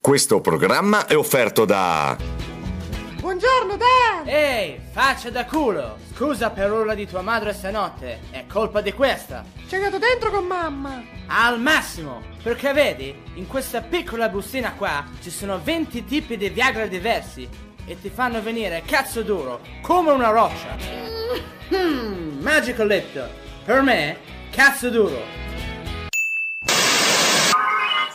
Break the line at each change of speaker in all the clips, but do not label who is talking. Questo programma è offerto da
Buongiorno Dan!
Ehi, faccia da culo! Scusa per l'urla di tua madre stanotte, è colpa di questa!
Ci hai dato dentro con mamma!
Al massimo! Perché vedi, in questa piccola bustina qua ci sono 20 tipi di Viagra diversi e ti fanno venire cazzo duro, come una roccia! Mm, magico letto! Per me, cazzo duro!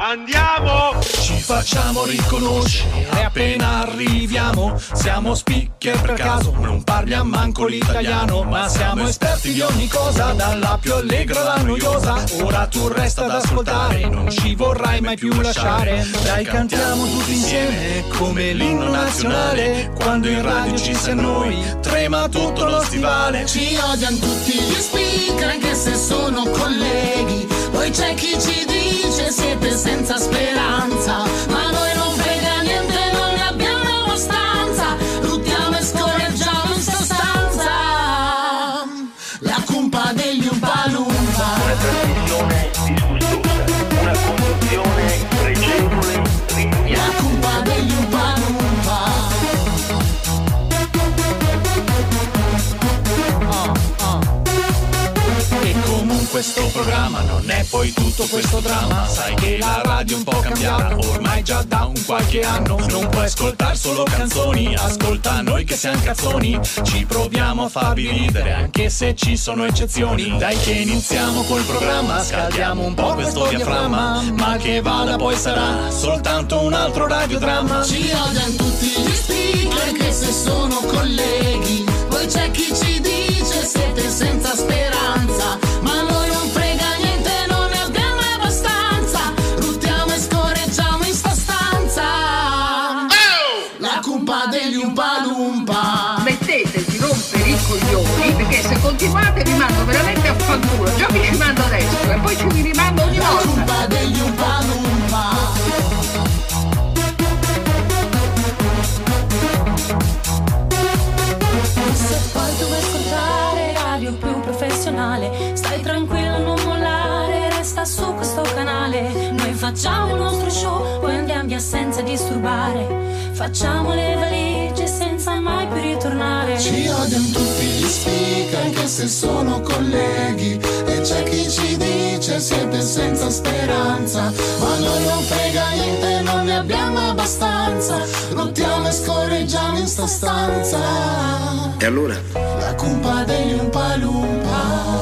Andiamo!
Ci facciamo riconoscere appena arriviamo. Siamo speaker per caso, non parliamo manco l'italiano. Ma siamo esperti di ogni cosa, dalla più allegra alla noiosa. Ora tu resta ad ascoltare, non ci vorrai mai più lasciare. Dai, cantiamo tutti insieme come l'inno nazionale. Quando in radio ci sei noi, trema tutto lo stivale.
Ci odiano tutti gli speaker anche se sono colleghi. Poi c'è chi ci dice siete senza speranza. Ma a noi non frega niente, non ne abbiamo abbastanza. Ruttiamo e scorreggiamo in sostanza. La cumpa degli Umpalumpa. La cumpa degli Umpalumpa.
E comunque sto programma non è poi tutto questo dramma Sai che la radio è un po' cambiata ormai già da un qualche anno Non puoi ascoltare solo canzoni, ascolta noi che siamo cazzoni Ci proviamo a farvi ridere anche se ci sono eccezioni Dai che iniziamo col programma, scaldiamo un po' questo diaframma Ma che vada poi sarà soltanto un altro radiodramma
Ci odiano tutti gli speaker anche se sono colleghi. Poi c'è chi ci dice siete senza speranza. Ma a noi non frega niente, non ne abbiamo abbastanza. Ruttiamo e scorreggiamo in sta stanza. La cumpa degli Umpalumpa.
smettete di rompere i coglioni perché se continuate vi mando veramente a fanculo già vi ci mando adesso e poi ci vi rimando ogni
La
volta
cumpa degli Umpalumpa.
Se poi dove ascoltare radio più professionale, stai tranquillo, non mollare, resta su questo canale. Noi facciamo il nostro show, poi andiamo via senza disturbare. Facciamo le valigie senza mai più ritornare.
Ci odiano tutti gli speaker anche se sono colleghi E c'è chi ci dice siete senza speranza Ma a noi non frega niente, non ne abbiamo abbastanza Lottiamo e scorreggiamo in sta stanza
E allora?
La cumpa degli Umpalumpa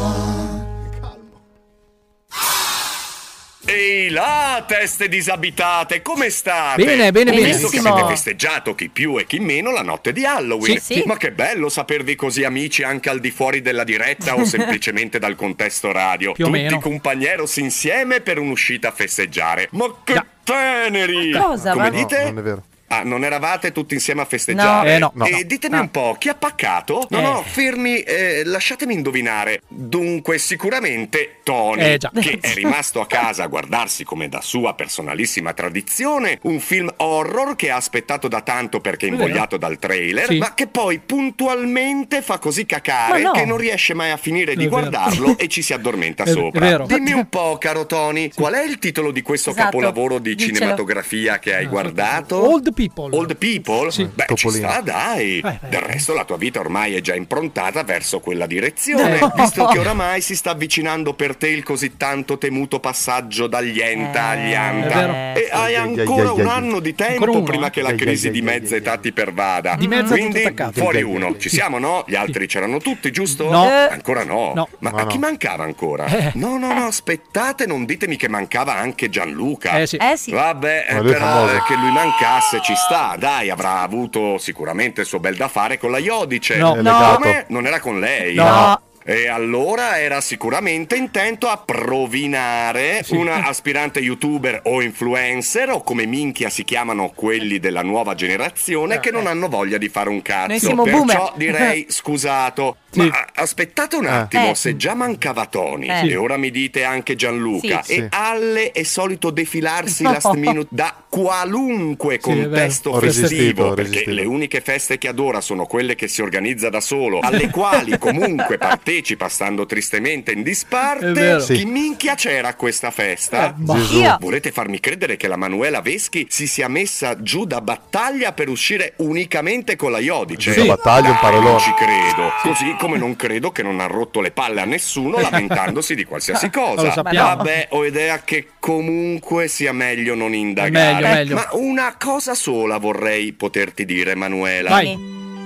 Ehi là, teste disabitate, come state?
Bene, bene, bene.
Visto che
Benissimo.
avete festeggiato chi più e chi meno la notte di Halloween.
Sì, sì.
Ma che bello sapervi così amici anche al di fuori della diretta o semplicemente dal contesto radio.
Più o
Tutti
meno.
compagneros insieme per un'uscita a festeggiare. Ma che
Da.
teneri!
Ma cosa,
come
va?
dite?
Non è vero.
Ah, non eravate tutti insieme a festeggiare?
No. Eh, no, no,
E
no.
ditemi
No.
un po', chi ha paccato? No,
Eh.
no, fermi, eh, lasciatemi indovinare. Dunque, sicuramente Tony,
Eh, già.
che è rimasto a casa a guardarsi, come da sua personalissima tradizione, un film horror che ha aspettato da tanto perché invogliato dal trailer,
Sì.
ma che poi puntualmente fa così cacare
Ma no.
che non riesce mai a finire di
È vero.
guardarlo e ci si addormenta
È- è
sopra.
vero.
Dimmi un po', caro Tony, qual è il titolo di questo
Esatto.
capolavoro di
Dicelo.
cinematografia che hai guardato?
Old
people.
Old people? Beh, ci sta, dai. Del resto la tua vita ormai è già improntata verso quella direzione,
No.
visto che oramai si sta avvicinando per te il così tanto temuto passaggio dagli enta agli anta.
vero.
E hai
Ai, ai,
ancora
ai,
un
ai.
anno di
Ancora
tempo
uno,
prima che la crisi di mezza età ti pervada.
Di mezza
Quindi
tutto attaccato.
fuori
Ai, ai,
uno. Ci siamo, no? Gli altri c'erano tutti, giusto?
No. Eh.
Ancora no.
No.
Ma
No,
a
no.
chi mancava ancora?
Eh.
No, no, no, aspettate, non ditemi che mancava anche Gianluca.
Eh, sì. Eh, sì.
Vabbè,
Ma
eh,
lui è
però
famoso.
eh, che lui mancasse ci sta. Dai, avrà avuto sicuramente il suo bel da fare con la Iodice.
No. No.
Come? Non era con lei.
No.
E allora era sicuramente intento a provinare una aspirante youtuber o influencer o come minchia si chiamano quelli della nuova
Eh,
generazione che non hanno voglia di fare un cazzo.
Noi siamo
Perciò
boomer.
direi scusato. Ma a- aspettate un attimo,
Eh.
se già mancava Tony
Eh. Sì.
e ora mi dite anche Gianluca
Sì.
e
Sì.
Alle è solito defilarsi last minute da qualunque
Sì, è vero.
contesto
Ho resistito,
festivo
ho
perché
resistito.
le uniche feste che adora sono quelle che si organizza da solo, alle quali comunque partecipa stando tristemente in
È vero.
disparte.
Sì. Eh,
Chi minchia c'era a questa festa?
ma- Gesù. Io.
Volete farmi credere che la Manuela Veschi si sia messa giù da battaglia per uscire unicamente con la Iodice?
Giù da battaglia, un
Dai,
parolone.
Non ci credo. Così come non credo che non ha rotto le palle a nessuno lamentandosi di qualsiasi cosa.
Lo sappiamo.
Vabbè, ho idea che comunque sia meglio non indagare.
Meglio, meglio.
Ma una cosa sola vorrei poterti dire, Manuela.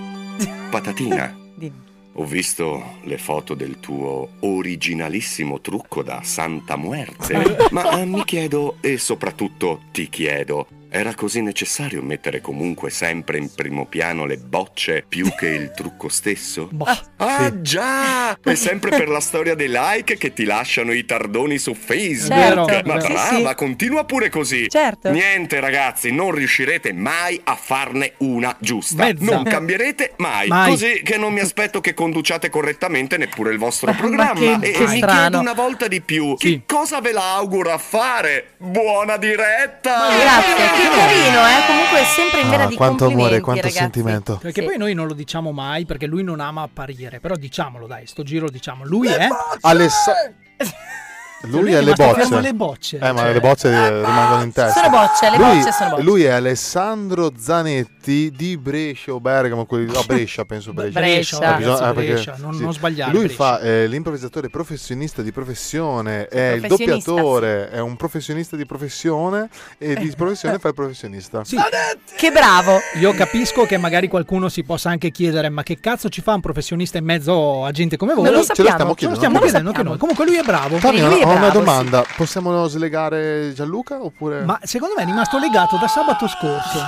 Patatina. Ho visto le foto del tuo originalissimo trucco da Santa Muerte, ma eh, mi chiedo e soprattutto ti chiedo, era così necessario mettere comunque sempre in primo piano le bocce più che il trucco stesso? Ah già! È sempre per la storia dei like che ti lasciano i tardoni su
Certo,
Facebook.
è
Ma
vero. Sì,
brava,
sì.
continua pure così.
Certo.
Niente ragazzi, non riuscirete mai a farne una giusta.
Mezza.
Non cambierete mai.
Mai.
Così che non mi aspetto che conduciate correttamente neppure il vostro programma.
che-
e
che
mi
strano.
chiedo una volta di più, che cosa ve la auguro a fare? Buona diretta!
Grazie, che carino, eh? Comunque è sempre in
Ah,
vera di
quanto amore,
complimenti,
quanto
ragazzi.
sentimento. Perché
Sì.
poi noi non lo diciamo mai perché lui non ama apparire, però diciamolo dai, sto giro lo diciamo. Lui è
Alessa- Lui
è
è le
rimasto fermo
bocce.
alle bocce,
Eh, ma
cioè.
le bocce eh, rimangono in testa.
Sono bocce, le
lui,
bocce sono bocce.
Lui è Alessandro Zanetti di Brescia o Bergamo, quelli, no, Brescia penso Brescia.
Brescia,
Eh, bisogna-
ragazzi,
eh, perché-
Brescia, non- non sbagliare,
Lui
Brescia.
fa eh, l'improvvisatore professionista di professione, è il
Professionista,
doppiatore, è un professionista di professione e di professione fa il professionista.
Sì.
Che bravo!
Io capisco che magari qualcuno si possa anche chiedere ma che cazzo ci fa un professionista in mezzo a gente come voi?
Non lo Ce lo sappiamo. stiamo
Ce lo
chiedendo.
stiamo
Non lo
chiedendo anche noi. Comunque lui è bravo.
Tony, ho una, ho una domanda, possiamo slegare Gianluca oppure...
Ma secondo me è rimasto legato da sabato scorso.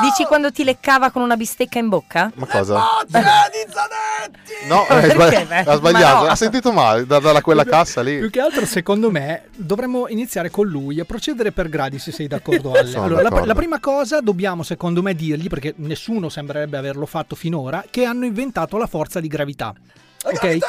Dici quando ti leccava con una bistecca in bocca?
Ma cosa? Eh. No, eh,
Perché,
sbagli-
beh?
ha sbagliato,
Ma no.
ha sentito male da- dalla quella cassa lì.
Più che altro, secondo me, dovremmo iniziare con lui e procedere per gradi, se sei d'accordo Ale.
Sono
Allora, la,
d'accordo.
la prima cosa dobbiamo, secondo me, dirgli, perché nessuno sembrerebbe averlo fatto finora, che hanno inventato la forza di gravità. Ok? E e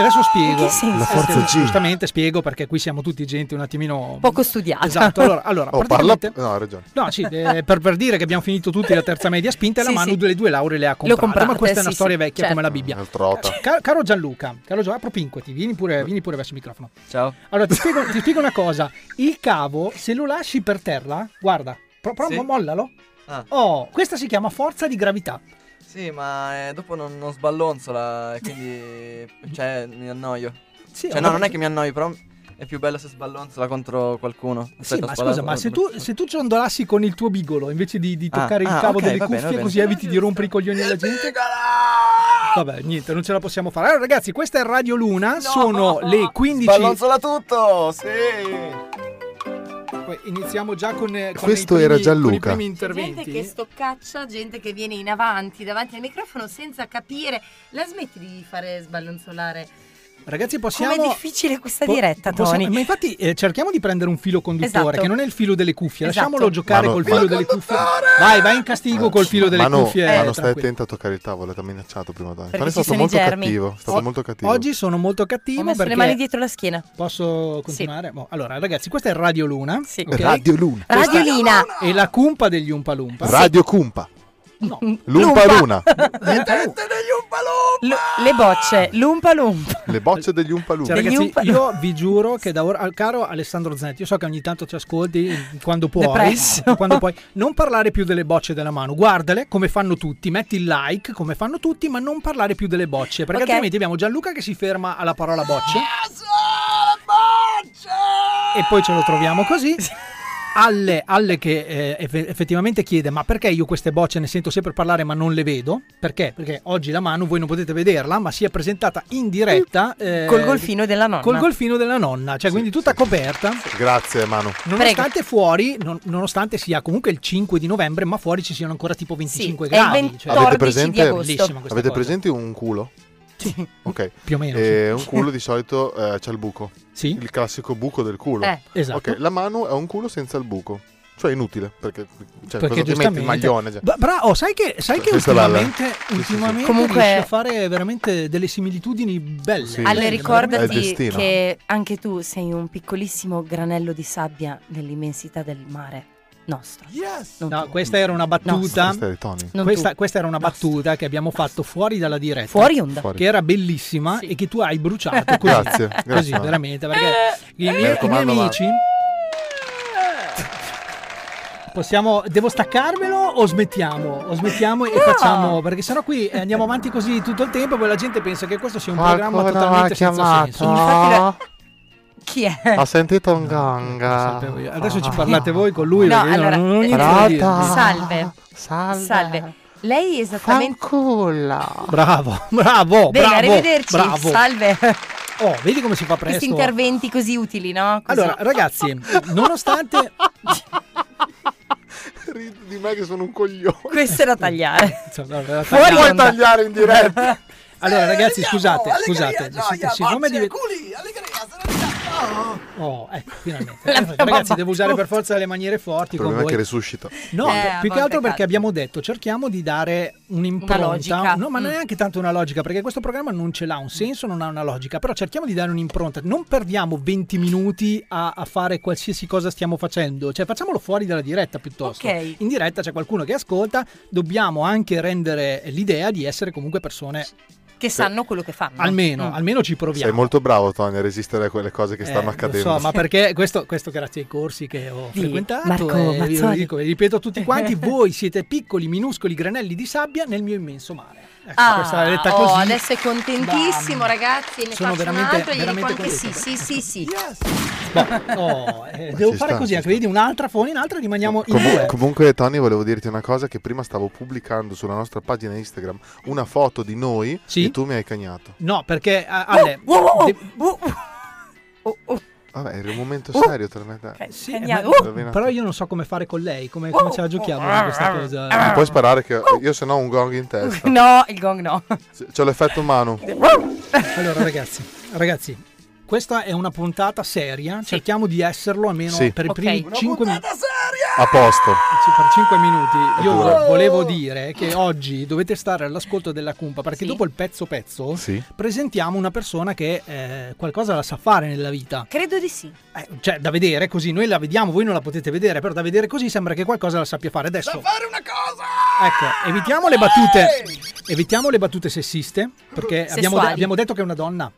adesso spiego.
La forza
Eh,
G.
Giustamente spiego perché qui siamo tutti gente un attimino...
Poco studiata.
Esatto, allora, allora
Oh, parla...
praticamente-
No, ha ragione.
No, sì, eh, per, per dire che abbiamo finito tutti la terza media spinta e la
Sì,
mano
sì.
le due lauree le ha comprate,
L'ho comprate,
ma questa è una
sì,
storia
sì,
vecchia
certo.
come la Bibbia.
Il trota.
Ca- Caro, Gianluca, caro Gianluca, propinquati, vieni pure, vieni pure verso il microfono.
Ciao.
Allora, ti spiego, ti spiego una cosa. Il cavo, se lo lasci per terra, guarda, pro- pro-
Sì.
mollalo.
Ah.
Oh, questa si chiama forza di gravità.
Sì, ma eh, dopo non, non sballonzola e quindi cioè, mi annoio.
Sì,
cioè,
ho
no, non
capito.
è che mi annoio, però è più bello se sballonzola contro qualcuno.
Sì,
Aspetta,
ma
sballa-
scusa, ma se tu, se tu ciondolassi con il tuo bigolo invece di, di
Ah,
toccare il
ah,
cavo
ok,
delle
va bene, va
cuffie,
bene.
così eviti di rompere i coglioni alla gente? Vabbè, niente, non ce la possiamo fare. Allora, ragazzi, questa è Radio Luna. sono le 15.
Sballonzola tutto, sì.
Poi iniziamo già con. eh, con
Questo
i primi-
era Gianluca.
con i primi
C'è gente
interventi.
che stoccaccia, gente che viene in avanti davanti al microfono senza capire. La smetti di fare sballonzolare.
Ragazzi, possiamo.
Com'è difficile questa
po-
diretta,
possiamo-
Tony.
Ma infatti, eh, cerchiamo di prendere un filo conduttore,
Esatto.
che non è il filo delle cuffie.
Esatto.
Lasciamolo giocare
Manu-
col filo delle cuffie. Vai, vai in castigo col filo delle
Manu,
cuffie.
Manu,
eh,
stai
tranquillo.
attento a toccare il tavolo, ti ha minacciato prima Dani.
Perché
Tony è
ci sono
stato
i
molto
germi.
cattivo, è stato
O-
molto cattivo.
Oggi sono molto cattivo
Ho messo
perché
le mani dietro la schiena.
Posso continuare? Boh, allora, ragazzi, questa è Radio Luna. ok?
Radio Luna.
Questa
Radio Lina.
È la cumpa degli Umpalumpa.
Radio Cumpa.
No.
Lumpa Luna.
Lumpa Lumpa.
Lu- le bocce, l'umpa lumpa.
Le bocce degli Umpalumpa.
Cioè, ragazzi, io vi giuro che da ora, caro Alessandro Zanetti, io so che ogni tanto ci ascolti eh, quando puoi,
Depresso.
quando puoi, non parlare più delle bocce della mano, guardale come fanno tutti, metti il like come fanno tutti, ma non parlare più delle bocce, perché
Ok.
altrimenti abbiamo Gianluca che si ferma alla parola bocce. E poi ce lo troviamo così. Alle, alle che eh, eff- effettivamente chiede ma perché io queste bocce ne sento sempre parlare ma non le vedo? Perché? Perché oggi la mano voi non potete vederla ma si è presentata in diretta eh,
Mm. Col golfino della nonna.
Col golfino della nonna, cioè quindi tutta coperta.
Grazie, Manu.
Nonostante fuori, non- nonostante sia comunque il 5 di novembre, ma fuori ci siano ancora tipo 25
è il
gradi. cioè-
Avete presente,
Bellissima questa
avete
cosa.
presente un culo? Sì. Ok.
Più o meno,
Eh,
sì.
Un culo di solito eh, c'ha il buco.
Sì.
Il classico buco del culo.
Eh. Esatto.
Ok, la mano è un culo senza il buco. Cioè è inutile, perché,
Perché
cioè, cosa ti metti
giustamente
il maglione? Cioè.
Bra- bra- oh, sai che, sai che
Questa è la-
ultimamente,
sì, sì, sì.
ultimamente
Comunque-
riesci a fare veramente delle similitudini belle.
Alle
Belle,
ricordati
veramente.
che anche tu sei un piccolissimo granello di sabbia nell'immensità del mare nostro.
No, questa era una
Nostro.
battuta.
Questa era di Tony. Non
Questa,
tu.
questa era una battuta che abbiamo fatto fuori dalla diretta.
Fuori onda. Fuori.
Che era bellissima e che tu hai bruciato così.
Grazie, grazie,
Così,
Manu.
veramente. Perché
Eh,
i, miei-
Mi
i miei
raccomando, Manu.
amici. Possiamo, devo staccarmelo o smettiamo? O smettiamo e
No.
facciamo. Perché sennò qui eh, andiamo avanti così tutto il tempo e poi la gente pensa che questo sia un programma
Qualcuno
totalmente
ha
senza senso.
chiamato? Infatti
Chi è?
Ho sentito un ganga. Ah.
Adesso ci parlate voi con lui.
No,
perché io
allora,
non ho
eh,
niente da dire.
salve.
salve.
Lei è esattamente...
Bravo, bravo,
Bene,
Oh, bravo.
arrivederci.
Bravo.
Salve.
Oh, vedi come si fa
Questi
presto.
interventi così utili, no? Così.
Allora, ragazzi, nonostante
Ridi di me che sono un coglione.
Questo era tagliare.
Fuori puoi onda. tagliare in diretta.
Allora, ragazzi, scusate, scusate.
gioia,
siccome
forza,
div-
culi,
Oh, ecco, finalmente.
La mia
Ragazzi,
mamma-
devo usare per forza le maniere forti
Il
con
problema è
voi.
che resuscita.
No,
Eh,
più
a
che altro
volte
perché abbiamo detto cerchiamo di dare
Una
un'impronta,
logica.
no, ma
Mm.
neanche tanto una logica, perché questo programma non ce l'ha un senso, non ha una logica, però cerchiamo di dare un'impronta, non perdiamo 20 minuti a, a fare qualsiasi cosa stiamo facendo, cioè facciamolo fuori dalla diretta piuttosto.
Ok.
In diretta c'è qualcuno che ascolta, dobbiamo anche rendere l'idea di essere comunque persone,
Che sanno quello che fanno. Mm.
almeno, almeno ci
Sei
proviamo.
molto bravo, Tony, a resistere a quelle cose che
Eh,
stanno
lo
accadendo.
so, ma perché questo, questo grazie ai corsi che ho
Di
frequentato.
Marco
eh, vi- vi
Mazzoli.
dico, vi ripeto a tutti quanti, voi siete piccoli, minuscoli granelli di sabbia nel mio immenso mare. Ecco,
Ah,
questa è detta
oh,
così.
adesso è contentissimo, ragazzi. Ne
sono
faccio un
veramente-
altro e gli dico
veramente Ecco,
anche sì, sì, sì, sì.
Oh, eh, devo
ci
fare
sta,
così, anche vedi un'altra fuori, un'altra e rimaniamo in
Comu-
due.
comunque, Tony, volevo dirti una cosa: che prima stavo pubblicando sulla nostra pagina Instagram una foto di noi e tu mi hai cagnato.
No, perché ah, Ale,
Oh,
de-
Vabbè, era un momento
Uh!
Oh.
serio tra me e te.
eh, sì, eh,
Oh.
Cagnato.
ma-
Rovinato.
però io non so come fare con lei, come, come ce la giochiamo con questa cosa.
Non puoi sparare che
Uh!
io se no ho un gong in testa.
No, il gong no.
C'ho l'effetto mano.
Allora, ragazzi, ragazzi, questa è una puntata seria. Cerchiamo di esserlo almeno
Sì.
per i
Ok.
primi
Una
5 minuti.
A posto.
Per 5 minuti. Io
dura.
Oh.
volevo dire che oggi dovete stare all'ascolto della cumpa perché dopo il pezzo pezzo
Sì.
presentiamo una persona che eh, qualcosa la sa fare nella vita.
Credo di sì.
Cioè, da vedere così, noi la vediamo, voi non la potete vedere, però da vedere così sembra che qualcosa la sappia fare. Adesso. fare una cosa! Ecco, evitiamo le battute. Evitiamo le battute sessiste, perché abbiamo, de-
Sessuali.
abbiamo detto che è una donna.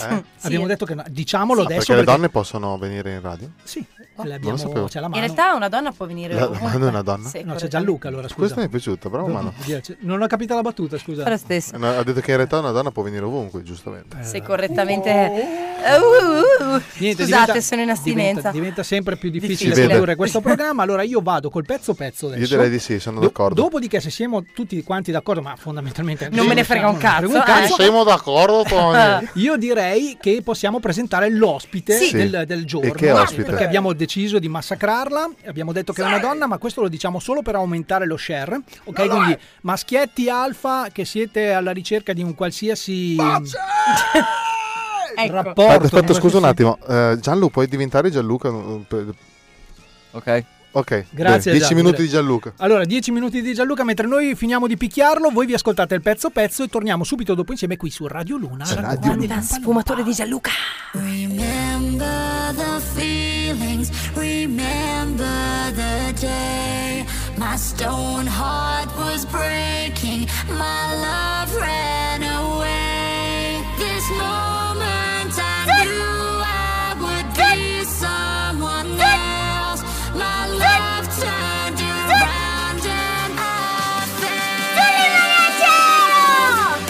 Eh?
Abbiamo detto che è una- diciamolo
perché,
adesso.
le
perché-
donne possono venire in radio?
Sì,
non lo sapevo.
c'è la
Oh. In
mano.
realtà una donna può venire
La-
ovunque.
Manu è una donna?
Sì,
No, c'è
corretto.
Gianluca allora, scusa.
Questa mi è piaciuta, bravo Mano.
Via, c'è- Non ho capito la battuta, scusa.
Fa lo stesso.
No, ha detto che in realtà una donna può venire ovunque,
Eh,
giustamente.
Sei correttamente... Uh, uh, uh.
Niente,
Scusate,
Oh. diventa-
sono in astinenza.
Diventa, diventa sempre più difficile
Difficile.
produrre questo programma. Allora io vado col pezzo pezzo adesso.
Io direi di sì, sono d'accordo.
Dopodiché, se siamo tutti quanti d'accordo, ma fondamentalmente anche
Non
se
me ne frega
siamo,
un
non
cazzo,
ne frega
eh. Siamo
d'accordo, Tony.
Io direi che possiamo presentare l'ospite
Sì.
del, del giorno.
E che ospite?
Perché abbiamo deciso di massacrarla. Abbiamo detto che è una donna, ma questo lo diciamo solo per aumentare lo share. Ok, quindi maschietti alfa che siete alla ricerca di un qualsiasi.
Ecco.
rapporto.
Aspetta, aspetta,
di
scusa un attimo. Eh, Gianlu, puoi diventare Gianluca? eh, per-
Ok.
Ok.
Grazie.
10
Gianluca.
minuti di Gianluca.
Allora, 10 minuti di Gianluca, mentre noi finiamo di picchiarlo, voi vi ascoltate il pezzo pezzo e torniamo subito dopo insieme qui su Radio Luna. Radio Luna.
Sfumatore di Gianluca.
Remember the feelings, remember the day My stone heart was breaking. My love ran away. This moment I knew I would be someone else. My love turned around and I fell.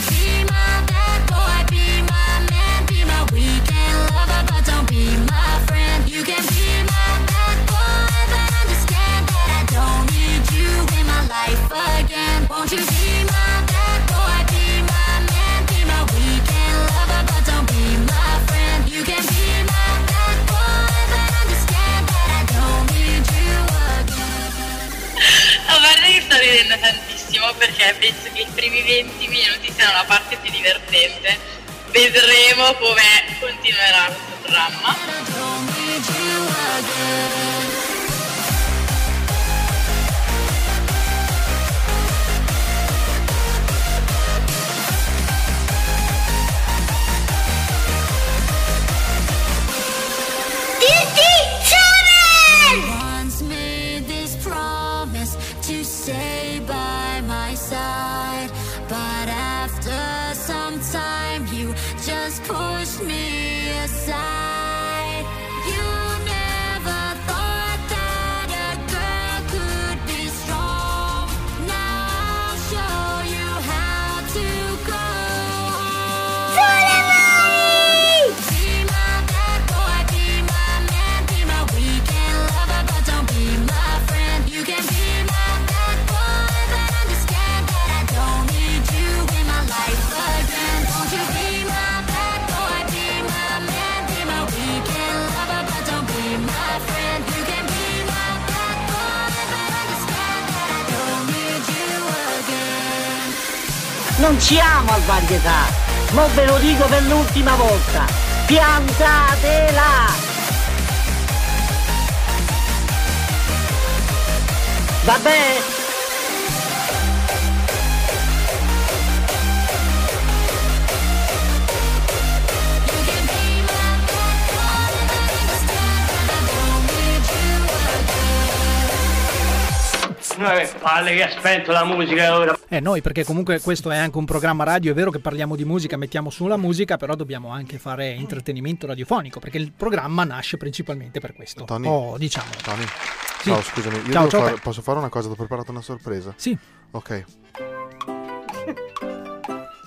Be my bad boy, be my man, be my weekend lover, but don't be my friend. You can be my bad boy, but understand that I don't need you in my life again. Won't you be my bad boy, be my man, be my weekend lover, but don't be my friend. You can be my bad boy, but understand that I don't need you again.
No, Valerie sta ridendo tantissimo perché penso che i primi 20 minuti siano la parte più divertente. Vedremo come continuerà questo dramma.
Once made this promise to stay by my side, but after some time you just pushed me aside. You never thought that a girl could be strong. Now I'll show you how to go. Be my bad boy, be my man, be my weekend lover, but don't be my friend. You can be my bad boy, but understand that I don't need you in my life again. Won't you be my bad boy, be my man, be my weekend lover, but don't be my friend. You can be my bad boy, but understand that I don't need you again.
Non ci amo al varietà, ma ve lo dico per l'ultima volta. Piantatela! Vabbè!
Vabbè, palle che ha spento la musica ora.
Eh, noi, perché comunque questo è anche un programma radio, è vero che parliamo di musica, mettiamo su la musica, però dobbiamo anche fare intrattenimento radiofonico, perché il programma nasce principalmente per questo.
Tony.
Oh, diciamo.
Tony.
Sì.
Ciao, scusami. Io
Ciao,
devo
ciao,
fare-
Pe-
posso fare una cosa? Ti ho preparato una sorpresa.
Sì.
Ok.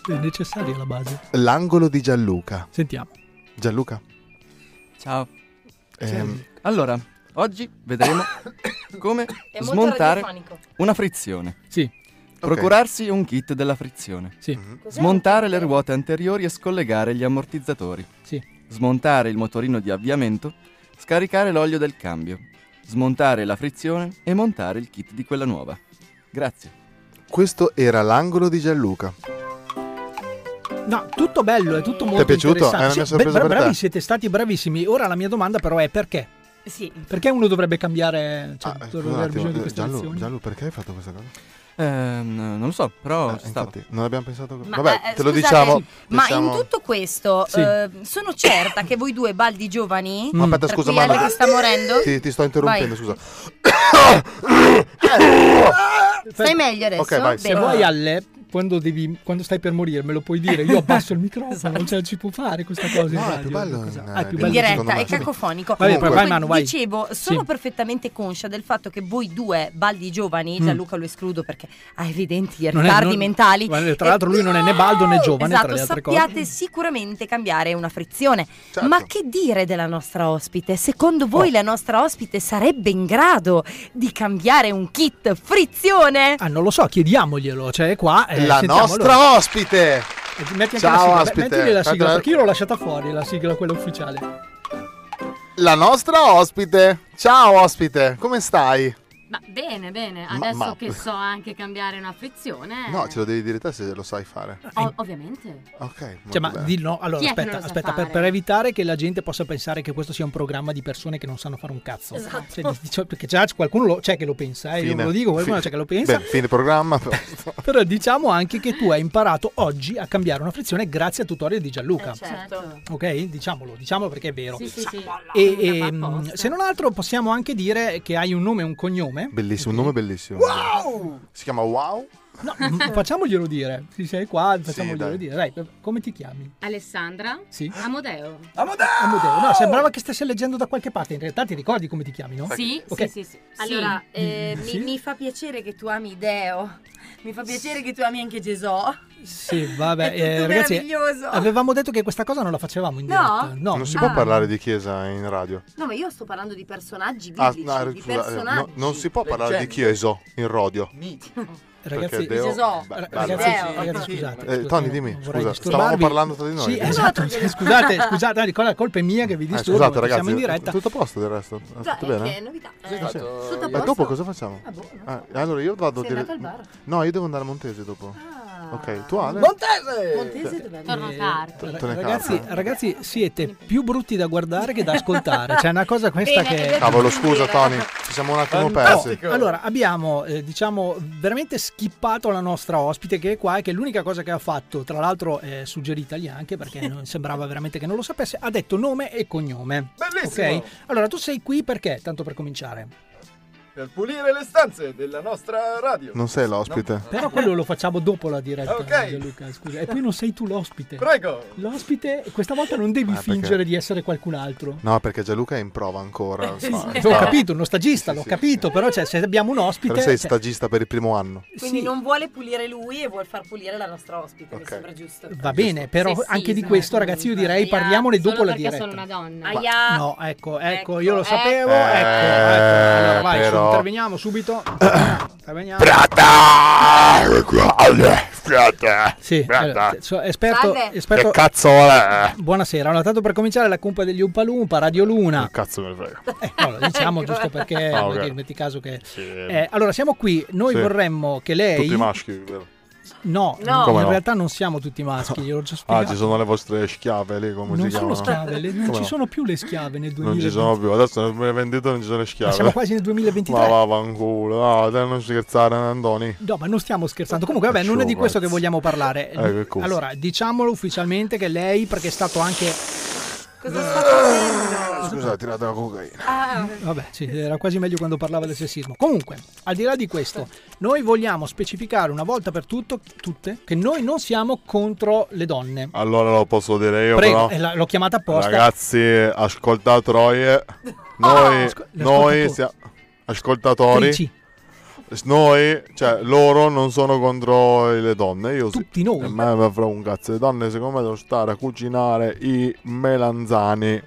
È necessaria la base.
L'angolo di Gianluca.
Sentiamo.
Gianluca.
Ciao.
Ehm.
Allora, oggi vedremo come
È molto
smontare
radiofonico.
una frizione.
Sì.
Procurarsi un kit della frizione.
Sì.
Mhm.
Cos'è?
Smontare le ruote anteriori e scollegare gli ammortizzatori.
Sì.
Smontare il motorino di avviamento. Scaricare l'olio del cambio. Smontare la frizione e montare il kit di quella nuova. Grazie.
Questo era l'angolo di Gianluca.
No, tutto bello, è tutto molto
è piaciuto?
interessante.
È una mia
Sì,
sorpresa per te.
bravi, siete stati bravissimi. Ora la mia domanda però è perché?
Sì.
Perché uno dovrebbe cambiare... Cioè,
Eh, scusa
dovrebbe
un
aver
attimo,
bisogno di
eh,
queste
Gianlu,
azioni?
Gianlu, perché hai fatto questa cosa? Eh,
Ehm, non lo so, però ci stava.
infatti, non abbiamo pensato.
Ma,
Vabbè,
eh,
te lo
scusate,
diciamo.
Ma
diciamo-
in tutto questo,
Sì.
eh, sono certa che voi due baldi giovani,
Ma aspetta,
tra
scusa,
cui
ma
Ale che sta
Oh,
morendo,
Ti, ti sto interrompendo,
Vai.
scusa.
stai meglio adesso?
Se vuoi Alle, quando, devi- quando stai per morire me lo puoi dire, io abbasso il microfono,
Esatto.
cioè ci può fare questa cosa.
No,
in
è
radio,
più bello
questa cosa.
in-
eh,
Ah, è più
in
bello,
diretta,
secondo me,
è
sì.
cacofonico.
Vabbè,
Comunque,
vai Manu, vai.
Dicevo, sono
Sì.
perfettamente conscia del fatto che voi due, baldi giovani,
Mm.
Gianluca lo escludo perché ha evidenti
Non è-
ritardi
non-
mentali.
Guarda, Tra
E-
l'altro lui non è né baldo né giovane,
esatto,
tra le altre
sappiate
cose.
sicuramente cambiare una frizione.
Certo.
Ma che dire della nostra ospite? Secondo voi
Oh.
la nostra ospite sarebbe in grado di cambiare un kit frizione?
Ah, non lo so, chiediamoglielo, cioè è qua. eh,
La
sentiamo,
nostra
allora. Eh,
ospite.
Metti anche la
Ciao,
sigla, beh,
ospite. eh.
mettili la sigla,
Aspetta,
perché io l'ho lasciata fuori, la sigla, quella ufficiale.
La nostra ospite. Ciao, ospite. Come stai?
Eh.
Ma bene, bene,
Ma-
adesso
ma-
che so anche cambiare una frizione.
No, ce lo devi dire te se lo sai fare.
o- ovviamente.
Ok. molto
Cioè, ma
bene.
dillo, allora
Chi è che
aspetta,
non lo sa
aspetta, per,
fare?
per evitare che la gente possa pensare che questo sia un programma di persone che non sanno fare un cazzo.
Esatto.
Cioè, di- dicio- perché già qualcuno lo- c'è che lo pensa, eh, io ve lo dico, qualcuno
Fine.
c'è che lo pensa.
Beh, fine programma.
Però diciamo anche che tu hai imparato oggi a cambiare una frizione grazie al tutorial di Gianluca.
Certo.
Ok, diciamolo, diciamolo perché è vero.
Sì, sì, sì.
E, ehm, se non altro possiamo anche dire che hai un nome e un cognome canzone.
Bellissimo, un nome bellissimo.
Wow!
Si chiama Wow?
No, m- facciamoglielo dire. Se sei qua, facciamoglielo
dai.
dire. Dai, come ti chiami?
Alessandra?
Sì.
Amodeo?
Amodeo! Amodeo. No, sembrava che stesse leggendo da qualche parte. In realtà ti ricordi come ti chiami, no?
Sì,
Ok.
sì, sì, sì.
Allora, eh, mi,
Sì?
mi fa piacere che tu ami Deo. Mi fa piacere che tu ami anche Gesò.
Sì, vabbè,
È tutto
eh, ragazzi,
meraviglioso.
avevamo detto che questa cosa non la facevamo in
No?
diretta. No,
Non si
no.
può parlare di chiesa in radio.
No, ma io sto parlando di personaggi
Ah,
biblici,
no,
di
scusa, eh, no,
personaggi.
non si può parlare di
Leggende.
chiesa in radio.
Ragazzi,
Perché Deo-
Gesò.
Beh,
ragazzi,
bello.
ragazzi, scusate.
Eh, Tony, dimmi,
vorrei
scusa, stavamo
disturbarvi.
parlando tra di noi.
Sì, esatto,
Eh,
scusate, scusate, dai, Nicola, la colpa è mia che vi disturbo,
scusate
perché
ragazzi,
siamo in diretta.
tutto a posto del resto? È
No,
tutto
è che è
bene?
novità. Eh,
Sì, sì.
Tutto a
Ma
posto.
dopo cosa facciamo?
Ah, boh, non
Ah, allora io vado
Sei
dire-
andato al bar? Ah.
No, io devo andare a Montese dopo. Ok, tu Ale?
Montese!
Montese dove
Torno
andiamo?
tardi.
Torna a
Ragazzi,
casa.
ragazzi, siete più brutti da guardare che da ascoltare. C'è una cosa questa
Bene,
che.
Cavolo, scusa Tony, ci siamo un attimo persi.
Oh, allora, abbiamo eh, diciamo veramente skippato la nostra ospite che è qua e che l'unica cosa che ha fatto, tra l'altro eh, suggeritagli anche perché non sembrava veramente che non lo sapesse, ha detto nome e cognome.
Bellissimo.
Ok? Allora, tu sei qui perché? Tanto per cominciare.
Per pulire le stanze della nostra radio.
Non sei l'ospite.
Però quello lo facciamo dopo la diretta, eh,
Ok.
Gianluca, scusa. E poi non sei tu l'ospite.
Prego.
L'ospite, questa volta non devi
Ah, perché?
fingere di essere qualcun altro.
No, perché Gianluca è in prova ancora.
Sì,
fa-
sì,
sta-
Ho capito, uno stagista, l'ho capito, però cioè, se abbiamo un ospite...
Però sei
cioè,
stagista per il primo anno.
Quindi non vuole pulire lui e vuol far pulire la nostra ospite, mi sembra giusto.
Va bene, però
Sessismo,
anche di questo, ragazzi, io direi parliamone
solo
dopo la
perché
diretta.
sono
una donna.
Ma-
Aia.
No, ecco, ecco, io lo sapevo,
Eh,
ecco, ecco. Allora, vai, su,
però-
interveniamo subito. Interveniamo. Sì, allora, so- esperto,
Salve.
esperto...
Che cazzo è?
Buonasera, allora tanto per cominciare la cumpa degli Umpa Lumpa, Radio Luna.
Cazzo me ne frega.
No, lo diciamo giusto perché
Ah, ok.
voglio dire, metti caso che...
Sì.
Eh, allora siamo qui, noi
Sì.
vorremmo che lei...
Tutti maschi, vero?
No,
No. Come
in
no?
realtà non siamo tutti maschi, gliel'ho già
Ah,
spiegato.
ci sono le vostre schiave lì, come
non
si
sono
chiamano?
schiave, le- non
Come
ci
no?
sono più le schiave nel 2020.
Non ci sono più, adesso nel 2022 non ci sono le schiave.
Ma siamo quasi nel 2023.
Ma va, vanculo, no, dai, non scherzare, Andoni.
No, ma non stiamo scherzando. Comunque, vabbè, non è di questo che vogliamo parlare.
Eh, che cosa?
allora, diciamolo ufficialmente che lei, perché è stato anche.
Scusa, ho tirato la cocaina.
Ah, Vabbè, sì, era quasi meglio quando parlava del sessismo. Comunque, al di là di questo, noi vogliamo specificare una volta per tutto, tutte, che noi non siamo contro le donne.
Allora lo posso dire io,
Prego, eh,
però.
la- l'ho chiamata apposta.
Ragazzi, ascoltatroie,
Ah,
noi, noi sia- ascoltatori,
Trici.
S- noi, cioè loro non sono contro le donne, io
Tutti noi.
A me mi frega un cazzo, le donne secondo me devono stare a cucinare i melanzani.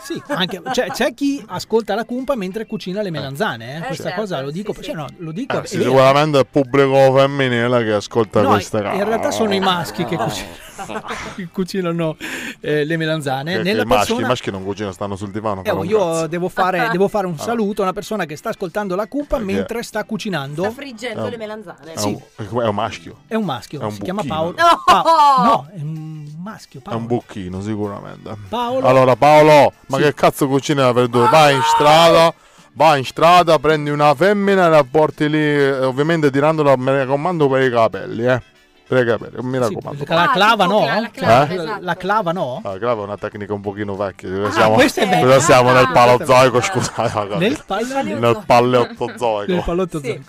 Sì, anche, cioè, c'è chi ascolta la cumpa mentre cucina le melanzane. eh. Questa
certo,
cosa lo dico. cioè, no, lo dico
Eh,
è
sì,
vero.
sicuramente è il pubblico femminile che ascolta
No,
queste cose.
in realtà sono i maschi che cucinano, che cucinano, eh, le melanzane.
Perché
Nella
i, maschi,
persona-
i maschi non cucinano, stanno sul divano.
Eh,
fanno
oh,
un
io
cazzo.
devo fare, devo fare un
Ah.
saluto a una persona che sta ascoltando la cupa
Perché-
mentre sta cucinando.
Sta friggendo
Ah.
le melanzane.
È un, è come- è un maschio.
eh, È un maschio,
È un
si chiama
bucchino.
Paolo.
No!
Pa- no, è un maschio.
È un bocchino sicuramente.
Paolo.
Allora Paolo, ma
Sì.
che cazzo cucina la verdura? Vai in strada, vai in strada, prendi una femmina e la porti lì, eh, ovviamente tirandola, mi raccomando, per i capelli, eh. Per i capelli, mi raccomando.
Perché La clava no? La
clava,
la clava no?
La clava Ah, è una tecnica un pochino vecchia. cosa siamo,
questa Ah, è
cosa
vecchia.
siamo nel
Ah.
paleozoico, scusate. ragazzi.
Nel paleozoico.
Nel paleozoico.
Nel pallotto zoico.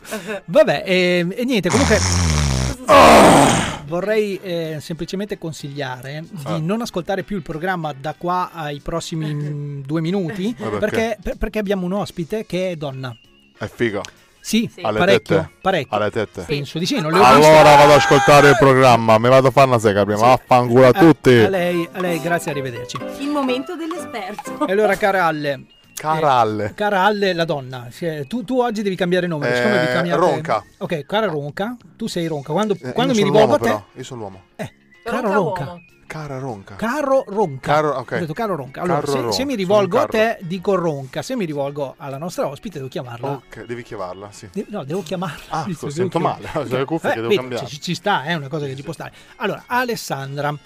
Vabbè, eh, e niente, comunque. Vorrei eh, semplicemente consigliare di
Eh.
non ascoltare più il programma da qua ai prossimi mm, due minuti
Ma Eh, perché?
perché, per- perché abbiamo un ospite che è donna.
È figa.
Sì,
Alle
parecchio,
tette?
parecchio.
Alle tette.
Penso di sì, non le ho viste.
Allora vado ad ascoltare il programma, mi vado a fare una sega prima, vaffanculo
Ah,
a tutti.
Eh,
Eh,
A lei, a lei, grazie, arrivederci.
Il momento dell'esperto.
E allora, cara Alle. eh,
Cara Alle.
cara Alle, la donna. si è- Tu, tu oggi devi cambiare nome.
Eh,
siccome vi cambiate-
Ronca.
Ok, cara Ronca, tu sei Ronca. Quando,
Eh,
quando mi
io sono
rivolgo a te,
l'uomo, però. Io sono l'uomo.
caro Ronca.
Cara ronca.
Caro Ronca.
Caro- ok.
Ho detto caro Ronca. Allora,
Caro
se,
Ronca,
se mi
sono
rivolgo a
un carro.
te, dico Ronca. Se mi rivolgo alla nostra ospite, devo chiamarla.
Ok, devi chiamarla, sì.
De- no, devo chiamarla.
Ah,
Visto,
lo
devo
sento
chiamarla.
male, ho le cuffie
Vabbè,
che devo
vedi,
cambiare.
Ci, ci sta, è una cosa che ci può stare. Allora, Alessandra.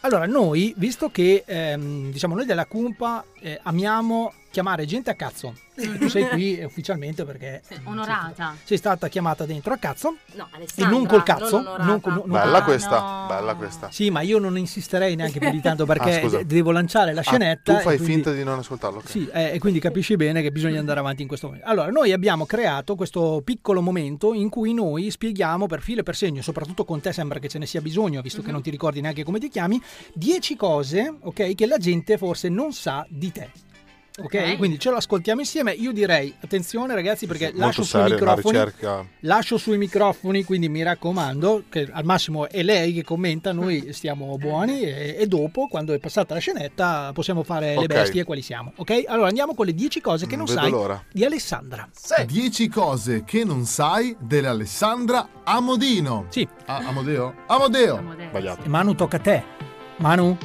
Allora, noi, visto che ehm, diciamo noi della Cumpa eh, amiamo chiamare gente a cazzo. Tu sei qui eh, ufficialmente perché mm,
Onorata.
sei stata chiamata dentro a cazzo.
No, Alessandra.
E non col cazzo.
non
non col- non-
Bella questa, bella questa.
Sì, ma io non insisterei neanche più di tanto perché
Ah, scusa.
de- devo lanciare la
Ah,
scenetta.
tu fai
e quindi-
finta di non ascoltarlo. ok.
Sì, eh, e quindi capisci bene che bisogna andare avanti in questo momento. Allora, noi abbiamo creato questo piccolo momento in cui noi spieghiamo per filo e per segno, soprattutto con te sembra che ce ne sia bisogno, visto
Mhm.
che non ti ricordi neanche come ti chiami, 10 cose, ok, che la gente forse non sa di te. ok,
Ok.
quindi ce lo ascoltiamo insieme. Io direi, attenzione ragazzi, perché
Molto
lascio sui
seria, una
microfoni
ricerca.
Lascio sui microfoni, quindi mi raccomando, che al massimo è lei che commenta,
Mm.
noi stiamo buoni e, e dopo, quando è passata la scenetta, possiamo fare
Ok. Mm,
le bestie quali siamo. Ok? Allora andiamo con le 10 cose che non
vedo
sai
l'ora.
di Alessandra.
10 cose che non sai dell'Alessandra Amodino. Ah,
Sì.
Amodeo? Amodeo.
Sbagliato. Manu tocca a te. Manu?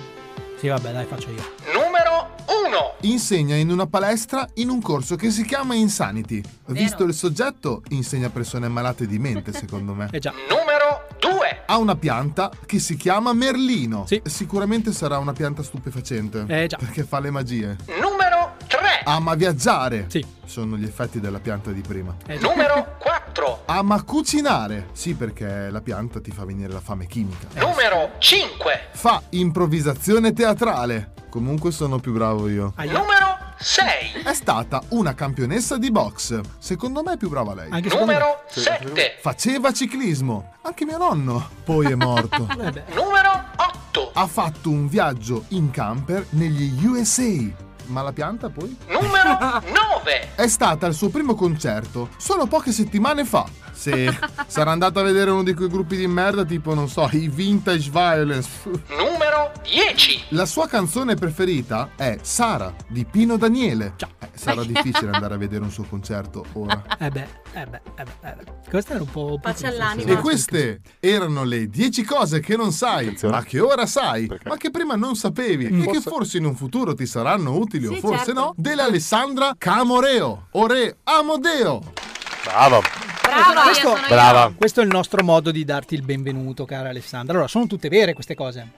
Sì, vabbè, dai, faccio io.
Numero 1. Insegna in una palestra in un corso che si chiama Insanity. Visto il soggetto, insegna a persone malate di mente, secondo me.
Eh già.
Numero 2. Ha una pianta che si chiama Merlino. Sicuramente sarà una pianta stupefacente.
Eh già.
Perché fa le magie.
Numero 3.
Ama viaggiare. Sì. Sono gli effetti della pianta di prima.
Eh, Numero 4.
Ama cucinare. Sì, perché la pianta ti fa venire la fame chimica.
Eh.
Eh. Numero 5.
Fa improvvisazione teatrale. Comunque sono più bravo io.
Numero 6.
È stata una campionessa di box. Secondo me è più brava lei.
Anche secondo Numero me. sette.
Faceva ciclismo. Anche mio nonno. Poi è morto.
Eh. Numero
8. Ha fatto un viaggio in camper negli USA. Ma la pianta poi?
Numero 9.
È stata il suo primo concerto solo poche settimane fa. Sì, sarà andata a vedere uno di quei gruppi di merda tipo, non so, i Vintage Violence.
Numero 10.
La sua canzone preferita è Sara di Pino Daniele. Eh, sarà difficile andare a vedere un suo concerto ora.
Eh beh, eh beh, eh beh, eh beh. Questa era un po'...
Pace
E
all'anima.
queste erano le 10 cose che non sai, ma che ora sai, ma che prima non sapevi
Mm.
e che forse in un futuro ti saranno utili o
Sì,
forse
certo.
no, dell'Alessandra Camoreo, ore Amodeo.
Brava.
Brava, questo,
io. Brava.
questo è il nostro modo di darti il benvenuto, cara Alessandra. Allora, sono tutte vere queste cose.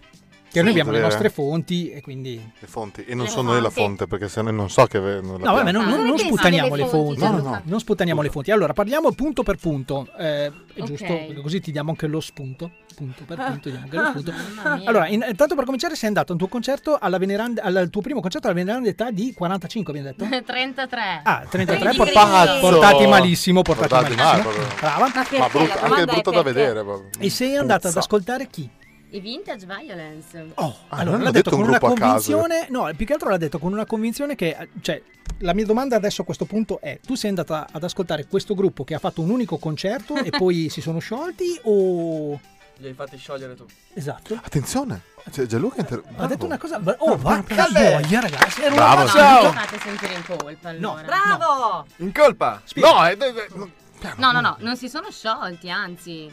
Che noi
Sì.
abbiamo le
Vere.
nostre fonti e quindi...
Le fonti, e non
Le
sono io la
fonti.
fonte, perché sennò non so che. ve- Non la
No, vabbè,
pianta.
non, non- non sputtaniamo le fonti.
No, no, no.
Non sputtaniamo le fonti. Allora, parliamo punto per punto. eh, è
Ok.
giusto, perché così ti diamo anche lo spunto. Punto per punto, diamo anche lo spunto.
Mamma mia.
Allora, in- intanto per cominciare, sei andato a un tuo concerto alla veneranda, al tuo primo concerto alla veneranda età di 45, abbiamo detto?
33.
Ah, 33
Quindi
portati,
credi-
portati malissimo, portati,
Portati male,
malissimo.
proprio.
Brava.
Ma perché? Ma brutta- La anche domanda è brutta da perché? vedere,
proprio.
E sei andato ad
Puzza.
ascoltare chi?
I vintage violence.
Oh,
Ah,
allora
non
l'ha
ho
detto,
detto un
con una
gruppo a caso. eh.
convinzione, no, più che altro l'ha detto con una convinzione che, eh, cioè, la mia domanda adesso a questo punto è, tu sei andata ad ascoltare questo gruppo che ha fatto un unico concerto e poi si sono sciolti o...
Li hai fatti sciogliere tu.
Esatto.
Attenzione,
cioè,
c'è Gianluca inter...
Ha detto una cosa... Oh, porca
Vabbè.
gioia, ragazzi! Era una
Bravo.
cosa-
Ciao.
Non mi fate sentire in colpa allora. Bravo!
In colpa! No,
eh,
è.
No, no, no, non si sono sciolti, anzi.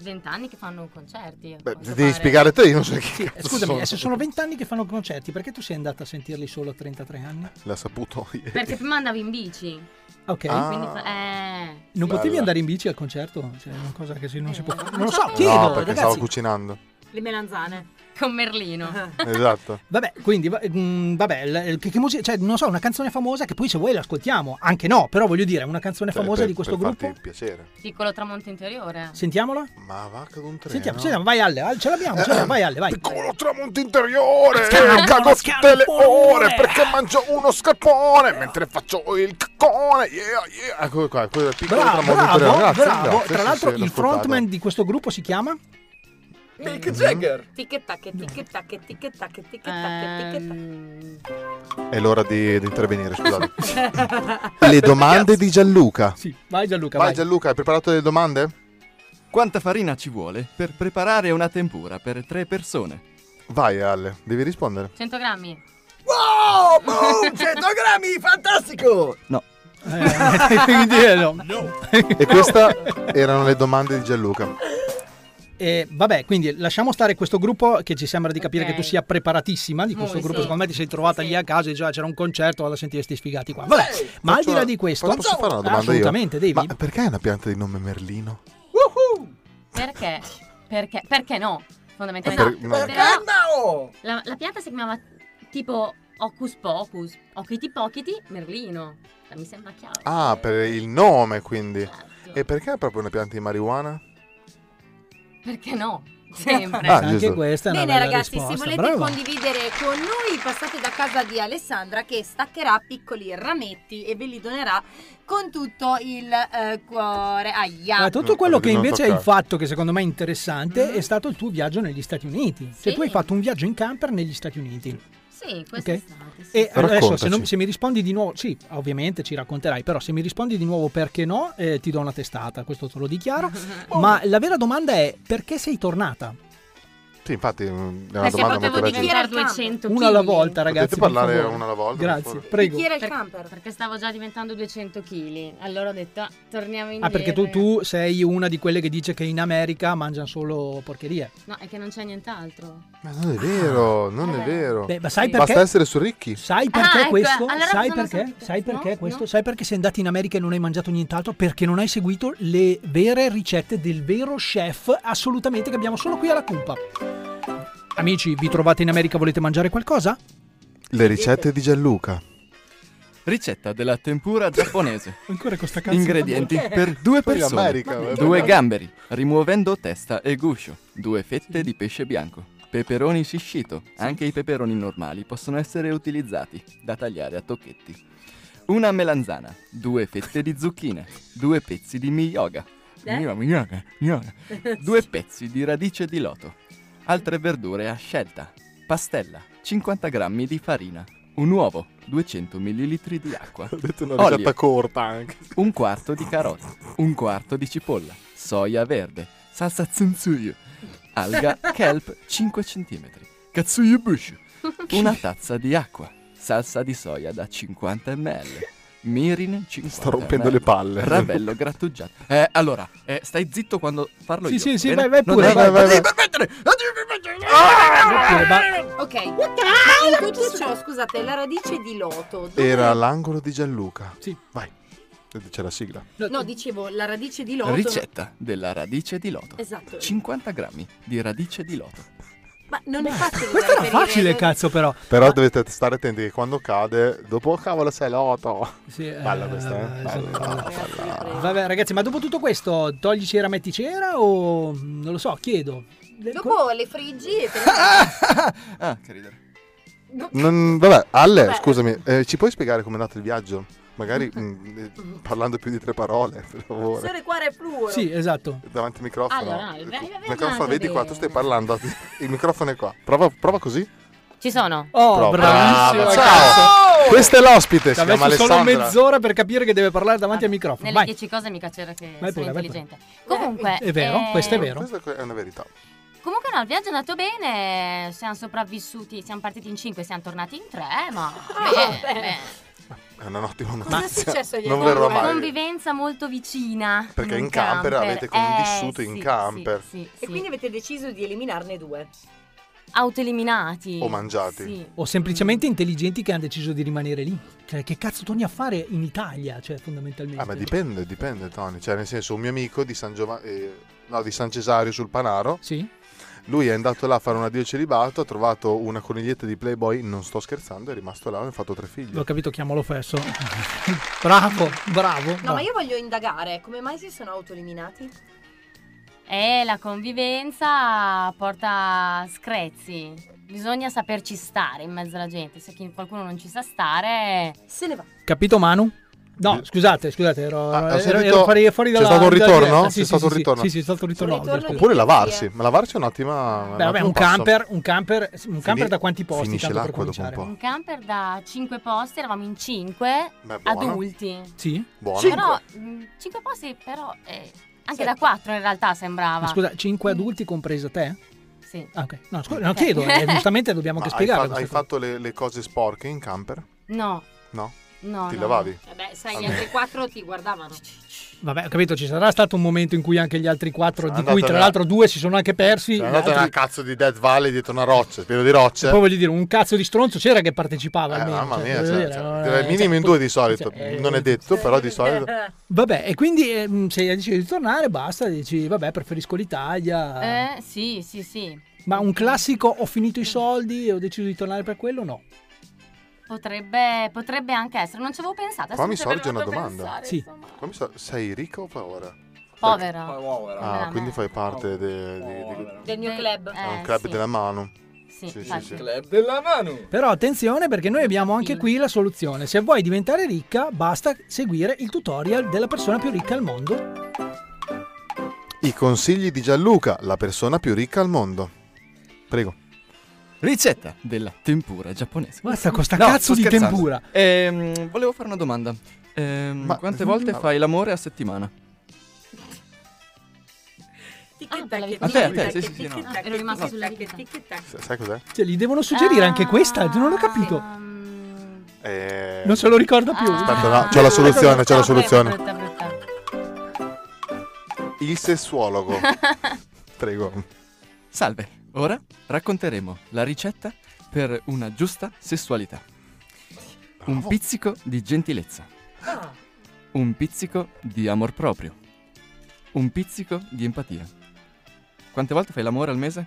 Vent'anni che fanno concerti. a
Beh,
quanto
devi
pare.
spiegare te, io non so chi.
Sì,
cazzo
Scusami,
sono.
eh, se sono vent'anni che fanno concerti, perché tu sei andata a sentirli solo a 33 anni?
L'ha saputo ieri.
Perché prima andavi in bici.
Ok.
Ah.
Quindi fa- eh.
Non
Bella.
potevi andare in bici al concerto? Cioè, è una cosa che se non si può fare. Non lo so,
No,
chiedo,
no, perché
ragazzi.
stavo cucinando.
Le melanzane. Con
Ah.
Merlino.
Esatto.
Vabbè, quindi, va- mm, vabbè, l- che, che musica, cioè, non so, una canzone famosa che poi se vuoi l'ascoltiamo, anche no, però voglio dire, una canzone
Cioè,
famosa
per-
di questo
per
gruppo,
farti piacere.
Piccolo tramonto interiore.
sentiamola?
Ma va che un treno.
Sentiamo, sentiamo, vai Ale, Ale, ce l'abbiamo, ce l'abbiamo, vai Ale, vai.
Piccolo tramonto interiore,
Scarpone,
cago tutte
scarpone.
le ore perché mangio uno scarpone mentre faccio il caccone. Yeah, yeah. Eccolo qua, Ah, quello del piccolo
Bravo,
tramonto
bravo,
interiore. Grazie,
bravo.
grazie,
Tra
sì,
l'altro
sì, l'ho
il
ascoltato.
frontman di questo gruppo si chiama? Eh,
Mick Jagger.
Tic tac, tic tac, tic tac, tic tac, tic
È l'ora di, di intervenire, scusate.
tac.
le domande di Gianluca.
Vai Gianluca,
Vai
vai.
Gianluca, hai preparato delle domande?
Quanta farina ci vuole per preparare una tempura per tre persone?
Vai Ale, devi rispondere.
100 grammi.
Wow! Oh, Boom! 100 grammi! Fantastico!
No.
E queste erano le domande di Gianluca.
Eh, vabbè, quindi lasciamo stare questo gruppo che ci sembra di capire
Ok.
che tu sia preparatissima di questo
Molto,
gruppo.
sì.
Secondo me ti sei trovata lì a casa e dici, "Ah, c'era un concerto, vado a sentire sti sfigati qua. Vabbè, ma al di là di questo, Ah,
posso fare una domanda
assolutamente,
io?
devi.
Ma perché è una pianta di nome Merlino?
Perché? Perché? Perché no?
Eh, per-
Fondamentalmente.
no.
Però la, la pianta si chiamava tipo Hocus Pocus, Occhiti Pochiti, Merlino. Cioè, Mi sembra chiaro.
Ah, per il nome quindi. E perché proprio una pianta di marijuana?
Perché no? Cioè, Sempre.
Ah, Anche giusto. questa è una
Bene
bella
ragazzi, se
risposta,
volete
brava.
condividere con noi passate da casa di Alessandra che staccherà piccoli rametti e ve li donerà con tutto il eh, cuore. Aia.
Ma Ah, tutto quello che
non
invece è il
toccare.
fatto che secondo me è interessante
Mm.
è stato il tuo viaggio negli Stati Uniti. Cioè tu hai fatto un viaggio in camper negli Stati Uniti.
Sì, questo
Ok?
è stato. sì.
E adesso se,
Raccontaci.
non- se mi rispondi di nuovo, sì, ovviamente ci racconterai, però se mi rispondi di nuovo perché no, eh, ti do una testata, questo te lo dichiaro. Ma la vera domanda è perché sei tornata?
Sì, infatti, mm, è una
Perché
domanda
potevo
molto
dire-
ragionevole.
Era 200
Una alla
chili.
volta, ragazzi.
Potete parlare
per favore.
una alla volta, per
Grazie,
favore?
prego.
era il camper? Perché stavo già diventando 200 kg. Allora ho detto, "Ah, torniamo indietro.
Ah, perché tu, tu sei una di quelle che dice che in America mangiano solo porcherie.
No, è che non c'è nient'altro.
Ma non Ah, è vero, non è vero.
Beh, ma sai
Basta
perché-
essere su ricchi.
Sai perché
ecco,
questo?
allora
sai
sono
perché?
sempre-
Sai perché
no,
questo?
no.
Sai perché sei andato in America e non hai mangiato nient'altro? Perché non hai seguito le vere ricette del vero chef assolutamente che abbiamo solo qui alla Cumpa. Amici, vi trovate in America, volete mangiare qualcosa?
Le ricette di Gianluca.
Ricetta della tempura giapponese.
Ancora con sta Eh. cazzo.
Ingredienti per due
Poi in
persone.
America, vabbè.
due gamberi, rimuovendo testa e guscio. Due fette di pesce bianco. Peperoni shishito. Anche i peperoni normali possono essere utilizzati, da tagliare a tocchetti. Una melanzana, due fette di zucchine, due pezzi di miyoga.
Eh?
Miyoga, miyoga, miyoga. Due pezzi di radice di loto. Altre verdure a scelta. Pastella, 50 grammi di farina. Un uovo, 200 ml di acqua. Ho
detto
una
ricetta corta anche.
Un quarto di carota, un quarto di cipolla, soia verde, salsa zunzuyu, alga kelp 5 cm, katsuyubushu, una tazza di acqua, salsa di soia da 50 ml, mirin 50
Sto rompendo
ml,
le palle.
ravello grattugiato. Eh, allora, eh, stai zitto quando parlo
Sì,
io.
sì, sì,
va bene?
vai, vai
Non
pure,
devi-
vai, vai,
non devi
vai.
permettere!
Ok. Ma in tutto ciò, scusate, la radice di loto. dove-
Era l'angolo di Gianluca.
Sì.
Vai. C'è la sigla.
No, dicevo, la radice di loto.
Ricetta della radice di loto.
Esatto.
50 grammi di radice di loto.
Ma non è facile.
Questo era facile, cazzo, però. Ah.
Però dovete stare attenti che quando cade, dopo cavolo sei loto.
Sì, eh,
Balla questa, eh. Balla,
Vabbè, ragazzi, ma dopo tutto questo, togli cera, metti cera o mm, non lo so, chiedo.
Dopo le friggi e te le-
Ah, che ridere.
Non- vabbè, Ale,
Vabbè.
scusami, eh, ci puoi spiegare com'è andato il viaggio? Magari
Mm-hmm.
mm, eh, parlando più di tre parole, per favore.
Sole, cuore e fluoro.
esatto.
Davanti al microfono.
Allora, il vai- vai- vai
il microfono,
andato
vedi qua, tu
bene.
stai parlando. Il microfono è qua. Prova, prova così.
Ci sono.
Oh,
Brava,
bravissimo.
Ah, ciao. Questa è l'ospite, si
Ci ha
chiama
messo solo
Alessandra.
mezz'ora per capire che deve parlare davanti al microfono.
Ah, Nelle
Vai.
10 cose mica c'era che
Vai
sono
pure, vai pure.
intelligente. Comunque...
È vero,
eh,
questo è vero.
Questa è una verità.
Comunque no, il viaggio è andato bene, siamo sopravvissuti, siamo partiti in 5, siamo tornati in 3, ma...
Ah,
beh, beh.
È un'ottima notizia.
Cosa è successo ieri?
Non verrò
Una
mai.
convivenza molto vicina.
Perché in camper avete
Eh,
convissuto in
sì,
camper.
Sì, sì,
E quindi avete deciso di eliminarne due.
Autoeliminati.
O mangiati.
O semplicemente intelligenti che hanno deciso di rimanere lì. Cioè, che cazzo torni a fare in Italia? Cioè, fondamentalmente.
Ah, ma dipende, dipende, Tony. Cioè, nel senso, un mio amico di San, Giova- eh, no, di San Cesario sul Panaro.
Sì.
Lui è andato là a fare un addio celibato, ha trovato una coniglietta di Playboy, non sto scherzando, è rimasto là e ha fatto tre figli.
L'ho capito, chiamalo fesso. bravo, bravo.
No,
bravo.
ma io voglio indagare, come mai si sono autoeliminati?
E la convivenza porta screzi. Bisogna saperci stare in mezzo alla gente. Se chi- qualcuno non ci sa stare...
Se ne va.
Capito Manu? No, scusate, scusate, ero,
Ah, ha
ero-
sentito-
ero fuori, fuori
c'è
dalla
stato un
dalla
ritorno?
diretta.
C'è
Sì, sì,
stato
sì,
un ritorno?
Sì, sì, c'è stato un ritorno. no, scusa.
Oppure lavarsi, ma lavarsi è un'ottima. un
Beh, vabbè,
ottimo
un
passo.
camper, un camper, un camper
Fini-
da quanti posti?
finisce
tanto per
l'acqua dopo un
cominciare?
Un camper da 5 posti, eravamo in 5,
Beh, buono.
adulti.
Sì.
Buono.
Però, 5 posti però... eh, anche da 4 in realtà sembrava.
Ma scusa, 5 adulti compresa te?
Sì.
Ah, ok. No, scusa, no, chiedo, eh, giustamente dobbiamo
Ma
anche
hai,
spiegare.
fa- hai fatto le, le cose sporche in camper?
No,
No?
no.
Ti
no.
lavavi?
Vabbè, Eh sai,
gli Vabbè. altri
quattro ti guardavano.
Vabbè, ho capito, ci sarà stato un momento in cui anche gli altri quattro, di
andato
cui tra
nella-
l'altro due si sono anche persi,
Sono
gli
andato in una
altri-
cazzo di Death Valley dietro una roccia, pieno di rocce.
poi voglio dire, un cazzo di stronzo c'era che partecipava
Eh,
almeno.
mamma
cioè,
mia,
voglio
cioè,
dire,
cioè, eh,
non-
direi minimo in due di solito. non è detto, però di solito.
Vabbè, e quindi ehm, se hai deciso di tornare, basta, dici, vabbè, preferisco l'Italia.
Eh, sì, sì, sì.
Ma un classico, ho finito i soldi e ho deciso di tornare per quello, no.
Potrebbe, potrebbe anche essere, non ci avevo pensato.
Qua
adesso
mi
ci è
sorge una
venuto a
domanda.
pensare, insomma.
Qua mi sor- sei ricca o povera?
Povera.
Ah,
Veramente. Eh,
quindi Ah, fai parte de- di- di-
Del mio club.
è
Eh,
un club della mano.
infatti.
Club della mano.
Però attenzione perché noi abbiamo anche qui la soluzione. Se vuoi diventare ricca, basta seguire il tutorial della persona più ricca al mondo.
I consigli di Gianluca, la persona più ricca al mondo. Prego.
Ricetta della tempura giapponese.
Guarda con sta
No,
cazzo
sto
di
scherzando.
tempura.
Ehm, volevo fare una domanda. Ehm, quante volte
ma-
fai l'amore a settimana?
Tic-tac,
Ah,
A te, a te, sì, sì, sì, no.
tic-tac,
Ero rimasta
tic-tac,
sulla
tic-tac.
Sai cos'è?
Cioè, gli devono suggerire anche questa, non l'ho capito.
Eh,
Non se lo ricorda più.
Ah.
Aspetta, no, c'ho la soluzione, c'ho la soluzione.
Brutta, brutta.
Il sessuologo. Prego.
Salve, ora racconteremo la ricetta per una giusta sessualità. Un pizzico di gentilezza. Un pizzico di amor proprio. Un pizzico di empatia. Quante volte fai l'amore al mese?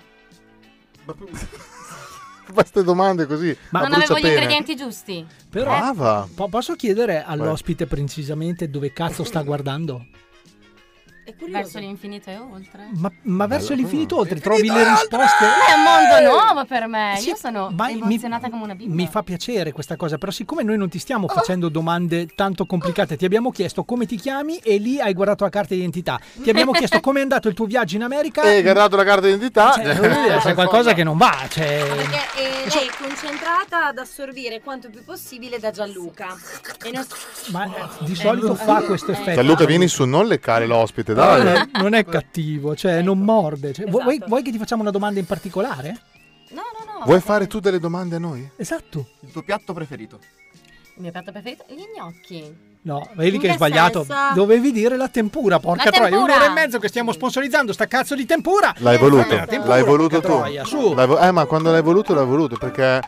Queste domande così.
Ma
a
non avevo gli
bruciapene.
ingredienti giusti. Eh,
Però
Brava.
po- posso chiedere all'ospite precisamente dove cazzo sta guardando?
Verso l'infinito e oltre.
Ma, ma verso
Bello.
mm.
l'infinito oltre trovi le risposte.
Ma è un mondo nuovo per me.
Eh, Sì,
Io sono
ma mi-
emozionata come una bimba.
Mi fa piacere questa cosa, però siccome noi non ti
Oh.
stiamo facendo domande tanto complicate, ti abbiamo chiesto come ti chiami e lì hai guardato la carta d'identità. Ti abbiamo chiesto come è andato il tuo viaggio in America.
E Eh, che ha dato la carta d'identità.
Cioè, voglio dire, c'è qualcosa che non va. Cioè...
Perché eh,
Diciamo
lei è concentrata ad assorbire quanto più possibile da Gianluca. E non- Eh,
Ma eh, di solito fa questo effetto.
Gianluca, vieni su, non leccare l'ospite,
No,
dai.
no, non è cattivo, cioè non
Ecco.
morde. Cioè, vu- vuoi,
Esatto.
vuoi che ti facciamo una domanda in particolare?
Vuoi fare tu delle domande a noi?
Esatto.
Il tuo piatto preferito?
Il mio piatto preferito? Gli gnocchi.
No, vedi
In
che hai
che
sbagliato.
senso?
Dovevi dire la tempura, porca
La
troia.
tempura!
Un'ora e mezzo che stiamo sponsorizzando sta cazzo di tempura.
L'hai voluto,
Eh, la tempura,
l'hai voluto
porca
tu.
troia, su.
L'hai vo- eh, ma quando l'hai voluto, l'hai voluto perché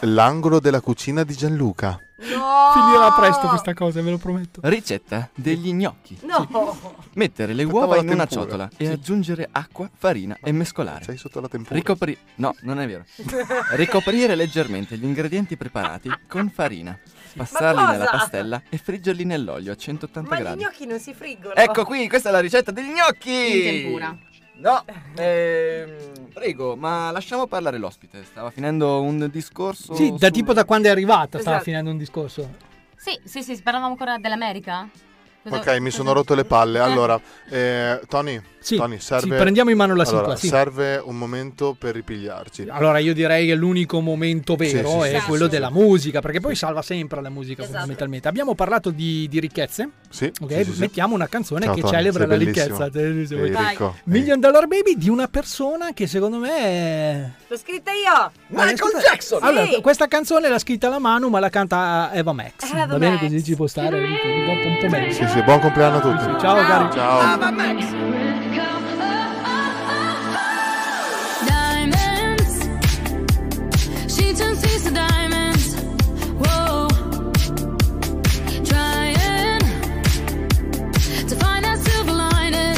l'angolo della cucina di Gianluca.
Finirà presto questa cosa, ve lo prometto.
Ricetta degli gnocchi.
No!
Mettere le
Oh. Aspettavo
uova
la
in una
tempura.
ciotola e aggiungere acqua, farina e mescolare. Sei
sotto la tempura.
Ricopri... No, non è vero. Ricoprire leggermente gli ingredienti preparati con farina. Passarli
cosa?
nella pastella e friggerli nell'olio a 180
Ma gli
gradi.
gnocchi non si friggono.
Ecco qui, questa è la ricetta degli gnocchi!
In tempura.
No, ehm, prego, ma lasciamo parlare l'ospite. Stava finendo un discorso.
Sì, da
sul-
tipo da quando è arrivata, stava
Esatto.
finendo un discorso.
Sì, sì, sì, parlavamo ancora dell'America. Cosa-
Ok, mi sono
cosa-
rotto le palle. Allora, eh, Tony, Tony, serve...
prendiamo in mano la
Allora,
sigla, sì.
serve un momento per ripigliarci.
Allora io direi che l'unico momento vero
Sì, sì,
è
sì,
quello
sì,
della
sì.
musica, perché poi salva sempre la musica fondamentalmente. Abbiamo parlato di, di ricchezze,
Sì,
ok?
sì, sì, sì.
Mettiamo una canzone
Ciao,
che
Tony,
celebra
sei
la
bellissimo. eh.
ricchezza. Te- se vuoi.
Sei ricco. Vai.
Million Dollar Baby di una persona che secondo me è...
L'ho scritta io!
Ascolta- Allora, questa canzone l'ha scritta la Manu, ma la canta Eva Max.
Eva
Va bene
Max.
così ci può stare un po', un po' meglio.
Sì, sì, buon compleanno a tutti.
Ciao, cari. Ah,
Ciao.
Diamonds. She turns these to diamonds. Whoa. Trying to find that silver lining.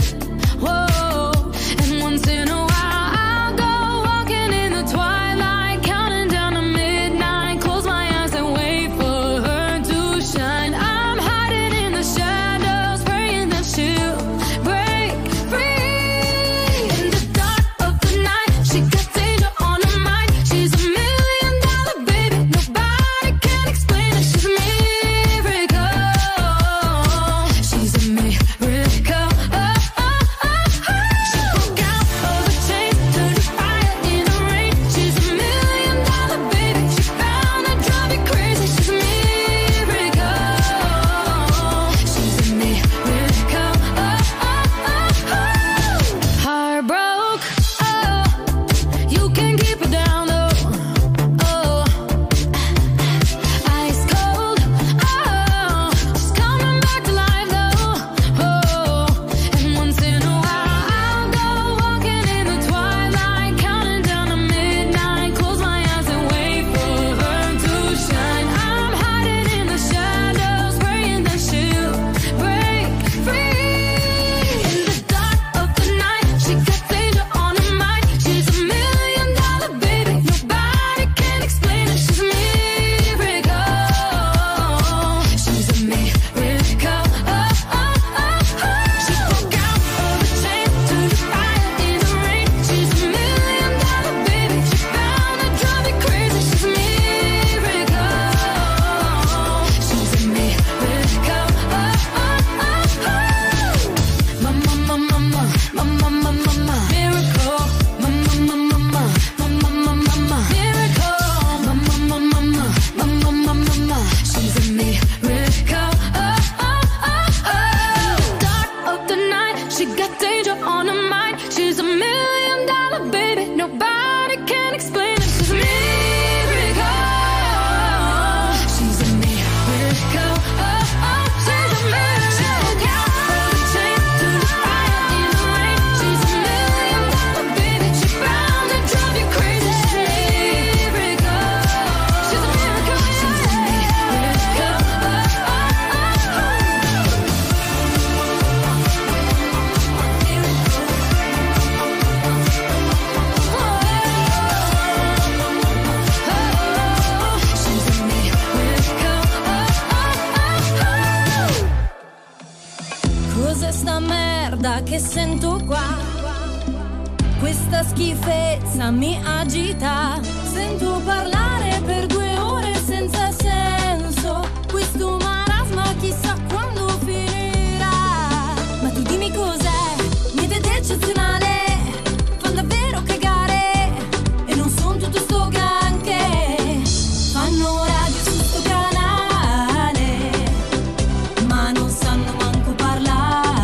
Whoa. And once in a while, I'll go walking in the twilight, counting down to midnight. Close my eyes and wait for her to shine. I'm hiding in the shadows, praying that she'll break free. In the dark of the night, she got danger on her mind. She's a million dollar baby. Oh, oh, oh, oh.
Oh,
che sento qua. Questa schifezza mi agita. Sento parlare per due ore senza senso. Questo marasma chissà quando finirà. Ma tu dimmi cos'è? Niente di eccezionale. Fa davvero cagare. E non son tutto sto granché. Fanno radio su sto canale. Ma non sanno manco parlare.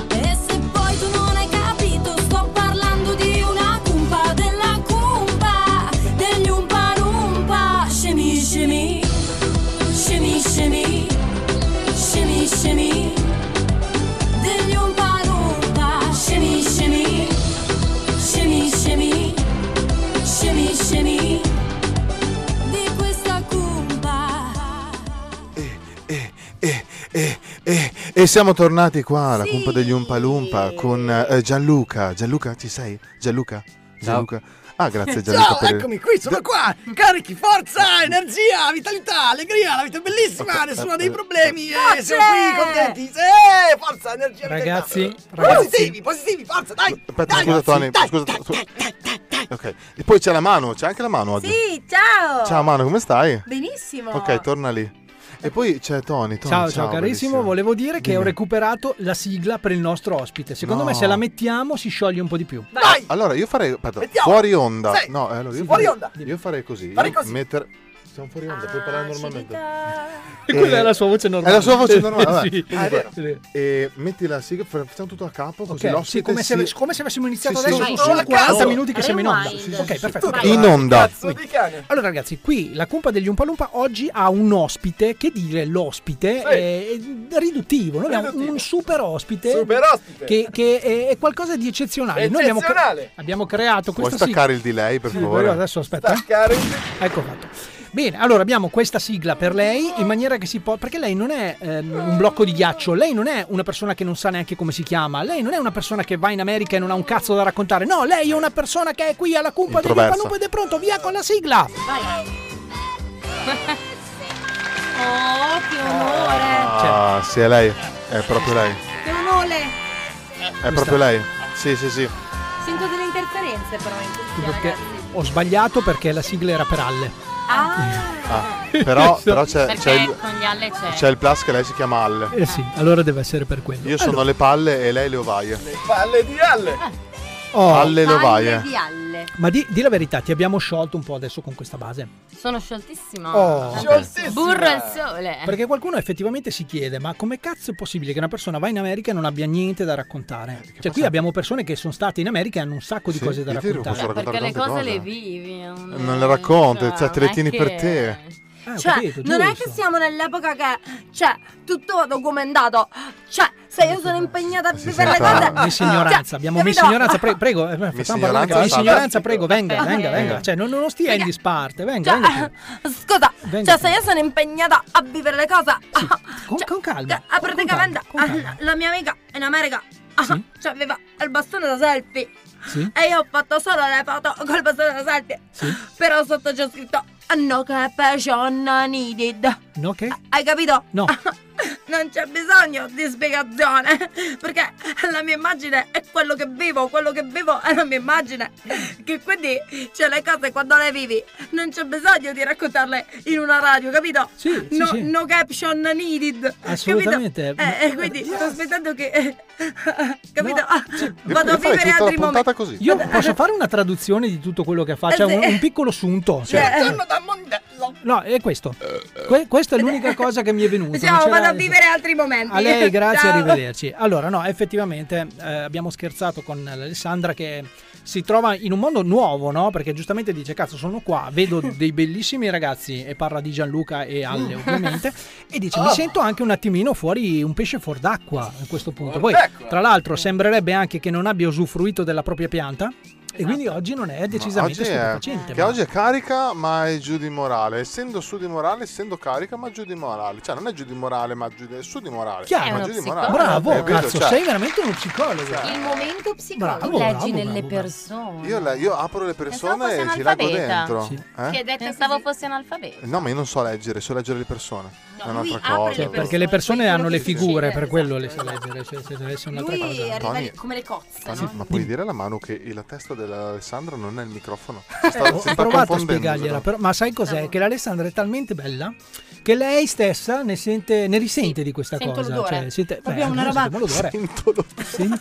E se poi tu non hai capito, sto parlando di una cumpa, della cumpa, degli umpa lumpa. Scemi, scemi, scemi, scemi, scemi, scemi, degli umpa lumpa. Scemi, scemi, scemi, scemi, scemi, scemi, di questa cumpa.
E siamo tornati qua alla cumpa degli Umpalumpa con eh, Gianluca. Gianluca, ci sei? Gianluca? Gianluca. Ah, grazie Gianluca.
Ciao,
per-
eccomi qui, sono qua. Carichi, forza, energia, vitalità, allegria, la vita è bellissima, nessuno ha dei problemi. Eh,
Forza!
siamo qui contenti. Eh, forza, energia,
Ragazzi,
vitalità.
ragazzi.
Positivi, positivi, forza, dai.
Aspetta,
dai,
scusa
ragazzi,
Tony,
dai.
scusa. Ok. E poi c'è la mano, c'è anche la mano oggi.
Sì, ciao!
Ciao mano, come stai?
Benissimo!
Ok, torna lì. E poi c'è Tony. Tony
Ciao, ciao, carissimo,
bellissimo.
volevo dire che
Dimmi.
ho recuperato la sigla per il nostro ospite. Secondo
No.
me se la mettiamo si scioglie un po' di più.
Allora io farei. aspetta,
Mettiamo.
fuori onda.
Sì.
No, eh, allora, io
Fuori
farei,
onda.
Io farei così.
Farei
io
così.
Mettere. Siamo fuori onda, puoi parlare normalmente.
E quella
Eh,
è la sua voce normale.
È la sua voce normale. vabbè.
Sì.
Comunque, eh, metti la sigla, fa- facciamo tutto a capo così
Ok, sì,
l'ospite
come, se,
si-
come se avessimo iniziato
Sì, sì,
adesso,
sì,
sono solo
sì,
40
sì.
minuti che siamo in onda.
Rewind.
Ok, perfetto.
Vai. In onda.
Cazzo di cane. Allora ragazzi, qui la cumpa degli Umpalumpa oggi ha un ospite, che dire l'ospite, è è riduttivo. Noi abbiamo un super ospite,
Super ospite.
Che, che è, è qualcosa di eccezionale. Noi abbiamo,
Eccezionale.
cre- abbiamo creato
Puoi
questa
staccare
sigla-
il delay per
Sì,
favore?
però adesso aspetta. eh. Ecco fatto. Bene, allora abbiamo questa sigla per lei in maniera che si può. Perché lei non è ehm, un blocco di ghiaccio, lei non è una persona che non sa neanche come si chiama, lei non è una persona che va in America e non ha un cazzo da raccontare. No, lei è una persona che è qui alla cumpa del
Introversa.
Lupa ed è pronto, via con la sigla!
Vai! oh, che onore!
Ah,
Cioè.
sì, è lei.
Eh,
È proprio lei.
Che onore!
È proprio lei. Sì, sì, sì.
Eh.
Sento delle interferenze però in
Sì,
cucina,
Perché
ragazzi.
ho sbagliato perché la sigla era per Alle.
Ah,
Ah, però però c'è,
Perché
c'è il,
con gli alle c'è.
c'è il plus che lei si chiama Alle.
Eh sì, allora deve essere per quello.
Io sono le palle e lei le ovaie.
Palle di alle.
Oh.
Alle le ovaie.
Ah. alle.
Ma di, di la verità, ti abbiamo sciolto un po' adesso con questa base.
Sono scioltissima.
Oh. Scioltissima.
Burro al sole.
Perché qualcuno effettivamente si chiede: ma come cazzo è possibile che una persona va in America e non abbia niente da raccontare? Cioè, qui abbiamo persone che sono state in America e hanno un sacco di
Eh, Sì,
cose da
io ti dico, posso
raccontare.
Perché le
tante
cose,
cose.
le vivi. è un-
Non le racconto, cioè, te le
ma è
tieni per
che-
te.
Ah,
Cioè, non è che siamo nell'epoca che c'è tutto documentato. Cioè, se io sono impegnata a vivere le
Ah,
cose. Cioè,
Miss ignoranza, abbiamo Miss
capito?
ignoranza, pre- prego, eh, facciamo
Miss
parlare anche-
Ignoranza,
Miss
fantastico.
ignoranza, prego, venga, venga, venga.
Venga.
Cioè, non, non stia in disparte, venga, venga. qui.
Scusa, cioè, se io sono impegnata a vivere le cose.
Con, con calma.
Ah, praticamente ah, la mia amica in America ah, cioè, aveva il bastone da selfie
Sì.
e io ho fatto solo le foto col bastone da selfie però sotto c'è scritto no che passion needed
No, che?
hai capito?
No.
non c'è bisogno di spiegazione perché la mia immagine è quello che vivo quello che vivo è la mia immagine che quindi cioè le cose quando le vivi non c'è bisogno di raccontarle in una radio capito?
sì,
no,
sì.
no caption needed
Assolutamente.
capito? Eh, eh, quindi sto aspettando che capito? Ah,
Io
vado a
farei
vivere
tutta la puntata
altri momenti
così.
Io posso fare una traduzione di tutto quello che fa, cioè
Eh, sì.
un, un piccolo sunto. Cioè, No, è questo. Que- questa è l'unica cosa che mi è venuta. non
diciamo
c'era-
vado a vivere altri momenti
A lei, grazie,
Ciao.
arrivederci. Allora, no, effettivamente eh, abbiamo scherzato con Alessandra che si trova in un mondo nuovo, no? Perché giustamente dice, cazzo, sono qua, vedo dei bellissimi ragazzi e parla di Gianluca e Alle, ovviamente, e dice, mi
Oh.
sento anche un attimino fuori un pesce fuor d'acqua a questo punto. Poi,
d'acqua.
tra l'altro, sembrerebbe anche che non abbia usufruito della propria pianta.
Ah.
E quindi oggi non è decisamente
oggi è,
stupefacente.
che
ma-
oggi è carica ma è giù di morale essendo su di morale essendo carica ma giù di morale cioè non è giù di morale ma giù di, su di morale
Chiaro.
ma giù di morale
Bravo,
Eh, capito?
cazzo,
Cioè,
sei veramente uno psicologo.
Il momento psicologico.
Bravo,
leggi
bravo,
nelle
bravo, bravo.
persone.
io, la- io apro le persone
Pensavo
e
fosse
ci leggo
analfabeta.
dentro
Sì.
eh?
Pensavo fosse analfabeta.
no ma io non so leggere so leggere le persone è un'altra
apre
cosa
le
Cioè, perché le persone hanno le figure, per quello le sa leggere. Cioè, se dovesse un'altra
Esatto. Lui
cosa.
arriva
Tony-
lì come le cozze,
Ah,
Sì,
no?
ma puoi dire alla mano che la testa dell'Alessandra non è il microfono?
Ho
si sta
provato Eh, a
confondendo,
spiegargliela,
no?
però, ma sai cos'è? Che l'Alessandra è talmente bella che lei stessa ne, sente, ne risente di questa
Sento
cosa.
l'odore.
Cioè, sente,
Abbiamo
beh,
una
no,
roba-
sentiamo l'odore.
Sento
l'odore.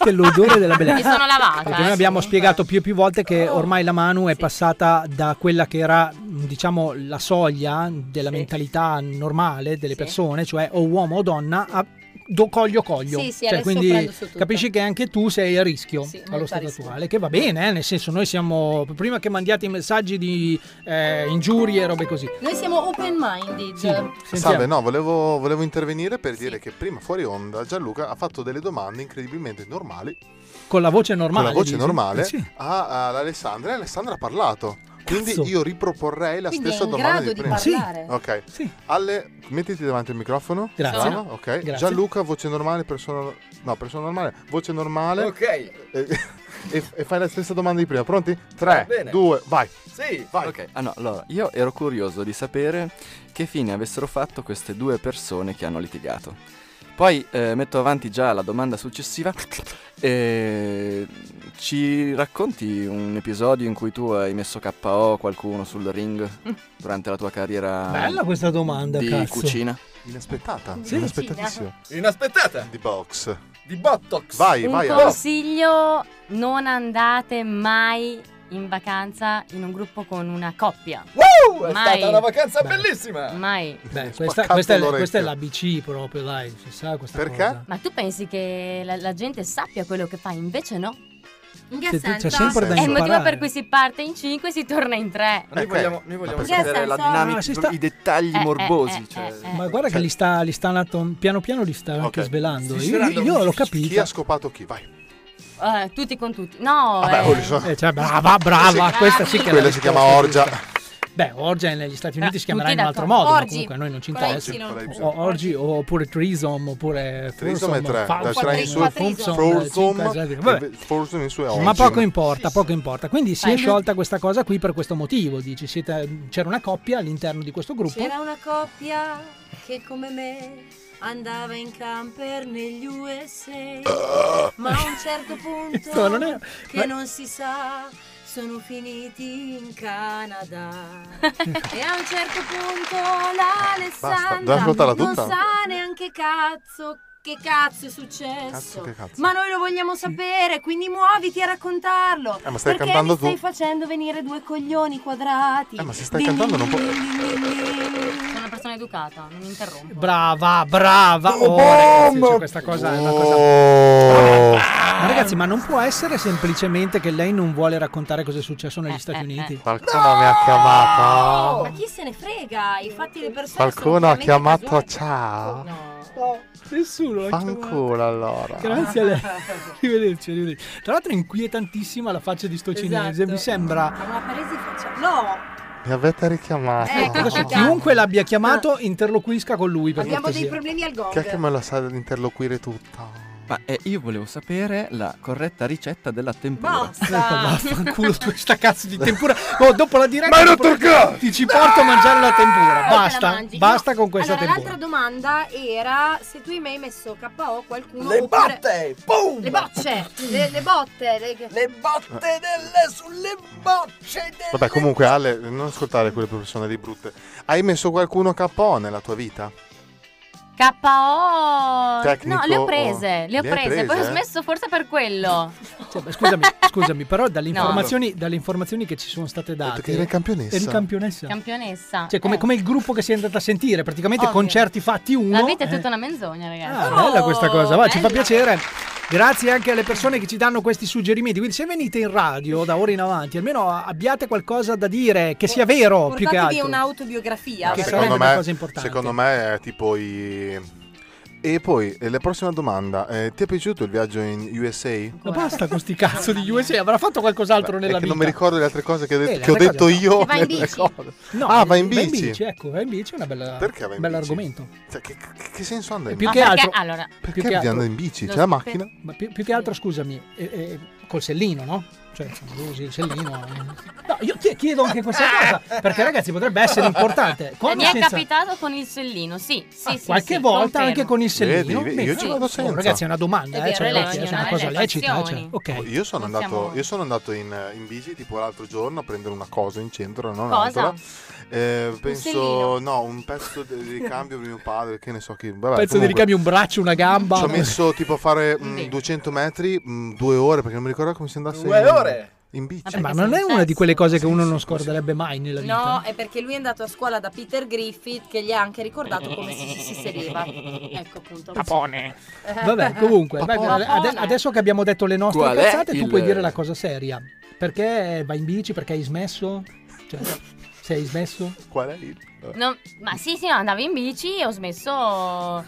della bellezza.
Mi sono lavata,
Perché
eh, Oh,
noi abbiamo spiegato più e più volte che ormai la Manu è passata da quella che era, mh, diciamo, la soglia della mentalità normale delle persone, cioè o uomo o donna, a do coglio coglio.
Sì, sì,
Cioè,
adesso
quindi
prendo su tutto.
capisci che anche tu sei a rischio allo
molto a
stato
rischio.
attuale, che va bene, eh, nel senso noi siamo prima che mandiate i messaggi di eh, ingiurie e robe così.
Noi siamo open minded.
Salve, no, volevo, volevo intervenire per dire che prima fuori onda Gianluca ha fatto delle domande incredibilmente normali,
Con la voce normale.
con la voce
dici? Eh,
normale,
Sì.
a- ad Alessandra e Alessandra ha parlato. Quindi
Cazzo.
io riproporrei la
Quindi è
stessa
in
domanda
grado
di
di
prima.
parlare. Sì.
Ok. Alle, mettiti davanti al microfono.
Grazie.
Brava, ok.
Grazie.
Gianluca, voce normale, persona no, persona normale, voce normale.
Ok.
Eh,
E, e- e fai la stessa domanda di prima. Pronti?
Va Ah, bene.
3 2 vai.
Sì,
vai.
Ok, ah no, allora io ero curioso di sapere che fine avessero fatto queste due persone che hanno litigato. Poi eh, metto avanti già la domanda successiva. E ci racconti un episodio in cui tu hai messo KO qualcuno sul ring durante la tua carriera
Bella questa domanda,
di
cazzo.
cucina?
Inaspettata.
Sì.
Inaspettatissimo.
Inaspettata.
Di box.
Di Bottox.
Vai,
un
vai. allora.
consiglio: non andate mai in vacanza in un gruppo con una coppia.
Wow! È
Mai.
stata una vacanza bellissima.
Mai.
Beh, questa,
Spaccate
questa è,
l'orecchio.
questa è l'ABC proprio, dai, si sa questa
Perché?
cosa.
Ma tu pensi che la, la gente sappia quello che fa? Invece no. In
che Cioè, tu senso? c'è sempre da
È il motivo
imparare.
per cui si parte in 5 e si torna in 3.
Noi vogliamo, noi vogliamo
perché?
sapere la
Nel senso-
dinamica,
Ah, si sta-
i dettagli
Eh, eh,
morbosi.
eh,
cioè.
Ma guarda che li sta, li sta nato- piano piano li sta anche svelando.
Sì,
Io,
svelando.
io l'ho capito.
Chi ha scopato chi? Vai.
Eh, tutti con tutti. No,
Vabbè,
eh,
quelli sono-
Eh, cioè, brava, brava, questa sì che è la
Quella si chiama
risposta
Orgia.
Beh, Orgia negli Stati Uniti
Ah,
si chiamerà in
tutti
un altro
d'accordo.
modo, ma
Orgi.
comunque a noi non ci
Con la
interessa.
Y.
O- o- Orgi oppure Trisom oppure
Trisom è
Foursome,
tre,
Fa-
dai, tre in sue
Foursome, cinque, esatto.
Foursome,
Vabbè.
Foursome in sue origini.
Ma poco importa, poco importa. Quindi si
Vai,
è
no.
sciolta questa cosa qui per questo motivo. Dici, siete- c'era una coppia all'interno di questo gruppo.
C'era una coppia che come me andava in camper negli USA, ma a un certo punto
Ah. No, non è-
che
ma-
non si sa sono finiti in Canada e a un certo punto
Basta,
l'Alessandra
devo ascoltarla
non
tutta?
sa neanche cazzo che cazzo è successo
Cazzo, che cazzo.
ma noi lo vogliamo sapere quindi muoviti a raccontarlo
Eh, ma stai
perché
cantando
mi stai
tu?
facendo venire due coglioni quadrati
Eh, ma se stai cantando non può...
Sono una persona educata, non mi interrompo.
Brava, brava.
Oh,
ragazzi,
bomba!
cioè, questa cosa è una cosa.
Oh.
Ma ragazzi, ma non può essere semplicemente che lei non vuole raccontare cosa è successo negli Stati Uniti.
Qualcuno mi ha chiamato.
Oh, Ma chi se ne frega? Infatti le persone
Qualcuno
sono
ha
veramente
chiamato
casuali.
eh.
ciao.
Nessuno l'ha
Fanculo allora.
Grazie a lei. Arrivederci, arrivederci. Tra l'altro è inquietantissima la faccia di sto
Esatto.
cinese, mi sembra.
Ma una paresi in faccia. No!
Mi avete richiamato.
Ecco,
Adesso
chiaro.
chiunque l'abbia chiamato interloquisca con lui per
Abbiamo dei
cortesia.
problemi al gong.
Chi è che me lo sa interloquire tutta?
Ma eh, io volevo sapere la corretta ricetta della tempura.
Ecco, vaffanculo tu sta cazzo di tempura. Oh, dopo la diretta
Ma era
dopo-
turco!
ti ci porto a mangiare la tempura.
Te la
Basta,
mangi.
basta con questa
allora,
tempura.
l'altra domanda era se tu mi hai messo KO qualcuno
Le
oppure-
botte! Boom!
Le bocce! Le, le botte! Le,
botte delle... sulle bocce delle...
Vabbè, comunque, Ale, non ascoltare quelle persone lì brutte. Hai messo qualcuno KO nella tua vita?
KO.
Tecnico
no,
oh.
le ho prese,
o-
le ho
le hai
prese, poi ho
prese?
smesso forse per quello.
Cioè, ma scusami, scusami, però dalle informazioni, dalle informazioni che ci sono state date.
che eri campionessa.
Eri campionessa.
Campionessa.
Cioè, come,
Eh,
come il gruppo che si è andato a sentire, praticamente
Ovvio.
concerti fatti uno.
La vita è
eh.
tutta una menzogna, ragazzi.
Ah, bella questa cosa, va, ci fa piacere. Grazie anche alle persone che ci danno questi suggerimenti. Quindi, se venite in radio da ora in avanti, almeno abbiate qualcosa da dire che sia vero Oh, più che
Portatevi
altro.
un'autobiografia.
Che
veramente.
sarebbe una cosa importante.
Secondo me è tipo i. E poi eh, la prossima domanda, eh, ti è piaciuto il viaggio in USA?
Ma basta con sti cazzo di USA, avrà fatto qualcos'altro
È
nella
che
vita.
non mi ricordo le altre cose che, ho
Eh,
detto-
le
che ho
altre
detto
cose no.
io.
E vai in
nelle
bici?
cose.
No,
ah, va in
va in
bici.
bici, ecco, va in bici è una bella
Perché va in
bello
bici? Cioè,
argomento.
che senso ha? in
più
bici?
Ah,
che
Ma
altro,
perché- allora- Perché
più che
bisogna
altro-
andare in bici?
lo-
C'è la macchina?
per- ma più, più che altro, scusami, eh, eh, col sellino, no? Cioè, insomma, usi il sellino. eh. No, io chie- chiedo anche questa cosa, perché ragazzi potrebbe essere importante. Con
Eh, mi è
senza- Ah,
capitato con il sellino, sì, sì, sì.
qualche
sì,
volta
confermo.
anche con il sellino.
Vedi, vedi, io ci
vado senza.
ragazzi, è una domanda,
È
eh,
vero,
cioè,
è
ragazzi,
lecito,
è una
eh,
cosa
le
lecita.
lezioni.
cioè, ok.
Io sono
Non
andato,
siamo-
io sono andato in, in bici tipo l'altro giorno a prendere una cosa in centro, non
Cosa?
un'altra. Eh,
sellino.
penso, no, un pezzo di di ricambio per mio padre, che ne so che. Vabbè,
Pezzo di
comunque,
ricambio, un braccio, una gamba.
Ci ho messo tipo a fare mh,
Sì.
200 metri, mh, due ore, perché non mi ricordo come si andasse
Due
in,
ore?
in bici.
Eh, ma non è una di quelle cose che uno non scorderebbe mai nella vita.
No, è perché lui è andato a scuola da Peter Griffith che gli ha anche ricordato come si, si, si sedeva. Ecco appunto.
Papone. Vabbè, comunque, vai,
Papone.
ade- adesso che abbiamo detto le nostre
Qual è
cazzate, tu
il-
puoi dire la cosa seria. Perché vai in bici? Perché hai smesso? Cioè, se hai smesso?
Qual è il...
Eh.
No, ma sì, sì, no, andavo in bici e ho smesso.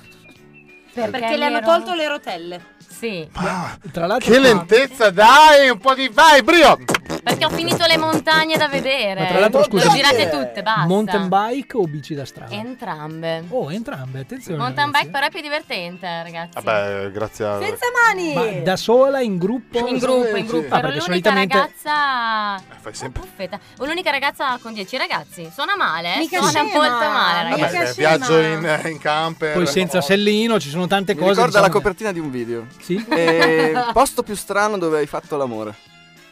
Perché le hanno
ero-
tolto le rotelle.
Sì.
Tra l'altro,
Che lentezza, dai, un po' di vibrio!
Perché ho finito le montagne da vedere.
Ma tra l'altro, scusa,
Le ho girate tutte, basta.
Mountain bike o bici da strada?
Entrambe.
Oh, entrambe, attenzione.
Mountain bike però è più divertente, ragazzi.
Vabbè, grazie a...
mani!
Ma da sola, in gruppo?
In gruppo, in gruppo.
Ah,
Ero
perché
l'unica
solitamente...
ragazza.
Fai sempre...
Feta. Ho L'unica ragazza con 10 ragazzi. Suona male, eh?
Mica
Suona
scema.
molto male,
Vabbè,
ragazzi.
eh, viaggio in, eh, in camper.
Poi senza sellino, ci sono tante
Mi
cose.
ricorda
diciamo,
la copertina di un video.
Sì.
Eh, posto più strano dove hai fatto l'amore.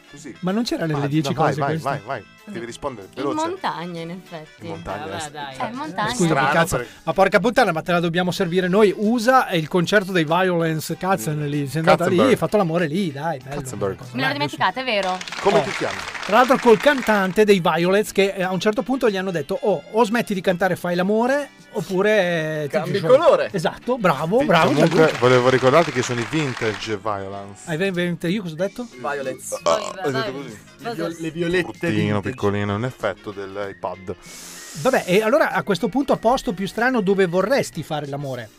Ma non c'era
Ma-
nelle 10
no, vai,
cose
vai,
queste?
vai,
vai. Devi rispondere,
In montagna, in effetti. In
montagna,
Vabbè,
eh.
dai. Eh, in montagna.
Scusa, che cazzo. Ma porca puttana, ma te la dobbiamo servire noi. Usa eh, il concerto dei Violence Katzen lì. Sei andata lì,
Mm. Katzenberg.
hai fatto l'amore lì, dai. bello.
Me l'ho dimenticata, è vero?
Come
Eh.
ti chiami?
Tra l'altro col cantante dei Violets che eh, a un certo punto gli hanno detto "Oh, o smetti di cantare e fai l'amore oppure eh, ti
Cambi
chiudiamo".
colore.
Esatto, bravo, bravo.
Comunque,
Gianluca. Ah,
volevo ricordarti che sono i vintage Violence.
Hai ben- ben- io cosa ho detto?
Violets.
ho detto così.
Le, viol- le violette
Piccolino,
vintage.
piccolino, è un effetto dell'iPad.
Vabbè, e allora a questo punto a posto più strano dove vorresti fare l'amore?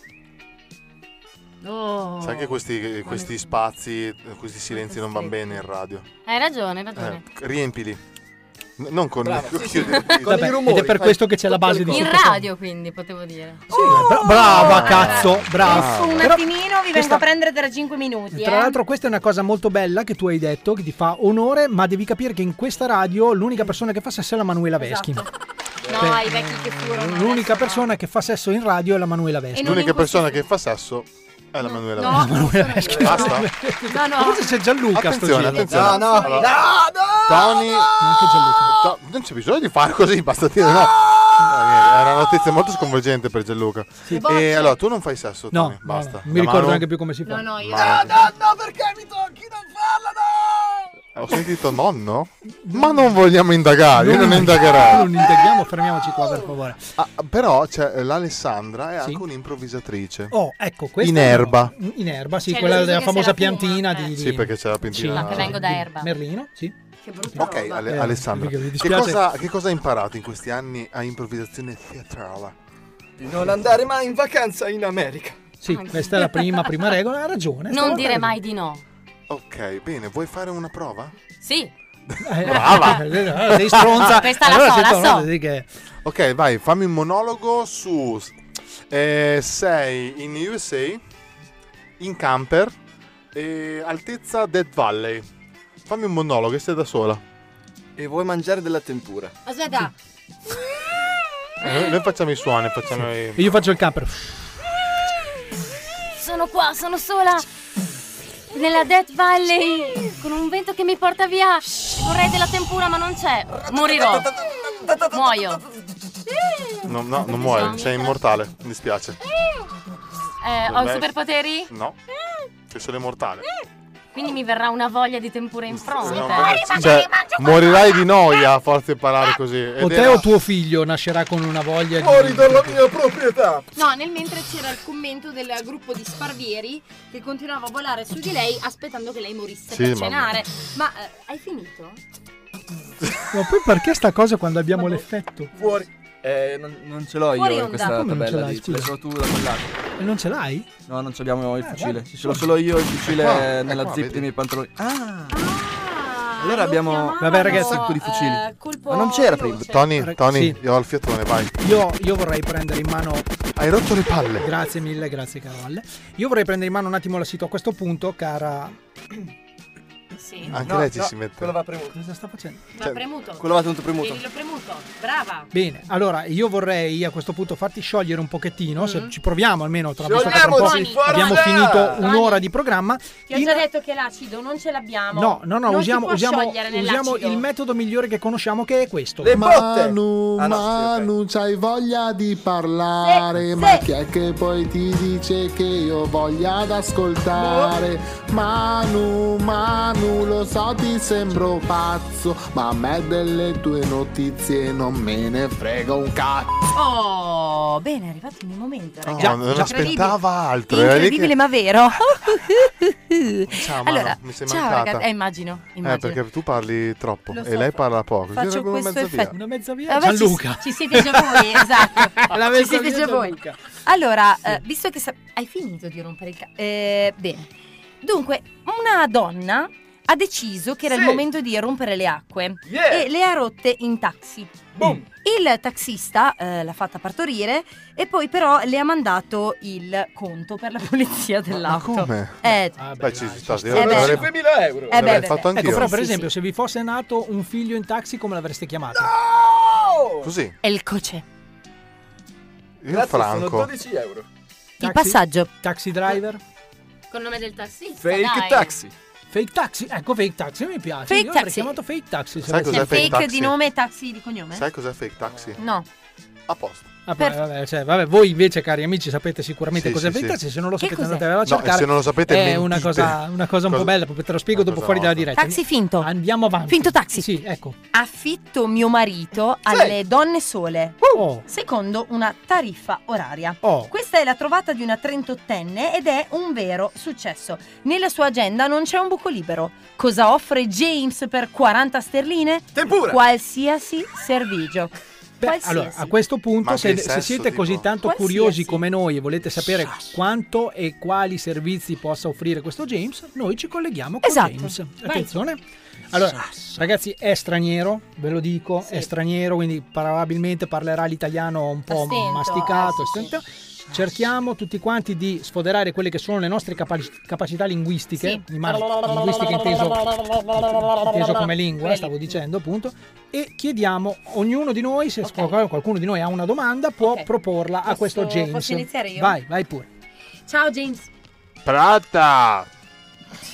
Oh.
Sai che questi, eh, questi spazi, eh, questi silenzi non vanno bene in radio.
Hai ragione, hai ragione.
Eh, riempili. N- non con,
Bravo,
con
sì,
chiudi-
sì.
chiudi.
Vabbè, ed è per questo che c'è la base di
In
sottofondo.
radio, quindi, potevo dire.
Bra-
Oh,
brava, cazzo,
eh,
brava.
Adesso un
Però-
attimino vi vengo
questa-
a prendere tra 5 minuti.
Tra
eh.
l'altro questa è una cosa molto bella che tu hai detto, che ti fa onore, ma devi capire che in questa radio l'unica persona che fa sesso è la Manuela Veschi.
Esatto.
No,
eh.
i vecchi che furono.
L'unica persona che fa sesso in radio è la Manuela Veschi.
L'unica persona che fa sesso è la Manuela
no,
Veschi.
Manuela Veschi.
Basta.
No, no. Forse c'è Gianluca sto
Attenzione,
giro.
attenzione. Tony. To- non c'è bisogno di fare così, basta dire no. Eh, È una notizia molto sconvolgente per Gianluca. E
Bocce.
allora tu non fai sesso,
No,
Tony.
no,
basta.
no, mi
La
ricordo
Manu-
neanche più come si fa.
No, no, io-
Ma-
no, perché mi tocchi?
Ho sentito nonno? Ma non vogliamo indagare, io non indagherei.
Non indaghiamo, fermiamoci qua per favore.
Ah, però c'è l'Alessandra è
Sì.
anche un'improvvisatrice.
Oh, ecco, questa
In
è-
erba.
In erba, sì,
Cioè,
quella
lo dice
della
che
famosa
se la fuma, eh.
piantina di,
Sì, perché c'è la piantina.
Che vengo da erba.
Merlino, sì.
Che brutto.
Ok, Ale-
Eh,
Alessandra,
perché mi
che
dispiace.
cosa, che cosa hai imparato in questi anni a improvvisazione teatrale?
Di non andare mai in vacanza in America.
Sì, questa è la prima, prima regola, ha ragione.
Non dire mai di no.
Ok, bene, vuoi fare una prova?
Sì.
Eh,
Eh,
Brava! Sei stronza.
Questa la so, la so.
Ok, vai, fammi un monologo su... eh, sei in USA, in camper, e altezza Dead Valley. Fammi un monologo, e sei da sola.
E vuoi mangiare della tempura?
Aspetta,
Eh, noi- noi facciamo i suoni, facciamo i...
Io faccio il camper.
Sono qua, sono sola. Nella Death Valley. Con un vento che mi porta via. Vorrei della tempura, ma non c'è. Morirò. Muoio.
No, no, non muori, sei immortale, mi dispiace.
Eh, ho i
Beh,
superpoteri?
No, che sono immortale.
Quindi mi verrà una voglia di tempura in fronte.
Cioè, morirai di noia a forza di parlare così. ed
O te
era-
o tuo figlio nascerà con una voglia
Fuori
di...
dalla mia proprietà!
No, nel mentre c'era il commento del gruppo di Sparvieri che continuava a volare su di lei aspettando che lei morisse
Sì,
per
ma-
cenare. Ma eh, hai finito?
Ma poi perché sta cosa quando abbiamo l'effetto?
Fuori. Eh, non, non ce l'ho
Fuori
io
onda.
questa
Come non ce
tabella
l'hai,
lì, ce l'hai
scusa?
solo tu da quell'altro.
E non ce l'hai? Eh,
No, non ce l'abbiamo il fucile.
guarda.
Ce l'ho solo io il fucile
È qua, è
nella
qua,
zip
vedi?
dei miei pantaloni. Ah! Allora abbiamo
Ah,
Vabbè, ragazzi.
un sacco di fucili.
eh,
Ma non c'era prima.
Tony, Tony,
Sì.
io ho il fiatone, vai.
Io, io vorrei prendere in mano.
Hai rotto le palle.
Grazie mille, grazie, caro Valle. Io vorrei prendere in mano un attimo la situazione. A questo punto, cara.
Sì.
Anche lei ci si mette.
Quello va premuto.
Cosa sta facendo?
Va
cioè,
premuto.
quello va tenuto premuto.
Tienilo premuto. Brava.
Bene, allora io vorrei a questo punto farti sciogliere un pochettino, se ci proviamo almeno tra visto che tra un po'
Sciogliamoci, forza!
abbiamo finito un'ora di programma.
Ti ho già detto che l'acido non ce l'abbiamo.
No, no, no,
Non si
usiamo,
può
usiamo-
sciogliere
usiamo
nell'acido.
il metodo migliore che conosciamo che è questo.
Manu,
Ah,
Manu, c'hai voglia di parlare, ma chi è che poi ti dice che io voglia ad ascoltare?
Boh.
Manu, Manu, lo so ti sembro pazzo, ma a me delle tue notizie non me ne frega un cazzo.
Oh, bene, è arrivato il mio momento, ragazzi.
No, non aspettava altro. era lì
Incredibile,
che-
ma vero.
Ciao, Manu,
allora,
mi sei
ciao
mancata.
ragazzi, eh, immagino, immagino.
Eh, perché tu parli troppo
Lo
e
so,
lei parla poco. Io
Faccio
vengo una
questo
mezza via.
effetto. Eh, Ah, Vabbè, ci-
Gianluca.
Ci, siete già voi, esatto.
La
ci
mezza
siete
via
già voi.
Gianluca.
Allora, eh, visto che sa- hai finito di rompere il ca- eh, bene. Dunque, una donna ha deciso che era il
Sì.
momento di rompere le acque
Yeah.
e le ha rotte in taxi. Il taxista eh, l'ha fatta partorire e poi però le ha mandato il conto per la pulizia dell'auto.
come?
Eh,
Beh, ci sta.
Ah, ci
io
sta. Eh,
l'avrei-
beh, 5.000
l'avrei fatto anch'io.
Ecco, però per esempio, se vi fosse nato un figlio in taxi, come l'avreste chiamato?
Così.
È il coce.
Io Franco.
12 euro.
Il passaggio.
Taxi driver.
Con il nome del tassista. dai.
Fake taxi, ecco fake taxi, mi piace.
Fake
Io avrei
taxi.
chiamato fake taxi. se
Sai
avessi-
cos'è fake
Fake di nome e taxi di cognome?
Sai cos'è fake taxi?
No.
A posto.
Ah, beh, vabbè, cioè, vabbè, voi invece, cari amici, sapete sicuramente
Sì,
cos'è
sì,
fake
sì.
taxi. Se non lo
Che
sapete,
cos'è?
andate a
No,
cercare.
e se non lo sapete,
è
mentite.
una cosa, una cosa un po'
Cosa-
bella. Poi te lo spiego dopo fuori dalla diretta.
Taxi finto.
Andiamo avanti.
Finto taxi.
Sì, ecco.
Affitto mio marito alle donne sole.
Oh.
Secondo una tariffa oraria.
Oh.
Questa è la trovata di una trentottenne ed è un vero successo. Nella sua agenda non c'è un buco libero. Cosa offre James per 40 sterline?
Tempura.
Qualsiasi servigio. Qualsiasi.
Allora, a questo punto,
Ma
se,
che
se
sesso,
siete
tipo?
così tanto
Qualsiasi.
curiosi come noi e volete sapere quanto e quali servizi possa offrire questo James, noi ci colleghiamo con
Esatto.
James.
Vai.
Attenzione. Allora, ragazzi, è straniero, ve lo dico, è straniero, quindi probabilmente parlerà l'italiano un po'
eh,
Astento,
masticato. astento. Cerchiamo tutti quanti di sfoderare quelle che sono le nostre capa- capacità linguistiche, immagino- linguistiche inteso inteso come lingua, stavo dicendo appunto, e chiediamo ognuno di noi, se qualcuno di noi ha una domanda, può proporla a
Posso-
questo James.
posso iniziare io?
Vai, vai pure.
Ciao James.
Prata!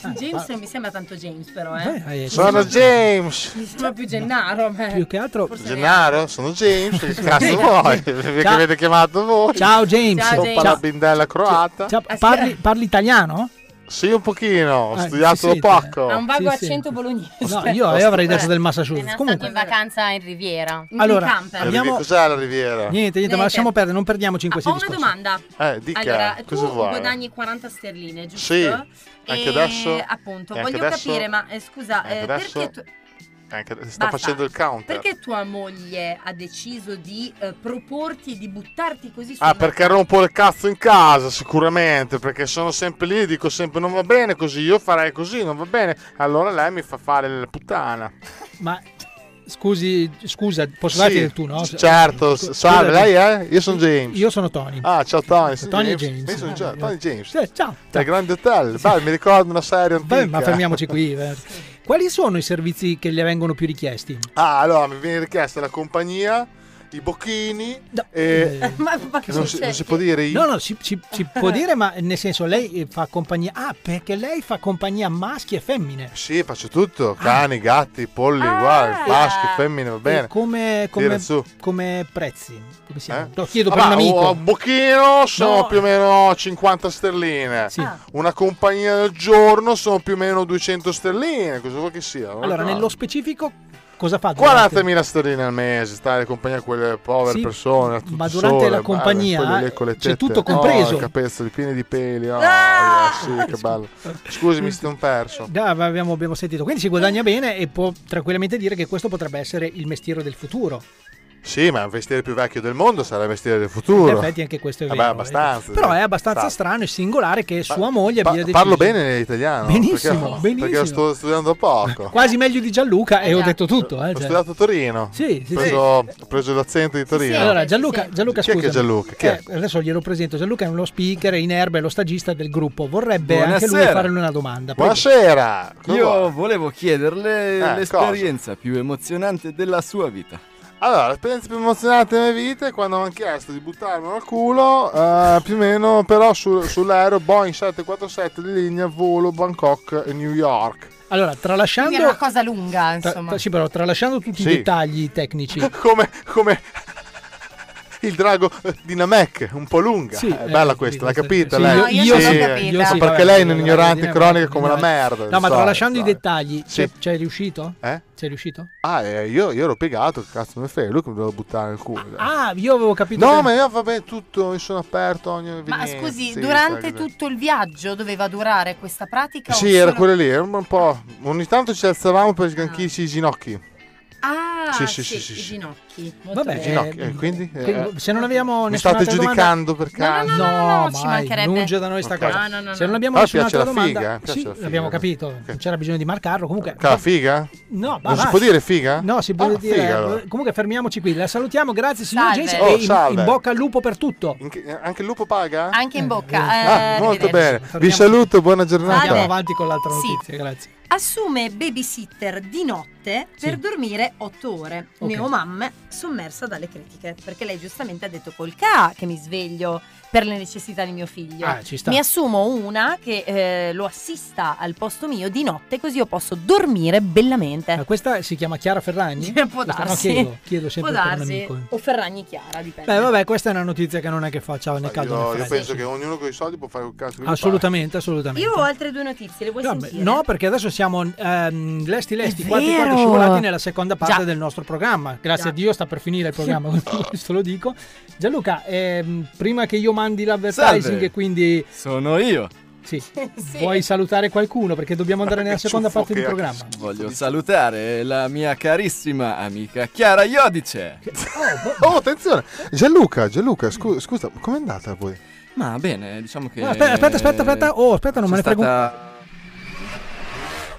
Ah,
James non mi sembra tanto James però, eh.
Eh,
Sono
sì.
James.
Mi sembra più Gennaro. ma-
Più che altro
Gennaro, sono James. Che cazzo
James.
vuoi? Che
Ciao.
avete chiamato voi?
Ciao James. Ciao,
Soppa
James.
la bindella croata.
Ciao, parli, parli italiano?
Sì, un pochino. Ho
Ah,
studiato
si sente.
poco.
Ha un vago
Sì, sì.
accento bolognese.
No, io io avrei detto del Massachusetts. Comunque,
Comunque. Stato in vacanza in Riviera. In
Allora,
camper.
abbiamo- Andiamo-
Cos'è la riviera?
niente, niente, ma lasciamo perdere, non perdiamo 5
Ho
secondi.
una domanda.
Eh, dica,
allora,
cosa
tu
vuoi?
guadagni 40 sterline, giusto?
Sì, anche
E,
adesso-
Appunto,
e anche
voglio
adesso-
capire, ma eh, scusa,
anche
eh,
adesso-
perché, tu-
Anche- sta
Basta.
facendo il counter.
perché tua moglie ha deciso di eh, proporti e di buttarti così su?
Ah, perché rompo il cazzo in casa, sicuramente, perché sono sempre lì e dico sempre non va bene così, io farei così, non va bene. Allora lei mi fa fare la puttana.
Ma scusi, scusa, posso darti
Sì,
del tu, no? Cioè,
Certo,
Scusa,
salve,
James.
lei è? Io sono James.
Io sono Tony.
Ah, ciao Tony. sono
Tony
James.
James.
Io sono
Ah,
Già-
io-
Tony James.
Sì, ciao.
Dal Grande Hotel. Vai, mi ricordo una serie antica.
Vabbè, ma fermiamoci qui. eh. Quali sono i servizi che le vengono più richiesti?
Ah, allora mi viene richiesta la compagnia, i bocchini e...
Eh,
Ma,
che non, si, non si può dire i-
No, no, si, si- si può dire, ma nel senso lei eh, fa compagnia. Ah, perché lei fa compagnia a maschi e femmine.
Sì, faccio
Ah.
tutto, cani, gatti, polli,
Ah.
uguari, maschi, femmine, va bene.
E Eh, come,
Tira
come,
su. Eh? Ah,
come prezzi? Come siamo? Lo chiedo per un
Vabbè,
amico.
Un bocchino sono
No.
più o meno 50 sterline. Una compagnia al giorno sono più o meno 200 sterline. Cosa vuoi che sia? oh. Non
Allora,
lo so.
nello specifico, cosa fa? Ah, durante-
40.000 sterline al mese, stare in compagnia a quelle povere
Sì,
persone. a tutto
ma durante
sole,
la
guarda,
compagnia,
quelle lì con le
c'è
tette,
tutto
oh,
compreso.
i capezzoli pieni di peli. oh, sì, che bello. Scusi, mi sono perso.
Ah, ma abbiamo, abbiamo sentito, quindi si guadagna bene e può tranquillamente dire che questo potrebbe essere il mestiere del futuro.
Sì, ma il vestire più vecchio del mondo sarà il vestire del futuro.
In effetti anche questo è
Vabbè,
vero. eh.
abbastanza.
Però è abbastanza
Sa-
strano e singolare che sua moglie
Pa-
abbia deciso.
parlo bene l'italiano.
Benissimo,
perché,
benissimo.
Perché sto studiando poco.
Quasi meglio di Gianluca e ho
Esatto.
detto tutto. Eh,
Ho
cioè.
studiato a Torino.
Sì, sì,
ho preso, ho preso l'accento di Torino.
Allora, Gianluca, Gianluca
Chi è che
scusami.
è Gianluca? Chi è?
Eh, adesso glielo presento. Gianluca è uno speaker in erba, è lo stagista del gruppo. Vorrebbe anche lui
Buonasera.
farle una domanda. Prego.
Buonasera.
Io volevo chiederle
Eh,
l'esperienza più emozionante della sua vita.
Allora, l'esperienza più emozionante della mia vita è quando mi hanno chiesto di buttarmi al culo, eh, più o meno, però su- sull'aereo Boeing 747 di linea volo Bangkok e New York.
Allora, tralasciando.
Quindi è una cosa lunga,
tra-
insomma.
tra- sì, però tralasciando tutti
Sì.
i dettagli tecnici.
Come, come il drago eh, di Namek, un po' lunga.
Sì,
è bella
eh,
questa,
sì,
l'ha
questa-
capita
sì,
lei?
io- io sì, io sì,
Ma
vabbè,
perché lei è
vabbè,
un'ignorante
vabbè,
cronica
vabbè,
come la
vabbè.
merda.
No, ma
so,
tralasciando
so.
i dettagli,
Sì.
c'è c'è riuscito?
Eh?
Sei riuscito?
Ah, eh, io, io ero piegato, che cazzo mi frega, lui che mi doveva buttare nel culo.
Ah, io avevo capito.
No,
che-
ma io vabbè, tutto, mi sono aperto ogni
Ma
evenienza,
scusi,
sì,
durante
sai,
tutto il viaggio doveva durare questa pratica? o
Sì, era
solo-
quello lì, era un po'. Ogni tanto ci alzavamo
Ah.
per sganchirci i ginocchi.
Ah,
Sì, sì, sì, sì,
i
sì.
ginocchi. molto
Vabbè,
I
bene.
ginocchi, eh, quindi, eh,
quindi, se non abbiamo
Mi
nessun'altra
state giudicando
domanda-
per caso?
No, no,
ci
mai,
mancherebbe.
lunge da noi sta
Ok.
cosa.
No, no, no,
Se non
no.
abbiamo
Ah,
nessun'altra
piace la
domanda,
figa, eh, piace
sì,
la figa.
l'abbiamo capito, non c'era bisogno di marcarlo. Comunque,
Cara figa?
No, ma
Non si
basta.
può dire figa?
No, si può
Ah,
dire. eh,
figa, allora.
Comunque fermiamoci qui. La salutiamo, grazie signor
Salve.
James
Oh,
e in- in,
salve.
bocca al lupo per tutto.
anche il lupo paga?
Anche in bocca. eh,
Ah, molto
arrivederci.
bene. Vi
Torniamo-
saluto, buona
Andiamo
giornata.
avanti con l'altra
Sì.
notizia, grazie.
Assume babysitter di notte per dormire 8 ore.
Ok.
Neomamme sommersa dalle critiche. Perché lei giustamente ha detto col ca che mi sveglio per le necessità di mio figlio.
Ah, ci sta.
Mi assumo una che eh, lo assista al posto mio di notte così io posso dormire bellamente.
Ma Ah, questa si chiama Chiara Ferragni?
Può
Questa- no,
darsi.
chiedo, chiedo sempre
Può
per un
darsi.
amico. eh.
O Ferragni Chiara, dipende.
Beh, vabbè, questa è una notizia che non è che faccia né caldo
Io,
né
io
freddo.
penso che ognuno con i soldi può fare un cazzo che gli
Assolutamente, assolutamente.
Io ho altre due notizie, le vuoi
No, beh,
sentire?
no, perché adesso siamo ehm, lesti lesti,
È
quanti quanti
vero.
scivolati nella seconda parte
Già.
del nostro programma. Grazie
Già.
a Dio sta Ah, per finire il programma, questo lo dico. Gianluca, ehm, prima che io mandi l'advertising
Salve.
e quindi...
Sono io.
Sì. Vuoi salutare qualcuno? Perché dobbiamo andare nella seconda parte del programma.
Voglio salutare la mia carissima amica Chiara Iodice.
Oh, attenzione! Gianluca, Gianluca, scu- scusa, com'è andata poi?
Ma bene, diciamo che... eh,
No, aspetta, aspetta, aspetta, aspetta. Oh, aspetta, non me ne
C'è
frego.
stata-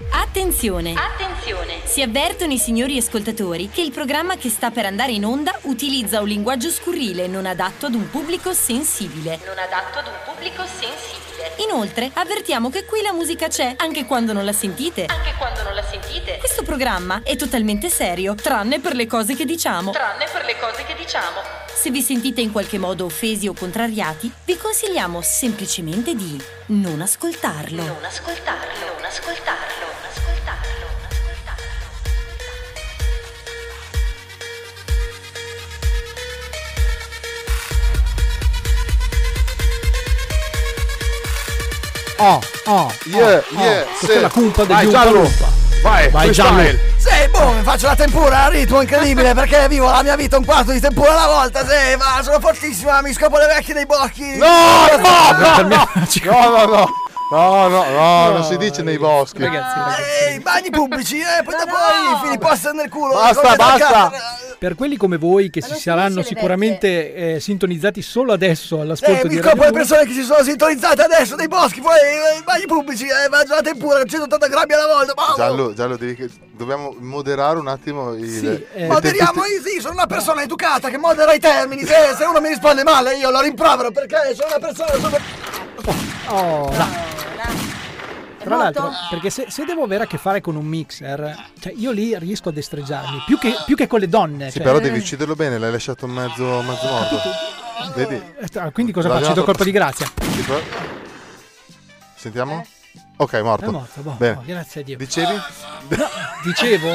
Attenzione! Attenzione! Si avvertono i signori ascoltatori che il programma che sta per andare in onda utilizza un linguaggio scurrile non adatto ad un pubblico sensibile.
Non adatto ad un pubblico sensibile.
Inoltre, avvertiamo che qui la musica c'è, anche quando non la sentite.
Anche quando non la sentite.
Questo programma è totalmente serio, tranne per le cose che diciamo.
Tranne per le cose che diciamo.
Se vi sentite in qualche modo offesi o contrariati, vi consigliamo semplicemente di non ascoltarlo.
Non ascoltarlo, non ascoltarlo, non ascoltarlo.
Oh, oh,
Yeah,
oh,
yeah,
oh. Questa
sì.
è la cumpa del
Vai,
Giunta
Giallo.
Lumpa.
Vai,
Vai Giallo.
freestyle.
Sì, boom, faccio la tempura a ritmo incredibile perché vivo la mia vita un quarto di tempura alla volta, sì, ma sono fortissima, mi scopo le vecchie dei bocchi.
No, no, no, no, no, no, no, no, no, non si dice nei boschi.
I bagni pubblici, eh, poi dopo i fili posta nel culo.
Basta,
con le
basta.
zaccate.
Per quelli come voi che si saranno sicuramente eh, sintonizzati solo adesso all'ascolto
Eh, mi
di Radio
scopo le
Uno.
persone che si sono sintonizzate adesso nei boschi, poi eh, i bagni pubblici, eh, faccio la tempura, 180 grammi alla volta,
Oh.
ma...
Giallo, giallo, devi che- dobbiamo moderare un attimo il...
eh,
il
Moderiamo,
tempi-
io eh, sì, sono una
eh.
persona educata che modera i termini. Se, se uno mi risponde male, io lo rimprovero perché sono una persona. Sono...
Oh, Tra l'altro, perché se, se devo avere a che fare con un mixer, cioè io lì riesco a destreggiarmi, più che, più che con le donne.
Sì,
cioè.
però devi ucciderlo bene, l'hai lasciato mezzo, mezzo morto. Vedi?
Eh, Quindi cosa
L'ha
faccio? Do
dato-
colpo di grazia.
Sì, però- Sentiamo? Ok, è morto.
È morto, boh,
Bene.
boh, grazie a Dio.
Dicevi?
No, dicevo,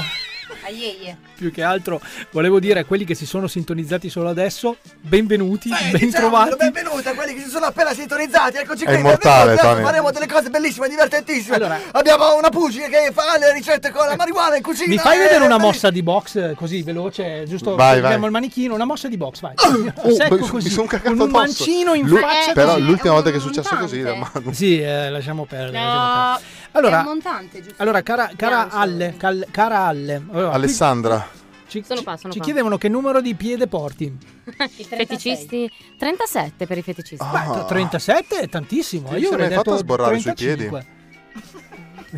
Aieie.
più che altro, volevo dire a quelli che si sono sintonizzati solo adesso, benvenuti, ben
Diciamolo,
trovati.
Benvenuti a quelli che si sono appena sintonizzati. Eccoci
È
qui.
immortale,
benvenuti, adesso
Tony.
Faremo delle cose bellissime, divertentissime. Abbiamo una pugile che fa le ricette con la marijuana in cucina.
Mi fai
eh,
vedere una
bellissimo.
mossa di box eh, così veloce, giusto?
Vai,
Abbiamo
vai.
il manichino, una mossa di box, vai.
Oh,
Secco
mi-
così,
mi son cagato
con un
addosso.
mancino in
Lu-
faccia.
Però
così.
l'ultima volta che è successo così da Manu.
Sì, eh, lasciamo perdere. lasciamo
No,
perdere. Eh, Allora,
montante, giusto?
allora cara, cara Alle, cal- cara Alle, allora, qui-
Alessandra.
sono qua, sono
ah, Ci
qua.
chiedevano che numero di piede porti.
I feticisti 37 per i feticisti.
Beh, 37 è tantissimo. eh,
Ah. Sì,
Io
se
avrei
l'hai fatta
detto
sborrare sui
35.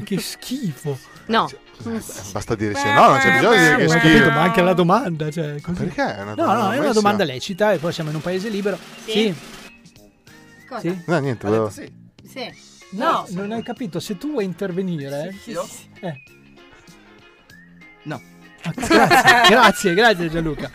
che schifo.
No.
Eh, Basta dire sì. No, non c'è bisogno di dire che
Ho
è
capito,
schifo.
Ma anche la domanda, cioè, così.
Perché è una
No, no, è
domanda
una domanda
malissima.
lecita e poi siamo in un paese libero. Sì.
Cosa?
Sì.
No, niente, volevo...
Sì.
No, non hai capito, se tu vuoi intervenire... Io? Eh.
No.
Ah, grazie, grazie, grazie Gianluca.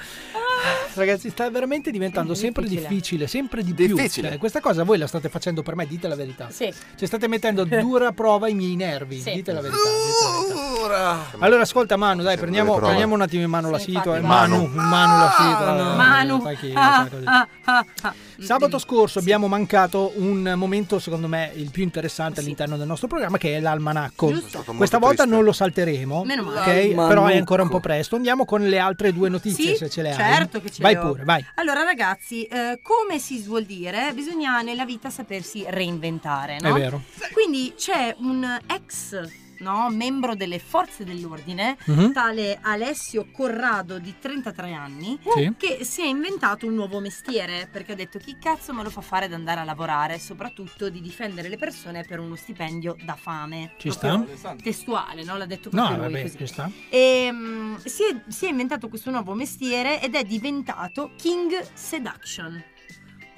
Ragazzi, sta veramente diventando sempre
difficile.
difficile, sempre di più.
Difficile.
Cioè, questa cosa voi la state facendo per me, dite la verità.
Sì.
Cioè, state mettendo a dura prova i miei nervi,
Sì.
dite la verità. dite la verità. Allora, ascolta Manu, dai, prendiamo,
prove.
prendiamo un attimo in mano la situazione.
infatti.
Manu, Manu la eh, situazione.
Manu. Ah, ah, ah, ah.
cioè, Sabato scorso abbiamo mancato un momento, secondo me, il più interessante all'interno del nostro programma, che è l'almanacco.
Giusto. È stato molto
Questa volta
triste.
non lo salteremo,
Meno male.
ok?
L'almanacco.
però è ancora un po' presto. Andiamo con le altre due notizie,
Sì,
se ce le hai.
certo che ce
Vai
le ho.
pure, vai.
Allora ragazzi, eh, come si suol dire, bisogna nella vita sapersi reinventare, no?
È vero.
Quindi c'è un ex no, membro delle forze dell'ordine,
Mhm.
tale Alessio Corrado di 33 anni,
Sì.
che si è inventato un nuovo mestiere perché ha detto chi cazzo me lo fa fare ad andare a lavorare, soprattutto di difendere le persone per uno stipendio da fame.
Ci
Proprio
sta?
Testuale, no? L'ha detto
No,
proprio lui
vabbè,
così.
ci sta.
E, mm, si, è, si è inventato questo nuovo mestiere ed è diventato King Seduction.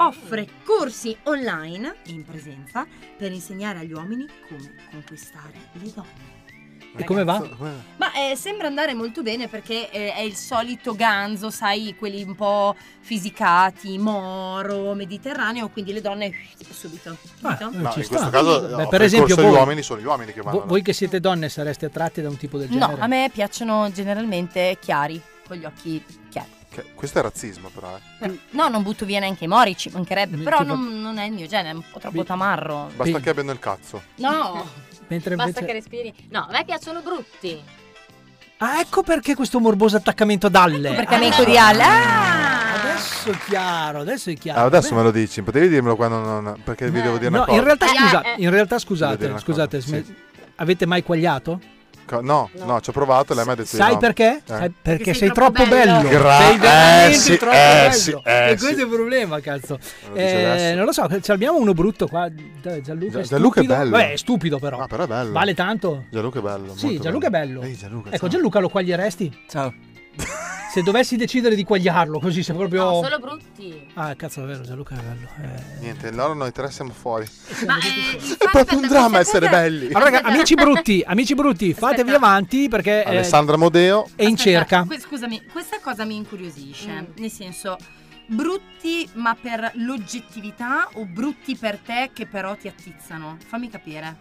Offre corsi online e in presenza per insegnare agli uomini come conquistare le donne.
E come va?
Ma eh, sembra andare molto bene perché eh, è il solito ganzo, sai, quelli un po' fisicati, moro, mediterraneo, quindi le donne subito. capito?
No,
Ah, eh, Ci
in
sta.
questo caso,
Beh,
no,
per
per
esempio,
corso gli
voi-
uomini sono gli uomini che vanno
Vo- voi che siete donne sareste attratti da un tipo del genere?
No, a me piacciono generalmente chiari, con gli occhi chiari.
Che- Questo è razzismo, però. eh.
Cioè, No, non butto via neanche i mori, ci mancherebbe,
Mi-
però
tipo-
non, non è il mio genere, è un po' troppo tamarro.
Basta che abbiano il cazzo.
No.
Mentre
Basta
invece-
che respiri. No, a me piacciono brutti.
Ah, ecco perché questo morboso attaccamento ad Alle.
perché
amico di
Alle.
Adesso è chiaro, adesso è chiaro.
Ah, adesso
Beh,
me lo dici, potevi dirmelo quando non. Perché vi devo dire
Eh, No,
una cosa.
in realtà, scusa,
Eh, eh.
in realtà
Devo dire
scusate,
una
scusate, sm- avete mai quagliato?
Co- No, no, ci ho provato, lei mi ha detto di
Sai
no.
perché?
Eh.
Sai perché sei, troppo bello.
Gra-
sei veramente
eh, sì,
troppo
eh,
bello.
sì, eh,
e questo
sì.
è il problema, cazzo.
lo dice
Eh,
adesso.
non lo so, ce l'abbiamo uno brutto qua. Dai, Gianluca,
Gia-
è
Gianluca è
stupido.
bello.
Vabbè, è stupido però.
Ah, però è bello.
Vale tanto.
Gianluca è bello.
Sì,
molto
Gianluca è bello.
Ehi, Gianluca.
Ecco,
ciao.
Gianluca lo quaglieresti?
Ciao.
Se dovessi decidere di quagliarlo, così se proprio.
No, solo brutti.
Ah, cazzo, è vero, Gianluca è bello. eh.
Niente, allora noi tre siamo fuori.
Ma eh,
È proprio un dramma essere belli.
Allora, raga, amici brutti, amici brutti, fatevi avanti perché. eh,
Alessandra Modeo.
è in cerca.
Que- scusami, questa cosa mi
Mm.
incuriosisce, nel senso brutti ma per l'oggettività o brutti per te che però ti attizzano? Fammi capire.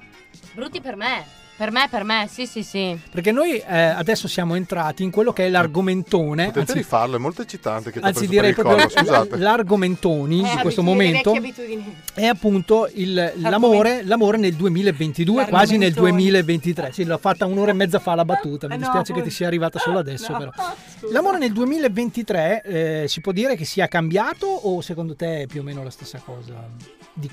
Brutti per me. Per me, per me, sì, sì, sì.
Perché noi eh, adesso siamo entrati in quello che è l'argomentone.
Potete
anzi-
rifarlo, è molto eccitante che ti ho
Anzi
preso
direi
per il collo,
proprio
scusate.
Eh,
l'argomentoni di questo momento è appunto il- l'amore, l'amore nel 2022, quasi nel
L'argomentoni.
2023. Sì, l'ho fatta un'ora e mezza fa la battuta, mi
Eh no,
dispiace che
poi-
ti sia arrivata solo adesso
No,
però. L'amore nel 2023 eh, si può dire che sia cambiato o secondo te è più o meno la stessa cosa di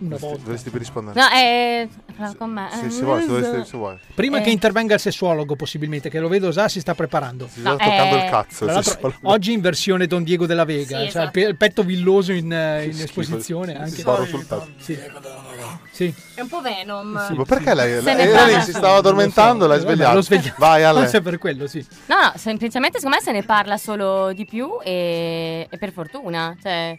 una
Dovresti,
volta?
dovresti più rispondere.
No, eh, parla con me.
Se, se vuoi, se dovresti- se vuoi.
Prima
Eh.
che intervenga il sessuologo, possibilmente, che lo vedo già si sta preparando.
Si sta No, toccando eh. il cazzo, il
Tra l'altro,
sessuologo.
oggi in versione Don Diego della Vega,
Sì,
cioè il
esatto.
pe- il petto villoso in, eh, in
Schifo.
esposizione.
Si
Anche.
sbarra sul petto.
Sì. Sì.
È un po' Venom.
Ma perché lei,
Se
lei,
ne
lei
parla
si
solo.
stava addormentando? L'hai
Vabbè, l'ho
svegliato.
svegliato.
Vai, Ale.
Forse è per quello, sì.
No, no, semplicemente secondo me se ne parla solo di più e, e per fortuna. Cioè,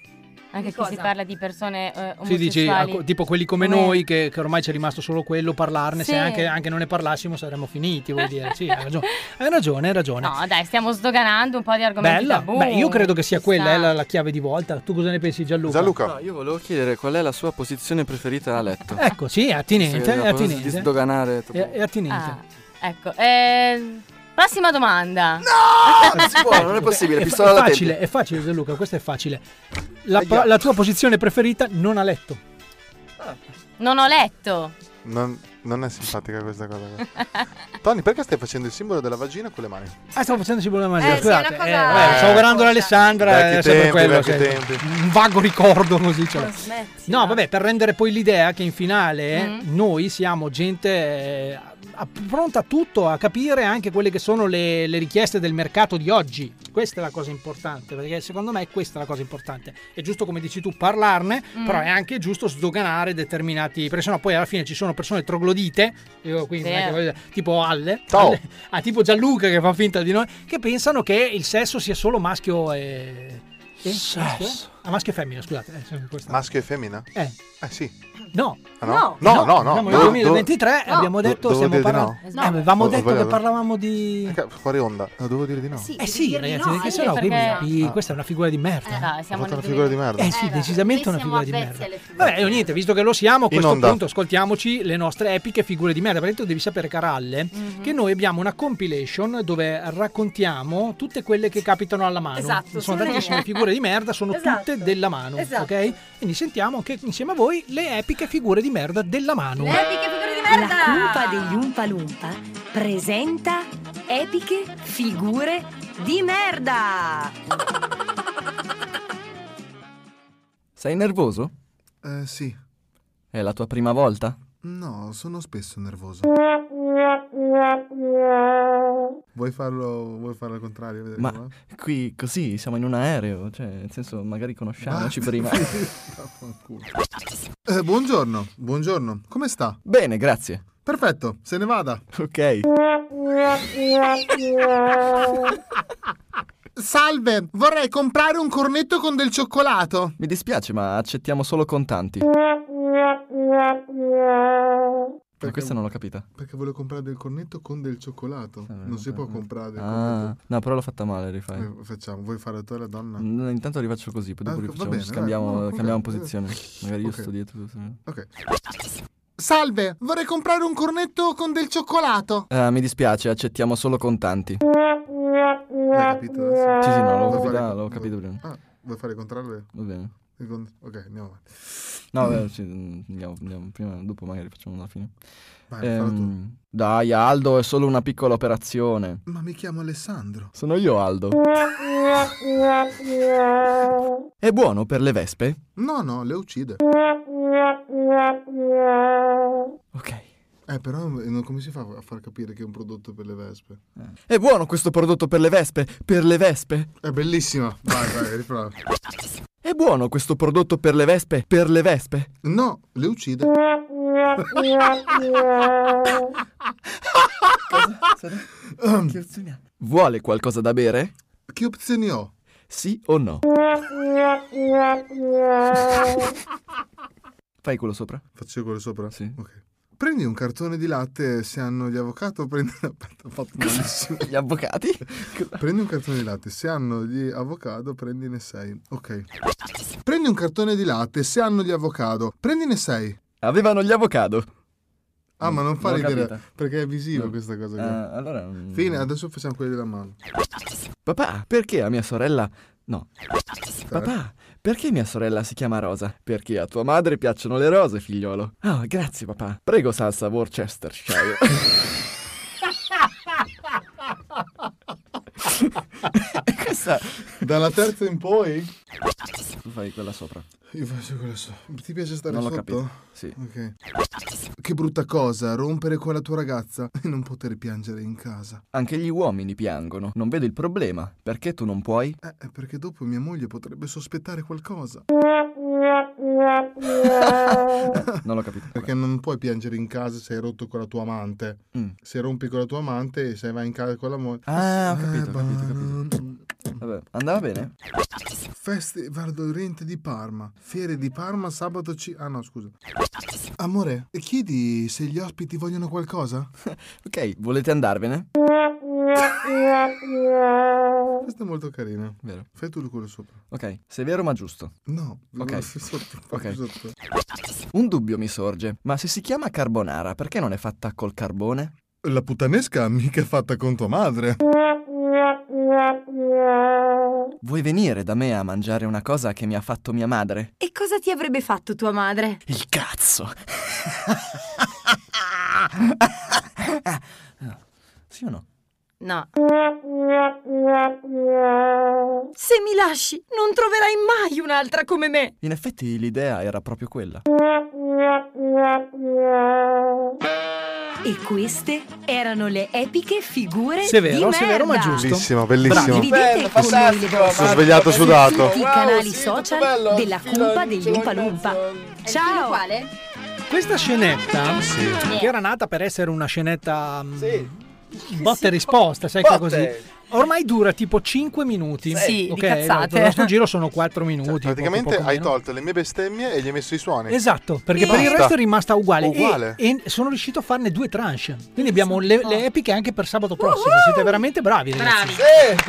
anche qui si parla di persone eh,
Sì, dici,
omosessuali.
ah, co- tipo quelli come
Come-
noi, che, che ormai c'è rimasto solo quello, parlarne.
Sì.
Se anche, anche non ne parlassimo saremmo finiti, vuol dire. Sì, hai ragione, hai ragione. Hai ragione.
No, dai, stiamo sdoganando un po' di argomenti
Bella,
tabù.
Beh, io credo che sia
boh, Ci
quella
sta.
eh, la, la chiave di volta. Tu cosa ne pensi, Gianluca?
No, io volevo chiedere qual è la sua posizione preferita a letto.
Ecco, sì, è attinente,
Visto che
è
la cosa
attinente. Eh,
Di sdoganare.
È, è attinente.
Ecco, eh, prossima domanda.
Non si può, non è
È,
possibile.
fa-
Pistola
è
alla
facile,
tempia.
è facile Gianluca, questo è facile. La, pro- la tua posizione preferita non a letto.
Non ho letto.
Non-
Non è simpatica questa cosa qua. Tony, perché stai facendo il simbolo della vagina con le mani?
Ah, stavo facendo simbolo della magia.
Eh, sì, è una
scusate,
cosa-
eh, vabbè, stavo guardando l'Alessandra.
Vecchi
È sempre
tempi,
quello.
vecchi
che-
tempi.
Un vago ricordo così. cioè.
Ma
No, vabbè, per rendere poi l'idea che in finale eh,
Mm.
noi siamo gente eh, a- pronta a tutto, a capire anche quelle che sono le, le richieste del mercato di oggi. Questa è la cosa importante, perché secondo me questa è la cosa importante. È giusto, come dici tu, parlarne,
Mm.
però è anche giusto sdoganare determinati... Perché sennò poi alla fine ci sono persone troglodite, io quindi
Sì.
non è che voglio- tipo Alle,
Ciao.
Alle- ah, tipo Gianluca che fa finta di noi, che pensano che il sesso sia solo maschio e... Sì? Maschio, eh? Ah, maschio e femmina, scusate. eh, sempre questa.
Maschio e femmina?
Eh.
sì.
No.
Ah, no? No, no, no.
Siamo nel
Do-
2023
do-
abbiamo
do-
detto,
dovevo
stiamo
dire di
parlando.
no.
Eh, avevamo
Ho- ho
detto che
sbagliato.
parlavamo di.
Eh, Fuori onda, lo devo dire di no.
Eh sì,
devi dire di
ragazzi,
no,
perché
eh,
sennò qui
perché-
mi-
Ah.
questa è una figura di merda.
Dai, siamo
fatto
nel
una figura di merda.
Eh sì, decisamente una figura di merda. Vabbè, eh, niente, visto che lo siamo, a
In
questo
onda.
punto ascoltiamoci le nostre epiche figure di merda. Perché tu devi sapere, Caralle,
Mhm.
che noi abbiamo una compilation dove raccontiamo tutte quelle che capitano alla mano.
Esatto,
sono
sulle-
tantissime figure di merda, sono
Esatto.
tutte della mano,
Esatto.
ok? Quindi sentiamo anche insieme a voi le epiche figure di merda della mano.
La Cumpa degli Umpa Lumpa presenta epiche figure di merda.
Sei nervoso?
Eh, sì.
È la tua prima volta?
No, sono spesso nervoso.
Ciao
Vuoi farlo, vuoi farlo al contrario? Vedere
Ma
com'è?
qui così siamo in un aereo, cioè nel senso magari conosciamoci
Basta.
prima.
Vaffanculo. Eh, buongiorno, buongiorno. Come sta?
Bene, grazie.
Perfetto, se ne vada.
Ok.
Salve, vorrei comprare un cornetto con del cioccolato.
Mi dispiace, ma accettiamo solo contanti. Ma questa non l'ho capita.
Perché volevo comprare del cornetto con del cioccolato.
Ah,
Non si può comprare del
Ah, no, però l'ho fatta male, rifai.
cornetto. Eh, Facciamo, vuoi fare tu e la donna?
Mm, Intanto rifaccio così, poi
Ah,
dopo
va
rifacciamo,
bene,
ci
dai,
scambiamo,
no, ok.
cambiamo posizione. Magari io
Ok.
sto dietro. tu stai-
Ok. Salve, vorrei comprare un cornetto con del cioccolato.
Ah, mi dispiace, accettiamo solo contanti.
L'hai capito adesso?
Sì, sì, no, l'avevo
Vuoi
capito,
fare-
l'avevo capito prima.
Ah, vuoi fare contrarre?
Va bene.
Ok, andiamo avanti. Mm.
No, vabbè, sì, mm, andiamo, andiamo. Prima, dopo magari facciamo alla fine. Ehm,
Vai, fallo tu.
dai, Aldo, è solo una piccola operazione.
Ma mi chiamo Alessandro.
Sono io, Aldo. È buono per le vespe?
No, no, le uccide.
Ok.
Eh, però non- come si fa a far capire che è un prodotto per le vespe?
È buono questo prodotto per le vespe? Per le vespe?
È bellissima. Vai, vai, riprova.
È buono questo prodotto per le vespe? Per le vespe?
No, le uccide.
Vuole qualcosa da bere?
Che opzioni ho?
Sì o no? Fai quello sopra?
Faccio quello sopra?
Sì.
Prendi un cartone di latte se hanno gli avvocati o prendi... Aspetta, ho fatto malissimo.
gli avvocati?
Prendi un cartone di latte se hanno gli avocado, prendine 6. Ok. Prendi un cartone di latte se hanno gli avocado, prendine 6.
Avevano gli avocado.
Ah, ma non fa
Non ho
ridere
capito.
perché è visivo
No.
questa cosa qui.
Ah, allora, mm.
Fine, adesso facciamo quelli della mano.
Papà, perché a mia sorella... No. Papà, perché mia sorella si chiama Rosa? Perché a tua madre piacciono le rose, figliolo. Ah, grazie papà. Prego salsa Worcestershire. Questa...
Dalla terza in poi?
Tu fai quella sopra.
Io faccio quello so. Ti piace stare
Non l'ho
sotto?
capito. Sì.
Ok. Che brutta cosa, rompere con la tua ragazza e non poter piangere in casa.
Anche gli uomini piangono. Non vedo il problema. Perché tu non puoi?
Eh, è perché dopo mia moglie potrebbe sospettare qualcosa.
Non l'ho capito.
Perché non puoi piangere in casa se hai rotto con la tua amante.
Mm.
Se rompi con la tua amante e se vai in casa con la moglie.
Ah, ho
Eh,
capito, ho
ba-
capito, ho
ehm,
capito. Vabbè, andava bene?
Festival d'Oriente di Parma. Fiere di Parma sabato ci... Ah no, scusa. Amore, e chiedi se gli ospiti vogliono qualcosa?
Ok, volete andarvene?
Questa è molto carina.
Vero.
Fai tu quello sopra.
Ok, se è vero ma giusto.
No,
Ok.
sotto,
Ok.
sotto.
Un dubbio mi sorge, ma se si chiama carbonara, perché non è fatta col carbone?
La puttanesca mica è fatta con tua madre.
Vuoi venire da me a mangiare una cosa che mi ha fatto mia madre?
E cosa ti avrebbe fatto tua madre?
Il cazzo!
Sì o no?
No. Se mi lasci, non troverai mai un'altra come me.
In effetti l'idea era proprio quella.
E queste erano le epiche figure
Se è vero,
di
se è vero, ma
merda.
giusto.
Bellissimo, bellissimo.
Dividete con noi le
fantastico,
vostre
sono svegliato
su
sudato.
tutti i
Wow,
canali
sì,
social
tutto bello.
della
Filo-
Cumpa degli
filo in
Umpa Lumpa. Ciao! Quale?
Questa scenetta, che era nata per essere una scenetta mm, botta e risposta, sai che
Botte.
così. Ormai dura tipo 5 minuti.
Sì, di
ok?
cazzate.
Il nostro giro sono 4 minuti.
Cioè, Praticamente
poco, poco
hai
meno.
tolto le mie bestemmie e gli hai messo i suoni.
Esatto, perché per il
Basta.
resto è rimasta uguale. E-
Uguale.
E, sono riuscito a farne due tranche. Quindi abbiamo le, le epiche anche per sabato prossimo. Siete veramente bravi, ragazzi.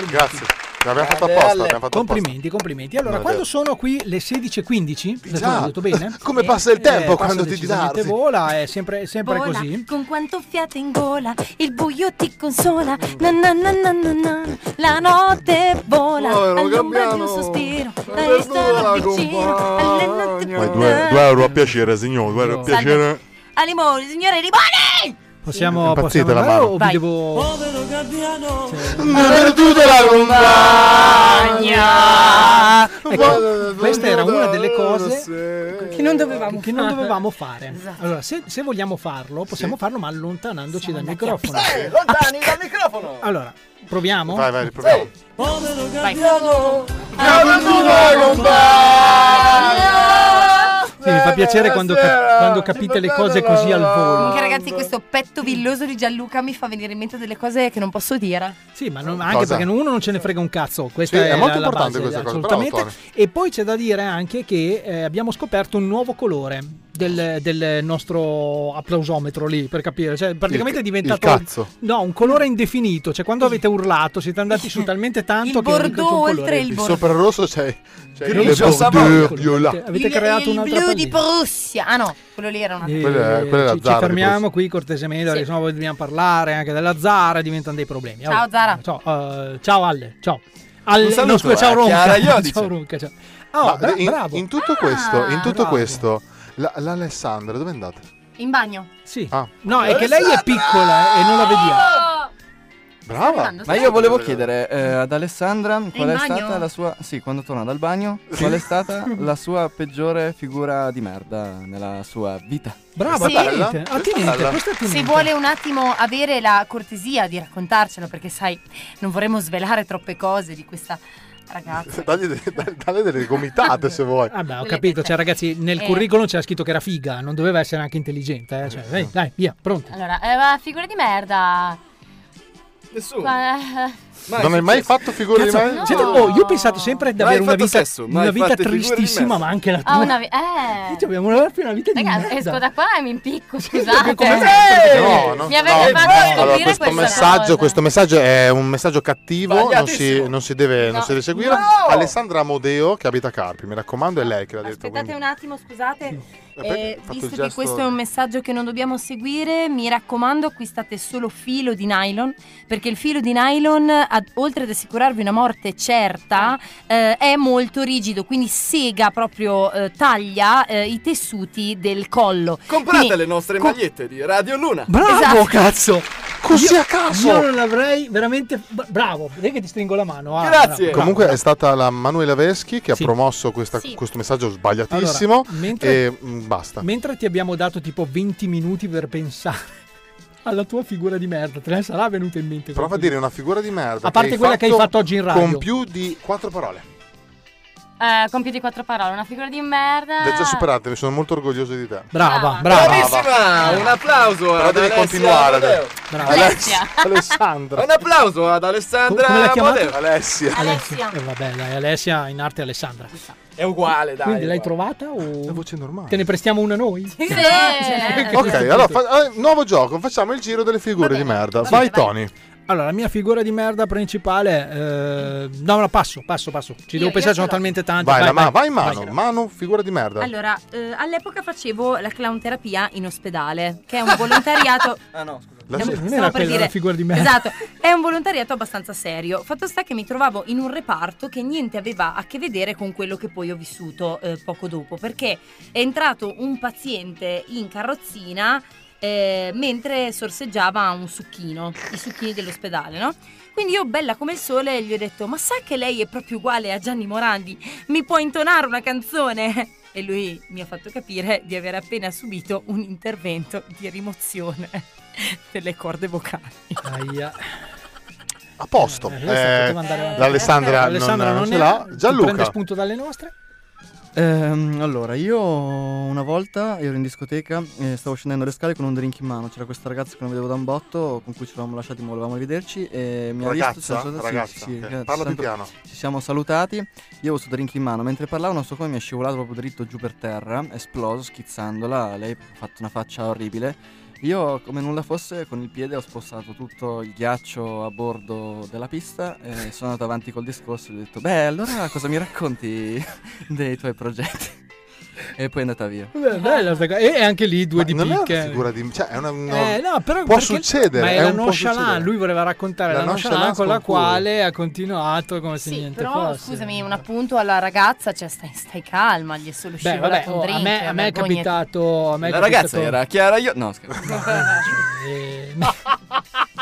Grazie. L'abbiamo fatto
Grande
apposta.
Ale.
L'abbiamo fatto
complimenti, complimenti. Allora,
No,
quando
dai.
sono qui le 16.15,
Già.
ho detto bene? Eh,
Come passa il tempo quando ti
decisamente
ritardi.
vola, è sempre, sempre
Vola,
così.
Con quanto fiato in gola, il buio ti consola. Na na na na na na, la notte vola.
Oh, ero
All'ombra di un
Gabbiano.
sospiro,
La
dai stare
verdura
vicino. Alle notti
apposta. Vai, due, due euro a piacere, signore. Due euro a
Salve.
piacere.
Alimoni, signore Rimoni!
Possiamo,
È impazzita
possiamo
la
andare
mano.
o vi
Vai.
devo...
Una perduta la compagna.
Ecco, questa era una delle cose
Che non dovevamo
che non
fare.
dovevamo fare.
Esatto.
Allora, se, se vogliamo farlo, possiamo farlo ma allontanandoci dal microfono.
Eh, Lontani dal microfono!
Allora, proviamo?
Vai, vai, riproviamo.
Povero gabbiano, la
verdura
compagna.
Sì, mi fa piacere quando, cap- quando capite le cose così al volo.
Comunque, ragazzi, questo petto villoso di Gianluca mi fa venire in mente delle cose che non posso dire.
Sì, ma non- anche
Cosa?
perché uno non ce ne frega un cazzo. Questa
Sì,
è,
è molto
la- la
importante
base,
questa cosa,
assolutamente.
bravo,
e poi c'è da dire anche che eh, abbiamo scoperto un nuovo colore del, del nostro applausometro lì per capire. Cioè, praticamente è
Il-
diventato
il cazzo.
No, un colore indefinito. Cioè, quando avete urlato, siete andati su talmente tanto che avete detto un colore.
Il sopra il rosso c'è. c'è il
Grigio
bordeaux
Savoia.
viola.
Avete creato
il
un'altra
blu di Prussia. Ah no, quello lì era un altro.
Eh,
Quella- quella è la
ci, ci
Zara di
fermiamo qui cortesemente, perché sennò poi dobbiamo parlare anche della Zara, diventano dei problemi.
Ciao, Zara.
Ciao, eh, ciao Ale, ciao. Alle-
Un saluto
no, scusa, ciao
a
Ronca.
Chiara Iodice.
Ciao Ronca, ciao. Ah, oh,
Ma
bra-
in,
bravo.
in
Ah,
tutto questo, in tutto
bravo.
questo, la- l'Alessandra dove è andata?
In bagno.
Sì.
Ah.
No, è che lei è piccola eh, e non la vediamo.
Brava.
Ma io volevo chiedere eh, ad Alessandra qual è
bagno?
stata la sua. Sì, quando torna dal bagno, qual è stata la sua peggiore figura di merda nella sua vita?
Brava,
Sì.
attinente,
Questa
attinente,
bella.
questa è attinente.
Se vuole un attimo avere la cortesia di raccontarcelo, perché sai, non vorremmo svelare troppe cose di questa ragazza.
Dagli, de- da- dalle delle gomitate se vuoi.
Ah, beh, ho capito, cioè ragazzi, nel
Eh.
curriculum c'era scritto che era figa, non doveva essere anche intelligente, eh, cioè, dai, dai, via, pronto.
Allora, eh, ma figura di merda. eh,
Nessuno.
non hai mai fatto figure di
Cazzo,
merda?
sento- oh, io ho pensato sempre di
Mai
avere una
fatto
vita,
sesso, mai
una vita
fatte figure di
tristissima,
merda.
ma anche la tua.
Ah, una vi- eh.
Cioè, abbiamo una, una vita di
Raga,
merda.
esco da qua e mi impicco, scusate.
come- Eh,
No, no,
mi avete
no.
fatto scoprire
Allora, questo
questa
messaggio,
cosa.
questo messaggio è un messaggio cattivo, non si, non si deve, non
No.
si deve seguire.
No!
Alessandra Amodeo, che abita a Carpi, mi raccomando, è lei che l'ha detto.
Aspettate un attimo, scusate.
perché
Eh,
ho fatto il
visto che
gesto-
questo è un messaggio che non dobbiamo seguire, mi raccomando, acquistate solo filo di nylon, perché il filo di nylon, ad- oltre ad assicurarvi una morte certa, eh, è molto rigido, quindi sega proprio, eh, taglia eh, i tessuti del collo.
Comprate
Quindi-
le nostre
co-
magliette di Radio Luna.
Bravo,
Esatto.
cazzo!
Così
Io-
a caso!
Io non l'avrei veramente. b- Bravo, vedi che ti stringo la mano. ah, bravo.
Comunque è stata la Manuela Veschi che ha promosso questa-
Sì.
questo messaggio sbagliatissimo.
Allora, mentre-
E mm, basta.
Mentre ti abbiamo dato tipo 20 minuti per pensare alla tua figura di merda, te ne sarà venuta in mente
Prova a
qualcosa?
dire una figura di merda.
A parte quella che hai fatto oggi in radio.
Con più di quattro parole.
Eh, con più di quattro parole, una figura di merda.
Le hai già superate, mi sono molto orgoglioso di te.
Ah. Brava, Eh.
brava. Bravissima, un applauso
Però
ad
devi
Alessia
continuare.
Amodeo.
Brava.
Alessia.
Alessandra.
Un applauso ad Alessandra
Come l'ha chiamata?
Amodeo.
Alessia.
Alessia. Eh, vabbè, dai, Alessia in arte Alessandra.
È uguale, dai.
Quindi
è
l'hai
uguale.
trovata o. La voce
normale.
Te ne prestiamo una noi?
Sì.
Ok, allora fa- eh, nuovo gioco, facciamo il giro delle figure di merda. Vai,
Eh,
Tony.
Allora, la mia figura di merda principale. eh, No, no, passo, passo, passo. Ci devo
io
pensare,
ce
sono
l'ho.
talmente tante.
Vai, la ma- vai, mano, mano, figura di merda.
Allora, eh, all'epoca facevo la clown terapia in ospedale, che è un volontariato.
ah no, scusa.
La-
Eh,
non
stavo
era
per
quella la figura di merda.
Esatto, è un volontariato abbastanza serio. Fatto sta che mi trovavo in un reparto che niente aveva a che vedere con quello che poi ho vissuto eh, poco dopo, perché è entrato un paziente in carrozzina eh, mentre sorseggiava un succhino, i succhini dell'ospedale, no? Quindi io, bella come il sole, gli ho detto: Ma sa che lei è proprio uguale a Gianni Morandi? Mi può intonare una canzone? E lui mi ha fatto capire di aver appena subito un intervento di rimozione delle corde vocali.
Aia.
A posto.
Eh, questa
Eh,
poteva andare avanti.
L'Alessandra non,
Alessandra
non
non
ce
ne
l'ha.
ha,
Gianluca.
prende spunto dalle nostre.
Ehm, allora, io una volta ero in discoteca e stavo scendendo le scale con un drink in mano. C'era questa ragazza che non vedevo da un botto, con cui ci eravamo lasciati, ma volevamo rivederci. E mi ha visto.
Ragazza?
ci siamo salutati-
Ragazza,
sì, sì,
ok.
ragazzi,
Parla più
sempre-
piano.
Ci siamo salutati. Io avevo sto drink in mano. Mentre parlavo, non so come mi è scivolato proprio dritto giù per terra, esploso, schizzandola. Lei ha fatto una faccia orribile. Io, come nulla fosse, con il piede ho spostato tutto il ghiaccio a bordo della pista e sono andato avanti col discorso e gli ho detto: Beh, allora cosa mi racconti dei tuoi progetti? E poi è andata via.
Beh, bella sta cosa. E anche lì due di
non è una
picche.
figura
di- cioè, è una- no,
Eh, no, però
può
perché-
succedere,
Ma
è
è la
un po'
nonchalant.
succedere.
Lui voleva raccontare la,
La
nonchalant
nonchalance
con la
con cui-
quale ha continuato come se niente
Però
fosse.
scusami, un appunto alla ragazza, cioè stai, stai calma, gli è solo
Beh,
scivolato
vabbè,
un
oh,
drink.
a me, a me è
vergognati.
capitato. A me è
La
capitato-
ragazza era Chiara io. No, scherzo.
Eh, no.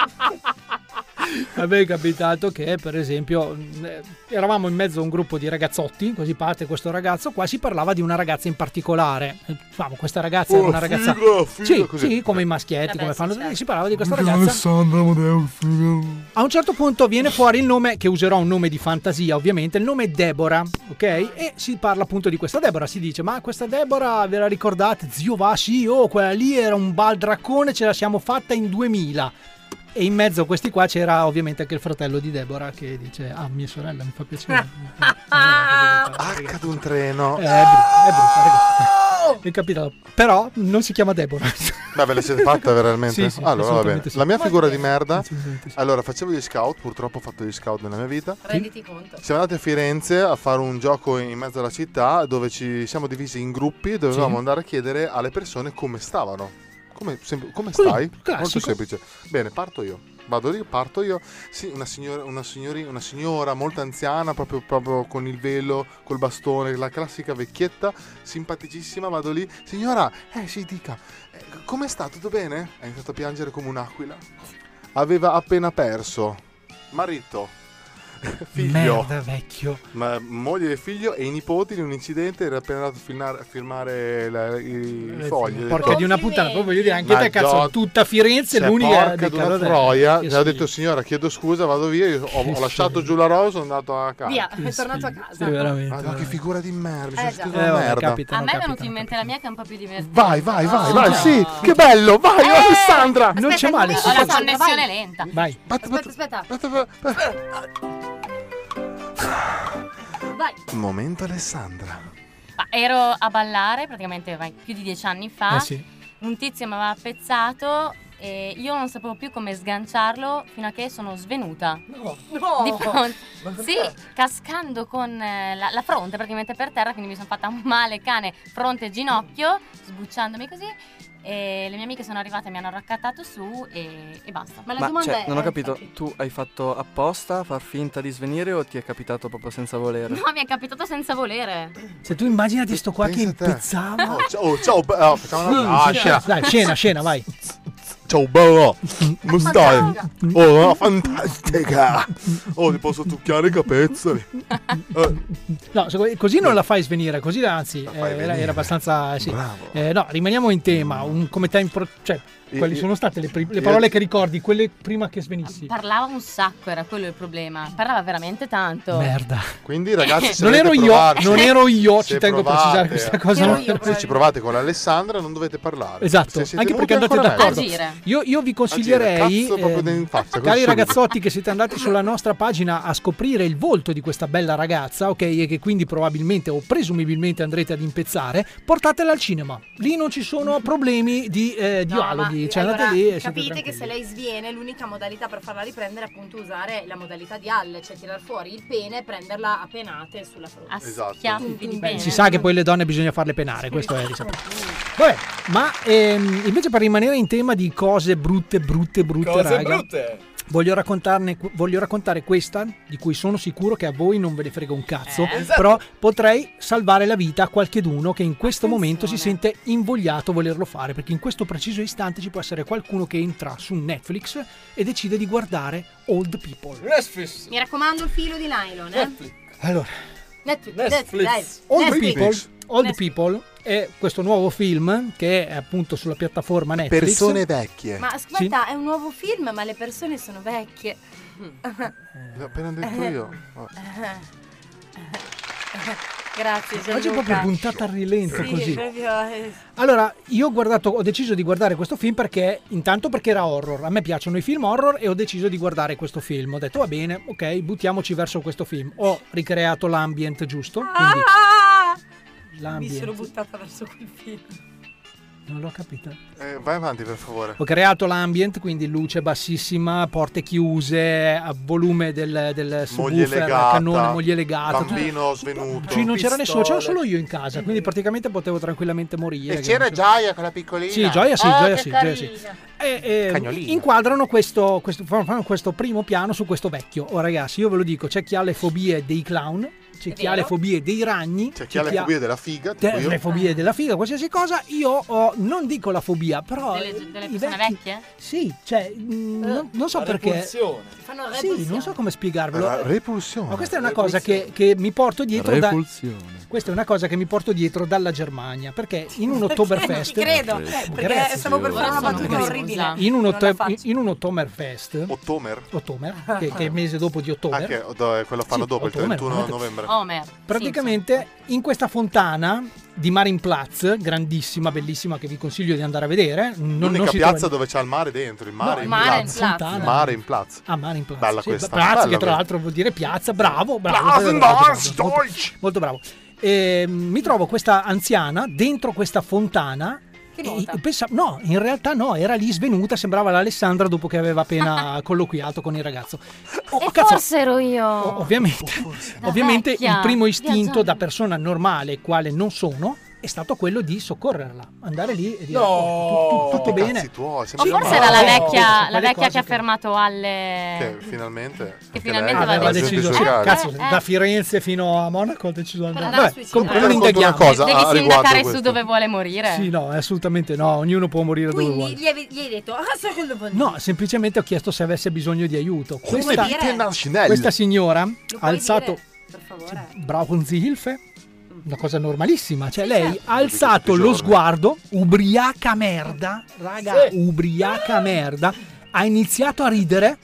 A me è capitato che, per esempio, mh, eh, eravamo in mezzo a un gruppo di ragazzotti, così parte questo ragazzo qua, si parlava di una ragazza in particolare. Eh, Diciamo, questa ragazza era
Oh,
una ragazza...
figa, figa,
sì,
così.
sì, come i maschietti,
Vabbè,
come
sì,
fanno...
certo.
Si parlava di questa
Anche
ragazza...
Alessandra Amodeo, figa.
A un certo punto viene fuori il nome, che userò un nome di fantasia ovviamente, il nome Deborah, ok? E si parla appunto di questa Deborah, si dice, ma questa Deborah ve la ricordate? Zio va, sì, oh, quella lì era un baldraccone, ce la siamo fatta in 2000. E in mezzo a questi qua c'era ovviamente anche il fratello di Deborah che dice, ah, mia sorella, mi fa piacere. Ah.
Ah.
Cade Ah, un treno.
Eh, è brutta, è brutta, ragazzi. Mi è capitato. Però non si chiama Deborah.
Beh, ve la siete fatta veramente?
Sì, sì,
allora, va bene.
assolutamente sì.
La mia
Ma
figura
che-
di merda.
assolutamente
Allora, facevo gli scout, purtroppo ho fatto gli scout nella mia vita.
Renditi conto.
Siamo andati a Firenze a fare un gioco in mezzo alla città dove ci siamo divisi in gruppi e dovevamo
Sì.
andare a chiedere alle persone come stavano. Come, sem- come stai? Molto semplice. Bene, parto io. Vado lì, parto io. Sì, una signora, una signori- una signora molto anziana, proprio, proprio con il velo, col bastone, la classica vecchietta, simpaticissima. Vado lì, signora, eh sì, dica, eh, come sta? Tutto bene? Ha iniziato a piangere come un'aquila. Aveva appena perso marito, figlio,
Merda, vecchio.
ma moglie e figlio e i nipoti in un incidente era appena andato a filmare- a firmare la- i, i fogli.
Eh, Porca di una puttana, poi voglio dire, anche te cazzo, tutta Firenze,
è
l'unica...
cioè, porca
di
di una
Carlo De-
troia,
Che
gli ho detto signora chiedo scusa, vado via, io ho, ho lasciato giù la rosa, sono andato a casa.
Via, è tornato a casa.
Sì,
veramente,
Madonna, Ah, che figura di merda, cioè, mi
Eh,
sono
già.
sentito
Eh,
una
vabbè,
merda.
a me è venuta in mente la mia che è un po' più divertente.
Vai, vai, vai, vai, sì, che bello, vai
Eh!
Alessandra.
Non c'è male,
Ho la connessione lenta.
Vai.
Aspetta, aspetta. Vai.
Momento Alessandra.
Ma ero a ballare praticamente ormai più di dieci anni fa.
Eh sì.
Un tizio mi aveva pezzato e io non sapevo più come sganciarlo fino a che sono svenuta. No,
No.
Di fronte.
Ma perché?
Sì, cascando con eh, la, la fronte praticamente per terra, quindi mi sono fatta un male cane fronte e ginocchio, sbucciandomi così. E le mie amiche sono arrivate, mi hanno raccattato su e, e basta.
Ma cioè, non ho capito, tu hai fatto apposta far finta di svenire o ti è capitato proprio senza volere?
No, mi è capitato senza volere.
Se tu immaginati sto qua che impezzava.
Oh, ciao, ciao, be- oh, facciamo una
Mm. Sì,
ah,
sì,
scena.
Dai, scena, scena, vai.
Ciao bello, come stai? Oh, no, fantastica. Oh, ti posso tucchiare i capezzoli.
No, secondo- così non la fai svenire, così anzi, eh, era- era,
venire. Mm.
abbastanza. eh, sì. Eh, no, rimaniamo in tema. un- come te impro- cioè,
Io-
quali
io-
sono state le, pri- le
io-
parole che ricordi, quelle prima che svenissi?
Ah,
Parlava un sacco, era quello il problema. Parlava veramente tanto.
Merda.
Quindi ragazzi, se
Non
volete
ero io,
provarci-
non ero io, ci
se
tengo a
provate- eh.
precisare questa cosa. Non ero
Se ci provate con Alessandra non dovete parlare.
Esatto,
Se siete
anche perché
venuti
andate
ancora
d'accordo.
meglio.
Io, io vi
Agire,
consiglierei,
cazzo, proprio
ehm,
in faccia, così
cari
subito.
ragazzotti che siete andati sulla nostra pagina a scoprire il volto di questa bella ragazza, ok, e che quindi probabilmente o presumibilmente andrete ad impezzare, portatela al cinema. Lì non ci sono problemi di eh, dialoghi, cioè
allora,
andate lì e siete
capite che
tranquilli.
se lei sviene l'unica modalità per farla riprendere è appunto usare la modalità di Halle, cioè tirar fuori il pene e prenderla a penate sulla fronte.
Esatto.
Beh, diciamo- si sa che poi le donne bisogna farle penare, questo è risaputo. Vabbè, ma ehm, invece per rimanere in tema di cose brutte, brutte, brutte,
Cose
raga.
brutte.
Voglio, raccontarne, voglio raccontare questa, di cui sono sicuro che a voi non ve ne frega un cazzo,
Eh, esatto.
però potrei salvare la vita a qualcheduno che in questo momento si sente invogliato a volerlo fare, perché in questo preciso istante ci può essere qualcuno che entra su Netflix e decide di guardare Old People.
Netflix.
Mi raccomando il filo di nylon, eh.
Allora,
Netflix,
Netflix.
Netflix,
Old
Netflix.
People, Old People è questo nuovo film che è appunto sulla piattaforma Netflix.
Persone vecchie.
Ma aspetta, è un nuovo film, ma le persone sono vecchie. eh,
L'ho appena detto io. Vabbè.
Grazie, Gianluca.
Oggi è proprio puntata a rilento
Sì,
così.
proprio, eh,
Allora, io ho guardato, ho deciso di guardare questo film perché, intanto perché era horror. A me piacciono i film horror e ho deciso di guardare questo film. Ho detto, va bene, ok, buttiamoci verso questo film. Ho ricreato l'ambient giusto, quindi
Ah,
Ah.
mi sono
l'ambient.
buttata verso quel film.
Non l'ho capito.
Eh, vai avanti, per favore.
Ho creato l'ambient, quindi luce bassissima, porte chiuse, a volume del, del
Moglie
subwoofer,
legata.
cannone, moglie legata. tutto.
Bambino svenuto.
Cioè, ah, non c'era nessuno, c'era solo io in casa, quindi praticamente potevo tranquillamente morire.
E
che
Eh, c'era
non c'era-
Gioia, quella piccolina.
Sì, Gioia sì, Gioia sì, Gioia sì. E, eh,
Cagnolino.
inquadrano questo, questo- fanno questo primo piano su questo vecchio. Oh, ragazzi, io ve lo dico: c'è chi ha le fobie dei clown, c'è
È
chi ha
vero.
le fobie dei ragni, c'è
chi ha le fobie della figa. tipo
te-
io.
le fobie della figa, qualsiasi cosa. Io ho, non dico la fobia, però.
Delle, delle
i
persone
vecchi-
vecchie?
Sì, cioè, mh, non, non so
la
perché.
repulsione. Fanno
Sì, non so come spiegarvelo.
La repulsione.
Ma questa è una cosa che, che mi porto dietro da.
Repulsione.
Questa è una cosa che mi porto dietro dalla Germania, perché in un Oktoberfest.
Ti credo, Eh, perché
Grazie.
stavo per fare una battuta orribile.
In un,
Non la
otto-
faccio.
in un Ottomerfest.
Ottomer?
che, che è il mese dopo di ottobre.
Ah, che do- è quello fanno
Sì,
dopo, il
ottobre,
31
veramente.
novembre.
Praticamente in questa fontana di Mare in Platz, grandissima, bellissima, che vi consiglio di andare a vedere. Non, non
L'unica
si trova
piazza dove c'è il mare dentro, il mare
No,
in
mare in
piazza.
piazza. Fontana.
Mare in piazza.
Ah, Mare in Platz.
Bella
sì,
questa.
Platz,
Bella
che tra
questa.
l'altro vuol dire piazza, bravo, bravo.
Platz,
bravo, bravo,
Platz,
bravo, molto, molto bravo. E, mm, mi trovo questa anziana dentro questa fontana.
Che
e-
nuota.
e pensa- no, in realtà no, era lì svenuta, sembrava l'Alessandra dopo che aveva appena colloquiato con il ragazzo.
e
Oh, cazzo. Oh,
forse ero io.
O- ovviamente, ovviamente
vecchia,
il primo
viaggiando.
istinto da persona normale, quale non sono, è stato quello di soccorrerla, andare lì e dire
No!
"Oh, tu- tu- tutto
Cazzi
bene.
tuoi,
O
sembra
forse
male.
era la
No.
vecchia, la
quelle
vecchia
cose
che ha fermato
oh, Che
alle.
finalmente.
Che finalmente
Eh,
aveva
va
deciso, sì,
giocare.
cazzo,
Eh,
da Firenze fino a Monaco ho deciso di andare.
andare a
Vabbè,
suicidare.
comunque non
Racconto una
indaghiamo.
cosa
Devi
a
sindacare
riguardo
su
questo.
dove vuole morire.
Sì, no, assolutamente no, ognuno può morire dove
Quindi
vuole.
gli hai, gli hai detto, ah, so quello vuol dire.
No, semplicemente ho chiesto se avesse bisogno di aiuto.
Come
Questa,
Peter Dire?
Narcinelli.
questa signora ha
Puoi
alzato
dire, per favore. Mm.
Hilfe, una cosa normalissima, cioè lei
certo.
ha alzato lo sguardo, ubriaca merda, raga,
Ah!
ubriaca merda, ha iniziato a ridere.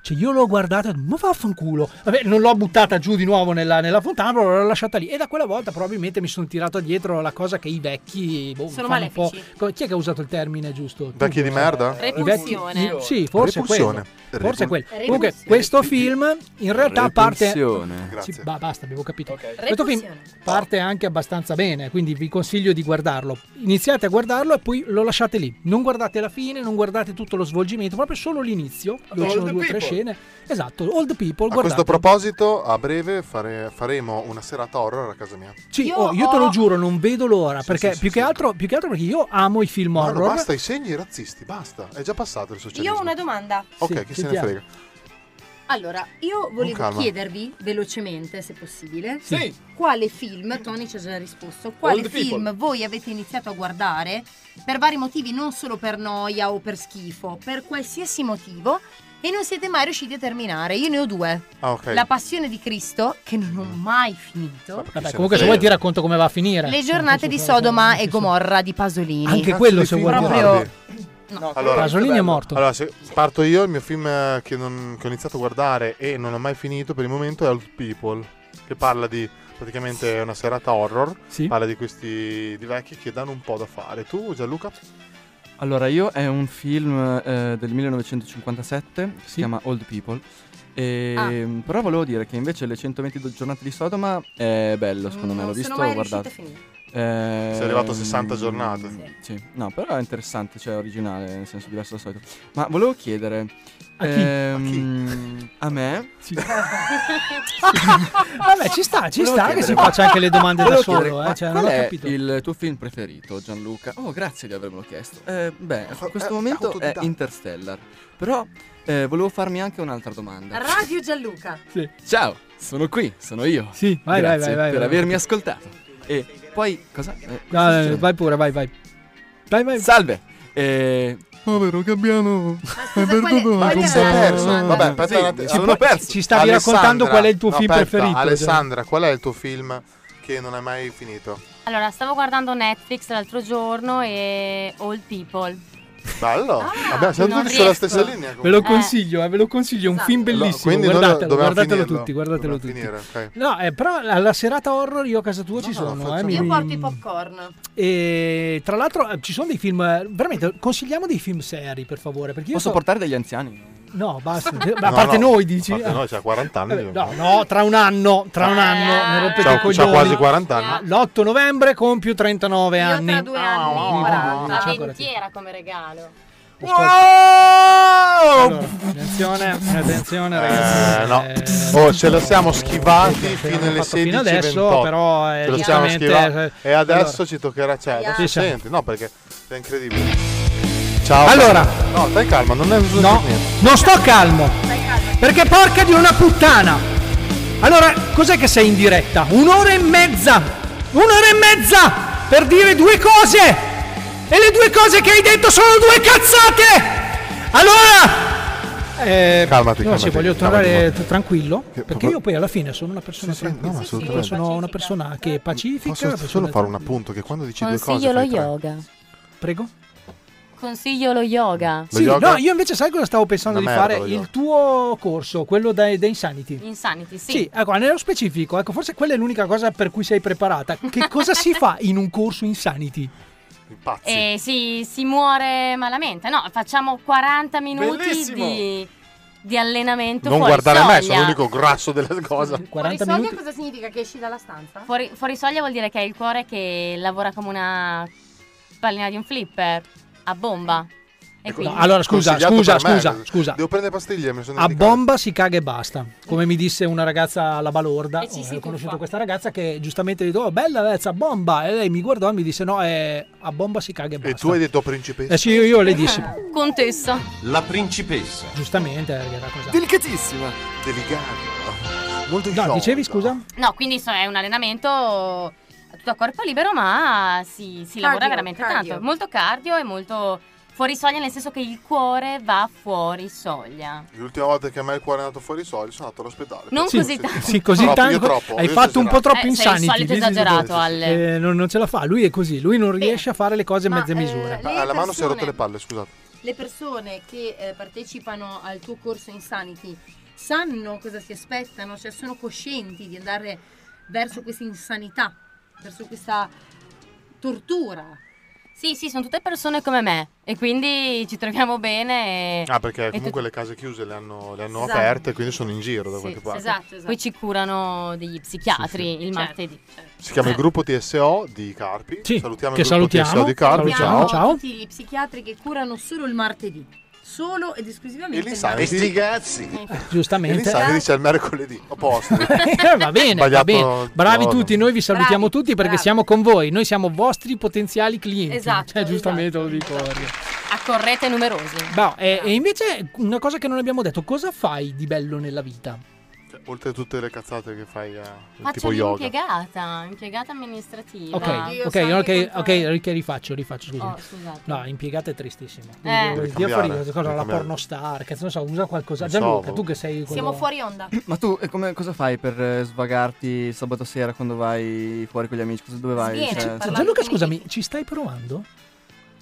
Cioè io l'ho guardata, e ho detto, ma vaffanculo. Vabbè, non l'ho buttata giù di nuovo nella, nella fontana, però l'ho lasciata lì. E da quella volta probabilmente mi sono tirato dietro la cosa che i vecchi boh,
Sono
fanno un po'.
malefici.
Co- Chi è che ha usato il termine giusto?
Vecchi di merda?
I vecchi-
Repulsione.
i- Sì, forse
Repulsione.
quello. Forse
Repul-
quello. Comunque, questo film in realtà parte.
Repulsione.
Sì,
Grazie.
ba- basta, abbiamo capito. Questo film
Repulsione.
parte anche abbastanza bene, quindi vi consiglio di guardarlo. Iniziate a guardarlo e poi lo lasciate lì. Non guardate la fine, non guardate tutto lo svolgimento, proprio solo l'inizio. Dove
Old
ci sono due o tre
People.
scene. Esatto, Old People.
A questo
guardate.
proposito, a breve fare- faremo una serata horror a casa mia.
Sì, oh, io, te lo giuro, non vedo l'ora. perché più, che altro, più che altro perché io amo i film
Guarda,
horror.
basta i segni razzisti, basta. È già passato il
Io ho
socialismo.
una domanda.
Ok,
Sì,
chi se ne
sentiamo.
frega.
Allora, io volevo
calma.
chiedervi velocemente, se possibile,
Sì.
quale film, Tony ci ha già risposto, quale
Old
film
People.
voi avete iniziato a guardare per vari motivi, non solo per noia o per schifo, per qualsiasi motivo e non siete mai riusciti a terminare. Io ne ho due.
Ah, ok.
La Passione di Cristo, che non ho mai finito.
Vabbè, comunque, se vuoi, ti racconto come va a finire.
Le giornate di Sodoma e Gomorra di Pasolini.
Anche quello, se vuoi.
Proprio...
Pasolini è morto.
Allora, se parto io, il mio film eh, che, non- che ho iniziato a guardare e non ho mai finito per il momento è Old People, che parla di praticamente è una serata horror. Parla di questi di vecchi che danno un po' da fare. Tu, Gianluca?
Allora, io è un film eh, del 1957 che si chiama Old People. Ehm, E,
Ah.
Però volevo dire che invece le 120 do- giornate di Sodoma è bello, secondo me.
Non
L'ho
sono
visto,
mai
ho guardato.
riuscita a finire.
Sei arrivato a 60 giornate.
Sì. No, però è interessante, cioè originale, nel senso diverso dal solito. Ma volevo chiedere...
A chi?
ehm, a me?
Vabbè, ci sta, Ah, ci
Volevo
sta che si
chiedere-
faccia anche le domande da
Volevo
solo.
chiedere,
Eh? Cioè,
qual
non ho
è
capito.
il tuo film preferito, Gianluca? Oh, grazie di avermelo chiesto. Eh, beh, a questo
eh,
momento è
autodidatta.
Interstellar. Però eh, volevo farmi anche un'altra domanda.
Radio Gianluca.
Ciao, sono qui, sono io. Sì,
vai, vai,
grazie
vai, vai,
per
vai.
avermi ascoltato. E poi cosa?
No,
eh, cosa
no, no,
succede?
vai pure, vai, vai. Vai, vai.
Salve. Eh,
Povero Gabbiano, hai perduto
Ma
la
ti sei
compagna.
perso? Vabbè, aspetta un attimo.
Ci-
ci stavi raccontando qual è il tuo film preferito,
Alessandra, qual è il tuo film che non hai mai finito?
Allora, stavo guardando Netflix l'altro giorno e Old People.
Bello.
Ah,
Vabbè, siamo
Ah, non
tutti sulla
riesco.
stessa linea.
Ve lo
Eh.
consiglio, eh, ve lo consiglio, è un film
Allora,
bellissimo.
quindi noi
guardatelo,
dovevamo
guardatelo
finirlo.
tutti, guardatelo tutti.
Dovevamo finire, ok.
No, eh, però alla serata horror io a casa tua ci sono. eh,
Io
mi-
porto i popcorn.
E tra l'altro eh, ci sono dei film, eh, veramente consigliamo dei film seri per favore. Perché io
Posso
so-
portare degli anziani?
No, basta.
No,
a parte
no,
noi dici? eh.
a parte noi, c'ha 40 anni.
Vabbè, no, no, tra un anno, tra
Eh,
un anno. mi rompete
C'ha-
i coglioni.
c'ha quasi 40 anni.
L'8 novembre compio 39 anni.
Tra due anni,
Ah, ah, ah,
guarda,
ah,
la
ah,
ventiera come regalo.
Oh!
Allora, attenzione, attenzione ragazzi.
Eh, no. Oh, ce lo siamo schivati fino alle 16.28.
fino adesso, però, eh,
Ce lo siamo
chiaramente,
schivati.
eh,
E adesso
allora.
ci toccherà. Cioè, adesso
Sì, sì.
senti, no, perché è incredibile. Ciao.
Allora.
No, stai calma, non è successo
No,
niente.
non sto calmo. Perché porca di una puttana. Allora, cos'è che sei in diretta? Un'ora e mezza. Un'ora e mezza per dire due cose. E le due cose che hai detto sono due cazzate. Allora... Eh,
Calmati,
no, sì,
calmati,
voglio
calmati,
tornare
calmati.
tranquillo, perché io poi alla fine sono una persona tranquilla.
no, assolutamente.
Io sono una persona che è pacifica.
Posso
una
solo
persona
fare un appunto che quando dici due cose
Consiglio lo
fai tre.
yoga.
Prego.
Consiglio lo yoga.
Sì, no, io invece sai cosa stavo pensando di
Una merda,
fare?
voglio.
Il tuo corso, quello da, da Insanity.
Insanity, sì.
ah,
Sì, ecco, nello specifico, ecco, forse quella è l'unica cosa per cui sei preparata. Che cosa si fa in un corso Insanity?
E si, si muore malamente. No, facciamo 40 minuti
Bellissimo.
di, di allenamento.
Non
fuori
guardare me,
soglia.
sono l'unico grasso della cosa.
Fuori soglia cosa significa? Che esci dalla stanza?
Fuori, fuori soglia vuol dire che hai il cuore che lavora come una pallina di un flipper a bomba. E quindi...
allora, scusa,
Consigliato
scusa,
per me.
scusa, scusa.
Devo prendere pastiglie, mi sono
A
dimenticato.
bomba si caga e basta, come mi disse una ragazza alla balorda.
E ci
Eh,
si
ho conosciuto
tuffa.
questa ragazza che giustamente gli ho detto, oh, bella Lezza, a bomba. E lei mi guardò e mi disse, no, eh, a bomba si caga e basta.
E tu hai detto principessa.
Eh sì, io, io le dissi,
Contessa.
La principessa.
giustamente, eh, era cosa.
Delicatissima. Delicata. Molto
No, dicevi scusa?
No, quindi so, è un allenamento tutto a corpo libero, ma si, si lavora
Cardio,
veramente
cardio.
tanto. Molto cardio e molto fuori soglia, nel senso che il cuore va fuori soglia.
L'ultima volta che a me il cuore è andato fuori i soldi sono andato all'ospedale.
Non
Sì,
così
sì,
tanto.
Sì, così
Troppo,
tanto
io troppo,
hai
io
fatto un po' troppo
Eh, sei il
insanity.
solito
This is the
esagerato,
best.
Ale.
Eh, non, non ce la fa, lui è così, lui non riesce a fare le cose a
eh,
mezze misure.
le Alla mano si è persone- rotte le
palle, scusate.
Le persone che eh, partecipano al tuo corso Insanity sanno cosa si aspettano, cioè sono coscienti di andare verso questa insanità, verso questa tortura.
Sì, sì, sono tutte persone come me e quindi ci troviamo bene. E...
Ah, perché
eh. e
comunque
tut-
le case chiuse le hanno, le hanno
Esatto.
aperte, quindi sono in giro da qualche parte.
Esatto, esatto. Poi ci curano degli psichiatri il
Certo.
martedì.
Si
Eh.
chiama il gruppo TSO di Carpi. salutiamo
che
il gruppo
salutiamo.
TSO di Carpi.
Salutiamo
Ciao.
Tutti gli psichiatri che curano solo il martedì, solo ed esclusivamente. il
l'insanity.
martedì.
Sti cazzi. E
Giustamente.
l'insano dice al mercoledì. Opposto.
Eh, va bene, va
Sbagliato
bene. Bravi
giorno.
tutti, noi vi salutiamo tutti perché siamo con voi, noi siamo vostri potenziali clienti.
Esatto,
Cioè, giustamente lo dico. Orio.
Accorrete numerosi.
Boh, e, e invece una cosa che non abbiamo detto, cosa fai di bello nella vita?
Cioè, Oltre a tutte le cazzate che fai, eh,
Faccio
tipo yoga.
l'impiegata, impiegata amministrativa.
Ok, ok, ok, ok, ri- rifaccio, rifaccio, scusa.
Oh, scusate.
No, impiegata è tristissimo.
Eh.
Dio
Devi
Dio
cambiare,
fuori, cosa,
devi
la
cambiare.
pornostar, cazzo, non so, usa qualcosa.
Non so,
Gianluca,
boh.
tu che sei quello...
Siamo fuori onda.
Ma tu eh, come- cosa fai per eh, svagarti sabato sera quando vai fuori con gli amici? Cosa- Dove vai?
Sviene,
Cioè,
parlare
Gianluca, scusami, ci stai provando?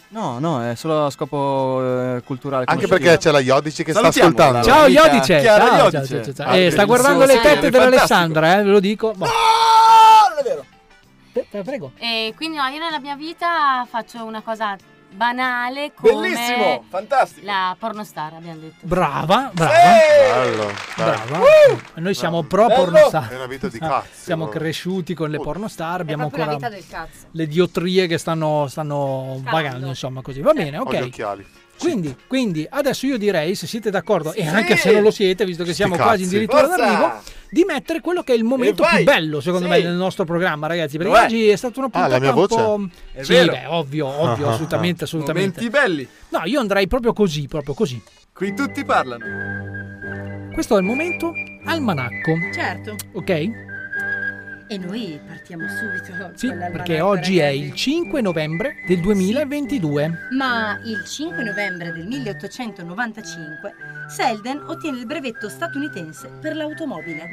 No, no, è solo a scopo eh, culturale.
Anche
conoscitivo.
perché c'è la Iodice che sta
Salutiamola,
ascoltando.
la
Ciao
amica
Iodice,
Chiara
ciao, ciao,
Iodice.
ciao, ciao, ciao.
Ah,
Eh, sta
bellissimo.
guardando le
Sì,
tette
è
dell'Alessandra, eh, ve lo dico. Boh.
E quindi no, io nella mia vita faccio una cosa banale come
Bellissimo,
fantastico. la pornostar, abbiamo detto.
Brava, brava.
Bello,
Brava. Noi siamo pro
Bello.
pornostar.
È una vita di
Ah,
cazzo,
Siamo
proprio.
cresciuti con le pornostar, abbiamo
proprio la
ancora
vita del cazzo.
le diotrie che stanno, stanno
Calando.
vagando, insomma, così. Va bene,
Ho gli
ok.
occhiali.
Quindi, quindi adesso io direi, se siete d'accordo, e
Sì.
anche se non lo siete, visto che siamo
cazzi.
quasi addirittura
Forza!
d'arrivo, di mettere quello che è il momento
vai!
più bello, secondo
Sì.
me, del nostro programma, ragazzi. Perché
Dov'è?
oggi è stata una
Ah, la
puntata
mia
un
voce?
po'.
È
sì,
vero.
beh, ovvio, ovvio,
Ah, ah,
assolutamente,
ah.
assolutamente.
Momenti belli.
No, io andrei proprio così, proprio così.
Qui tutti parlano.
Questo è il momento almanacco.
Certo.
Ok?
E noi partiamo subito.
Sì,
con l'almanacco,
perché oggi è
ragazzi.
il 5 novembre del 2022.
Ma il 5 novembre del 1895 Selden ottiene il brevetto statunitense per l'automobile.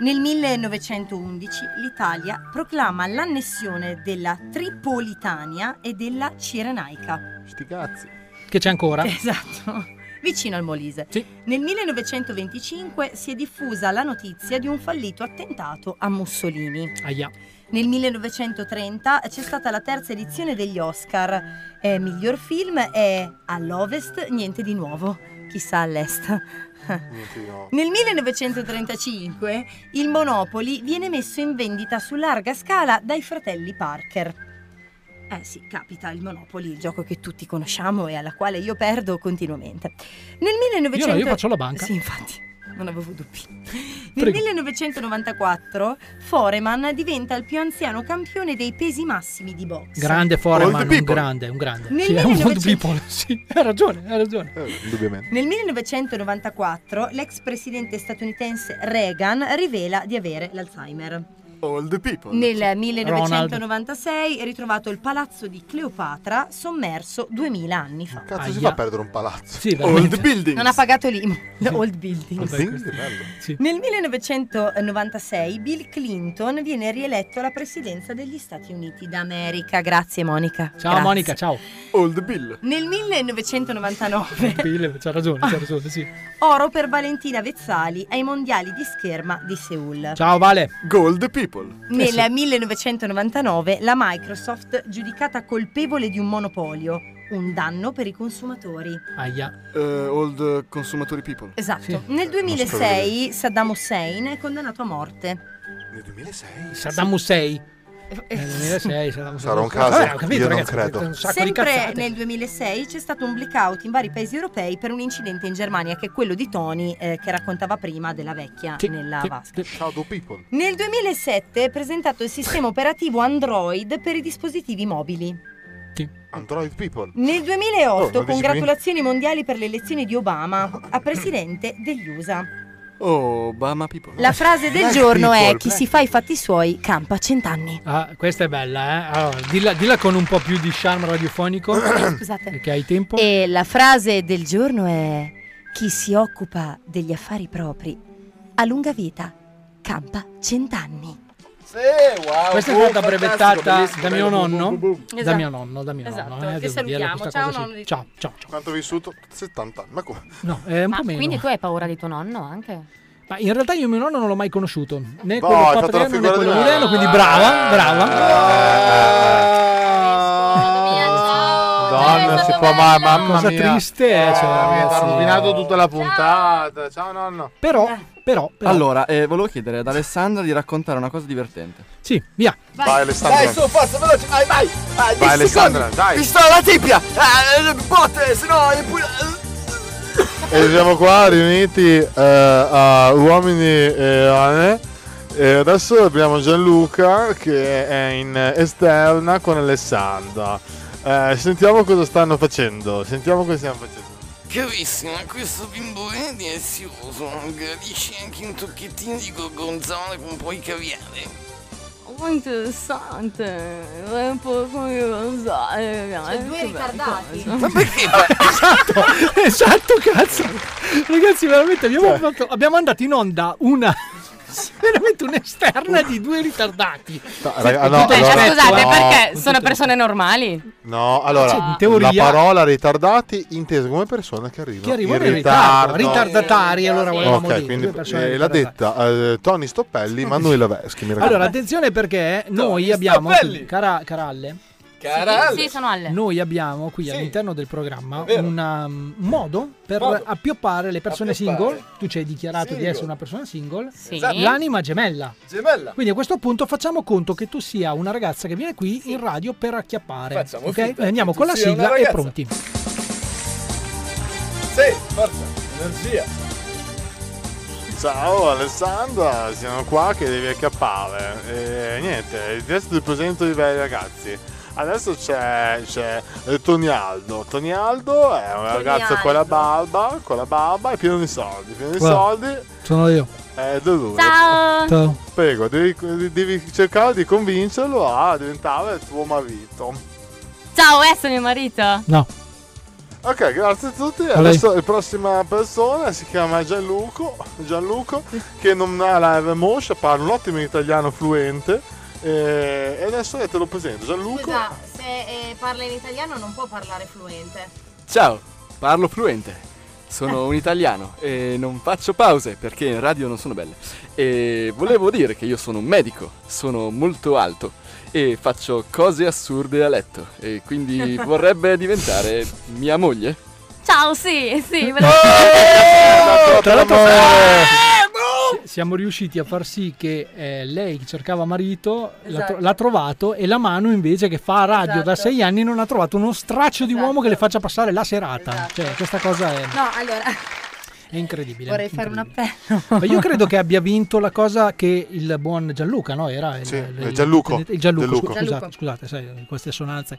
Nel 1911 l'Italia proclama l'annessione della Tripolitania e della Cirenaica.
Sti cazzi.
Che c'è ancora?
Esatto. Vicino al Molise.
Sì.
Nel 1925 si è diffusa la notizia di un fallito attentato a Mussolini.
Aia.
Nel 1930 c'è stata la terza edizione degli Oscar. Eh, miglior film è All'Ovest niente di nuovo, chissà all'Est. Nel 1935 il Monopoli viene messo in vendita su larga scala dai fratelli Parker. Eh sì, capita il Monopoli, il gioco che tutti conosciamo e alla quale io perdo continuamente. Nel 1900...
Io no, io faccio la banca.
Sì, infatti, non avevo dubbi. Nel 1994 Foreman diventa il più anziano campione dei pesi massimi di box.
Grande
Old
Foreman, un
people.
grande, un grande.
Nel
Sì, è un old
1900
people, sì, hai ragione, hai ragione.
Indubbiamente.
Nel 1994 l'ex presidente statunitense Reagan rivela di avere l'Alzheimer.
Old people.
Nel 1996 è ritrovato il palazzo di Cleopatra sommerso 2000 anni fa.
Cazzo, si fa a perdere un palazzo.
Sì,
Old building.
Non ha pagato l'IMU. Old building.
Old building è bello.
Nel 1996 Bill Clinton viene rieletto alla presidenza degli Stati Uniti d'America. Grazie Monica.
Ciao
Grazie.
Monica, ciao.
Old Bill.
Nel 1999
Bill, c'ha ragione, c'ha ragione, sì.
oro per Valentina Vezzali ai mondiali di scherma di Seoul.
Ciao Vale.
Gold people.
Nel 1999 la Microsoft giudicata colpevole di un monopolio, un danno per i consumatori.
Aia.
eh, old consumatori people.
Esatto. Nel 2006 Saddam Hussein è condannato a morte.
Ah,
Nel 2006?
Saddam Hussein.
Eh,
Eh, Nel 2006 Saddam Hussein. Eh,
Sarà un caso?
Vabbè, ho capito,
Io non
ragazzi,
credo.
un sacco di
Sempre
cazzate.
nel 2006 c'è stato un blackout in vari paesi europei per un incidente in Germania che è quello di Tony eh, che raccontava prima della vecchia nella vasca.
Shadow people.
Nel 2007 è presentato il sistema operativo Android per i dispositivi mobili.
Android people.
Nel
Oh,
2008
lo dici
congratulazioni mondiali per le elezioni di Obama a presidente degli USA.
Oh, Bama people.
La frase del
Black
giorno è
people,
chi
black
si fa i fatti suoi campa cent'anni.
Ah, questa è bella, eh. Allora, dilla, dilla con un po' più di charme radiofonico.
Scusate.
Perché hai tempo.
E la frase del giorno è chi si occupa degli affari propri a lunga vita campa cent'anni.
Sì, wow.
Questa è
boom, fantastico,
stata brevettata
bellissimo,
da mio,
bello, boom,
nonno,
boom, boom, boom.
da
Esatto.
mio nonno. Da mio
Esatto,
nonno. eh, devo
che
dirla
salutiamo.
questa
Ciao,
cosa sì.
nonno di-
Ciao, ciao, ciao.
Quanto ho vissuto? 70 anni. Ma come?
No, eh, un
Ma
po' meno.
quindi tu hai paura di tuo nonno anche?
Ma in realtà io mio nonno non l'ho mai conosciuto, né
Boh,
quello
hai fatto la
paterno né
figura
quello
di me.
moderno, quindi brava, brava.
Eh, Madonna, si può, ma, mamma
Cosa
mia.
triste è, cioè,
ha
ragazzi.
rovinato tutta la puntata. Ciao nonno.
Però, però, però-
Allora, eh, volevo chiedere ad Alessandra di raccontare una cosa divertente.
Sì, via.
Vai,
Dai, su, forza, veloce. Vai, vai. Ah, Vai,
Vai, Alessandra, dai.
Pistola alla tibia. Eh, botte, se no... è pu-
E siamo qua riuniti eh, a uomini e donne. E adesso abbiamo Gianluca che è in esterna con Alessandra. Eh, sentiamo cosa stanno facendo. Sentiamo cosa stiamo facendo.
Carissima, questo bimbo verde è sioso, gradisce anche un tocchettino di gorgonzola con poi caviale.
po' interessante, è un po' come eh, usare,
Cioè, due ritardati.
Ma perché?
Esatto, esatto, cazzo. Ragazzi, veramente
Cioè.
abbiamo, fatto- abbiamo mandato in onda una... Veramente un'esterna di due ritardati.
No, raga- ah, no,
tutto
allora-
rispetto,
Scusate,
no,
perché sono persone normali?
No, allora,
in
Cioè, teoria-
la parola ritardati intesa come persone che arrivano
Che arrivano
in
in ritardo,
ritardo.
ritardatari, allora volevamo
Ok,
dire,
quindi
due persone
eh, l'ha
ritardate.
detta eh, Tony Stoppelli, Manuela Veschi, mi raccomando.
Allora, attenzione perché noi abbiamo,
Stoppelli.
cara, caralle,
Caralho.
Sì, sono alle.
Noi abbiamo qui all'interno del programma
vero.
una- un um, modo per
Modo.
appioppare le persone
Appioppare.
single. Tu ci hai dichiarato di
Single.
essere una persona single.
Sì. Esatto.
L'anima gemella.
Gemella.
Quindi a questo punto facciamo conto che tu sia una ragazza che viene qui in radio per acchiappare.
Facciamo
ok?
finta
E Andiamo
che
con
tu
la
sia una
sigla e
ragazza.
pronti.
Sì, forza, energia.
Ciao Alessandra, siamo qua che devi accappare. E niente, adesso ti presento i bei ragazzi. Adesso c'è, c'è eh, Tonialdo. Tonialdo è un ragazzo con la barba, con la barba e pieno di soldi. Pieno di
Guarda.
soldi
Sono io.
è Dodo.
Ciao.
Ciao.
Prego, devi, devi cercare di convincerlo a diventare tuo marito.
Ciao, adesso mio marito.
No.
Ok, grazie a tutti.
lei.
Adesso la prossima persona si chiama Gianluco, Gianluco che non ha la R moscia, parla un ottimo italiano fluente. eh, E adesso te lo presento. Gianluco.
Esatto.
Scusa, se eh, parla in italiano non può parlare fluente.
Ciao, parlo fluente. Sono un italiano e non faccio pause perché in radio non sono belle. E volevo dire che io sono un medico, sono molto alto e faccio cose assurde a letto e quindi vorrebbe diventare mia moglie.
Ciao, sì, sì. ve lo-
Tra l'altro, eh,
eh,
si- siamo riusciti a far sì che eh, lei che cercava marito l'ha
Esatto.
tro- l'ha trovato e la mano invece che fa radio da
Esatto.
sei anni non ha trovato uno straccio di uomo che le faccia passare la serata. Cioè, questa cosa è,
No, allora,
è incredibile.
vorrei fare un appello.
Ma io credo che abbia vinto la cosa che il buon Gianluca, no? Era il, il-
eh, Gianluco.
il Gianluco,
Gianluco.
scu-
Gianluco.
Scusate, scusate, sai, queste sonanze.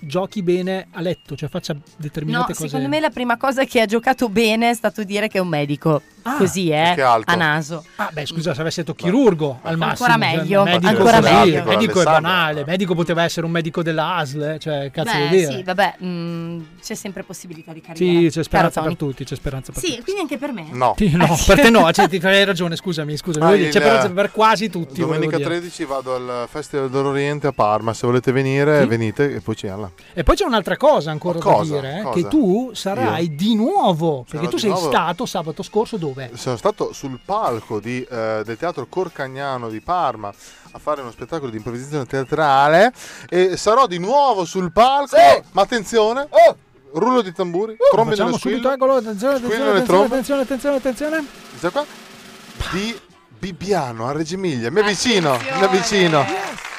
Giochi bene a letto, cioè faccia
No,
determinate cose.
secondo me la prima cosa che ha giocato bene è stato dire che è un medico.
Ah,
Così, eh?
che altro?
A naso. Mm.
Ah, beh, scusa, se avesse detto chirurgo al massimo.
Ancora
cioè,
meglio,
medico,
ancora
sì,
meglio.
il Medico è
Alessandro.
banale, medico poteva essere un medico dell'ASL, eh, cioè cazzo
Beh,
di dire.
sì, vabbè, mm, c'è sempre possibilità di carriera.
Sì, c'è speranza
Caro
per
Tony.
tutti, c'è speranza per
Sì, Eh, quindi anche per me.
tutti.
No.
Sì, no, per te no, cioè, ti hai ragione, scusami, scusami.
Ah,
voglio dire, c'è
il-
speranza per quasi tutti.
Domenica
volevo dire.
13 vado al Festival dell'Oriente a Parma. Se volete venire,
Sì.
venite e poi ci alla.
E poi c'è un'altra cosa ancora
Cosa?
da dire, eh,
Cosa?
che tu sarai di nuovo,
Sarò
perché tu
di
sei
nuovo?
stato sabato scorso dove?
Sono stato sul palco di, eh, del teatro Corcagnano di Parma a fare uno spettacolo di improvvisazione teatrale e sarò di nuovo sul palco. Ma attenzione, rullo di tamburi, trombe
Oh! Facciamo
dello
subito,
squillo,
eccolo, attenzione, attenzione,
squillo nelle
attenzione,
trombe,
attenzione, attenzione, attenzione.
questa qua, di Bibbiano a Reggio Emilia, mi avvicino, mi avvicino.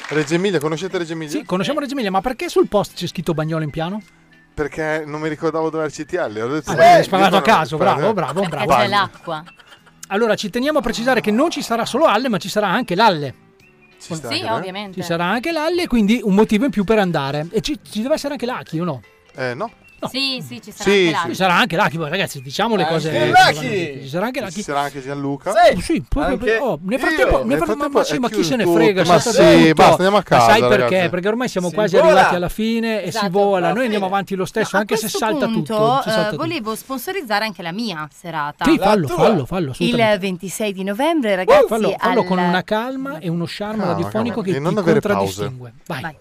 Reggio Emilia, conoscete Reggio Emilia?
Sì, conosciamo Reggio Emilia, ma perché sul post c'è scritto Bagnolo in piano?
Perché non mi ricordavo dove era il CTL, ho detto...
Ah,
"Eh,
beh,
io
hai sparato a
non-
caso, bravo,
Parma".
bravo,
Perché
bravo.
c'è l'acqua.
Allora, ci teniamo a precisare che non ci sarà solo Alle, ma ci sarà anche l'Alle.
sta Sì, anche, eh? ovviamente.
Ci sarà anche l'Alle, quindi un motivo in più per andare. E ci, ci deve essere anche l'Aki, o no?
Eh, no.
Sì, sì, ci
Sì,
sarà anche Eh,
sì.
l'acqua.
Ci sarà anche l'Aki, poi, ragazzi, diciamo le
Anche
cose.
l'Aki!
Ci sarà anche l'Aki.
Ci sarà anche Gianluca.
Sì, proprio per- oh, nel frattempo, Eh, nel frattempo, sì, ma chi se ne frega? c'è stato tutto. Ma sai perché? Perché ormai siamo
Si
quasi
vola.
arrivati alla fine e si vola. Noi andiamo avanti lo stesso,
No, Esatto,
anche
a
se
questo
salta
punto,
tutto. si
eh,
salta tutto.
volevo sponsorizzare anche la mia serata.
Sì, fallo, fallo, fallo, assolutamente.
Il 26 di novembre, ragazzi.
fallo fallo con
al-
una calma e uno charme
Calma,
radiofonico
calma.
che
E non
ti
avere
contraddistingue. Vai.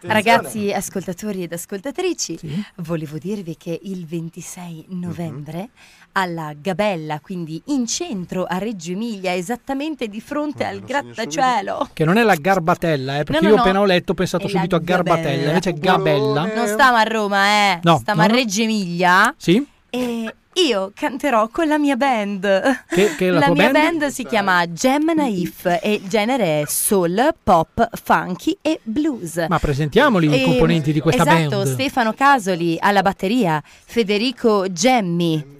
Ragazzi, ascoltatori ed ascoltatrici, volevo dirvi che il 26
Mhm.
novembre alla Gabella, quindi in centro a Reggio Emilia, esattamente di fronte al grattacielo.
Che non è la garbatella, eh, perché
No, no,
io
no.
appena ho letto ho pensato
È la
subito a garbatella,
Gabella.
invece è gabella.
Non stiamo a Roma, eh.
No,
stiamo
no,
a
no.
Reggio Emilia.
Sì?
E io canterò con la mia band.
Che- che è la
la
tua
mia
band?
band, si chiama Gem Naif e il genere è soul, pop, funky e blues.
Ma presentiamoli i
E-
componenti di questa
Ehm, esatto,
band.
Stefano Casoli alla batteria, Federico Gemmi.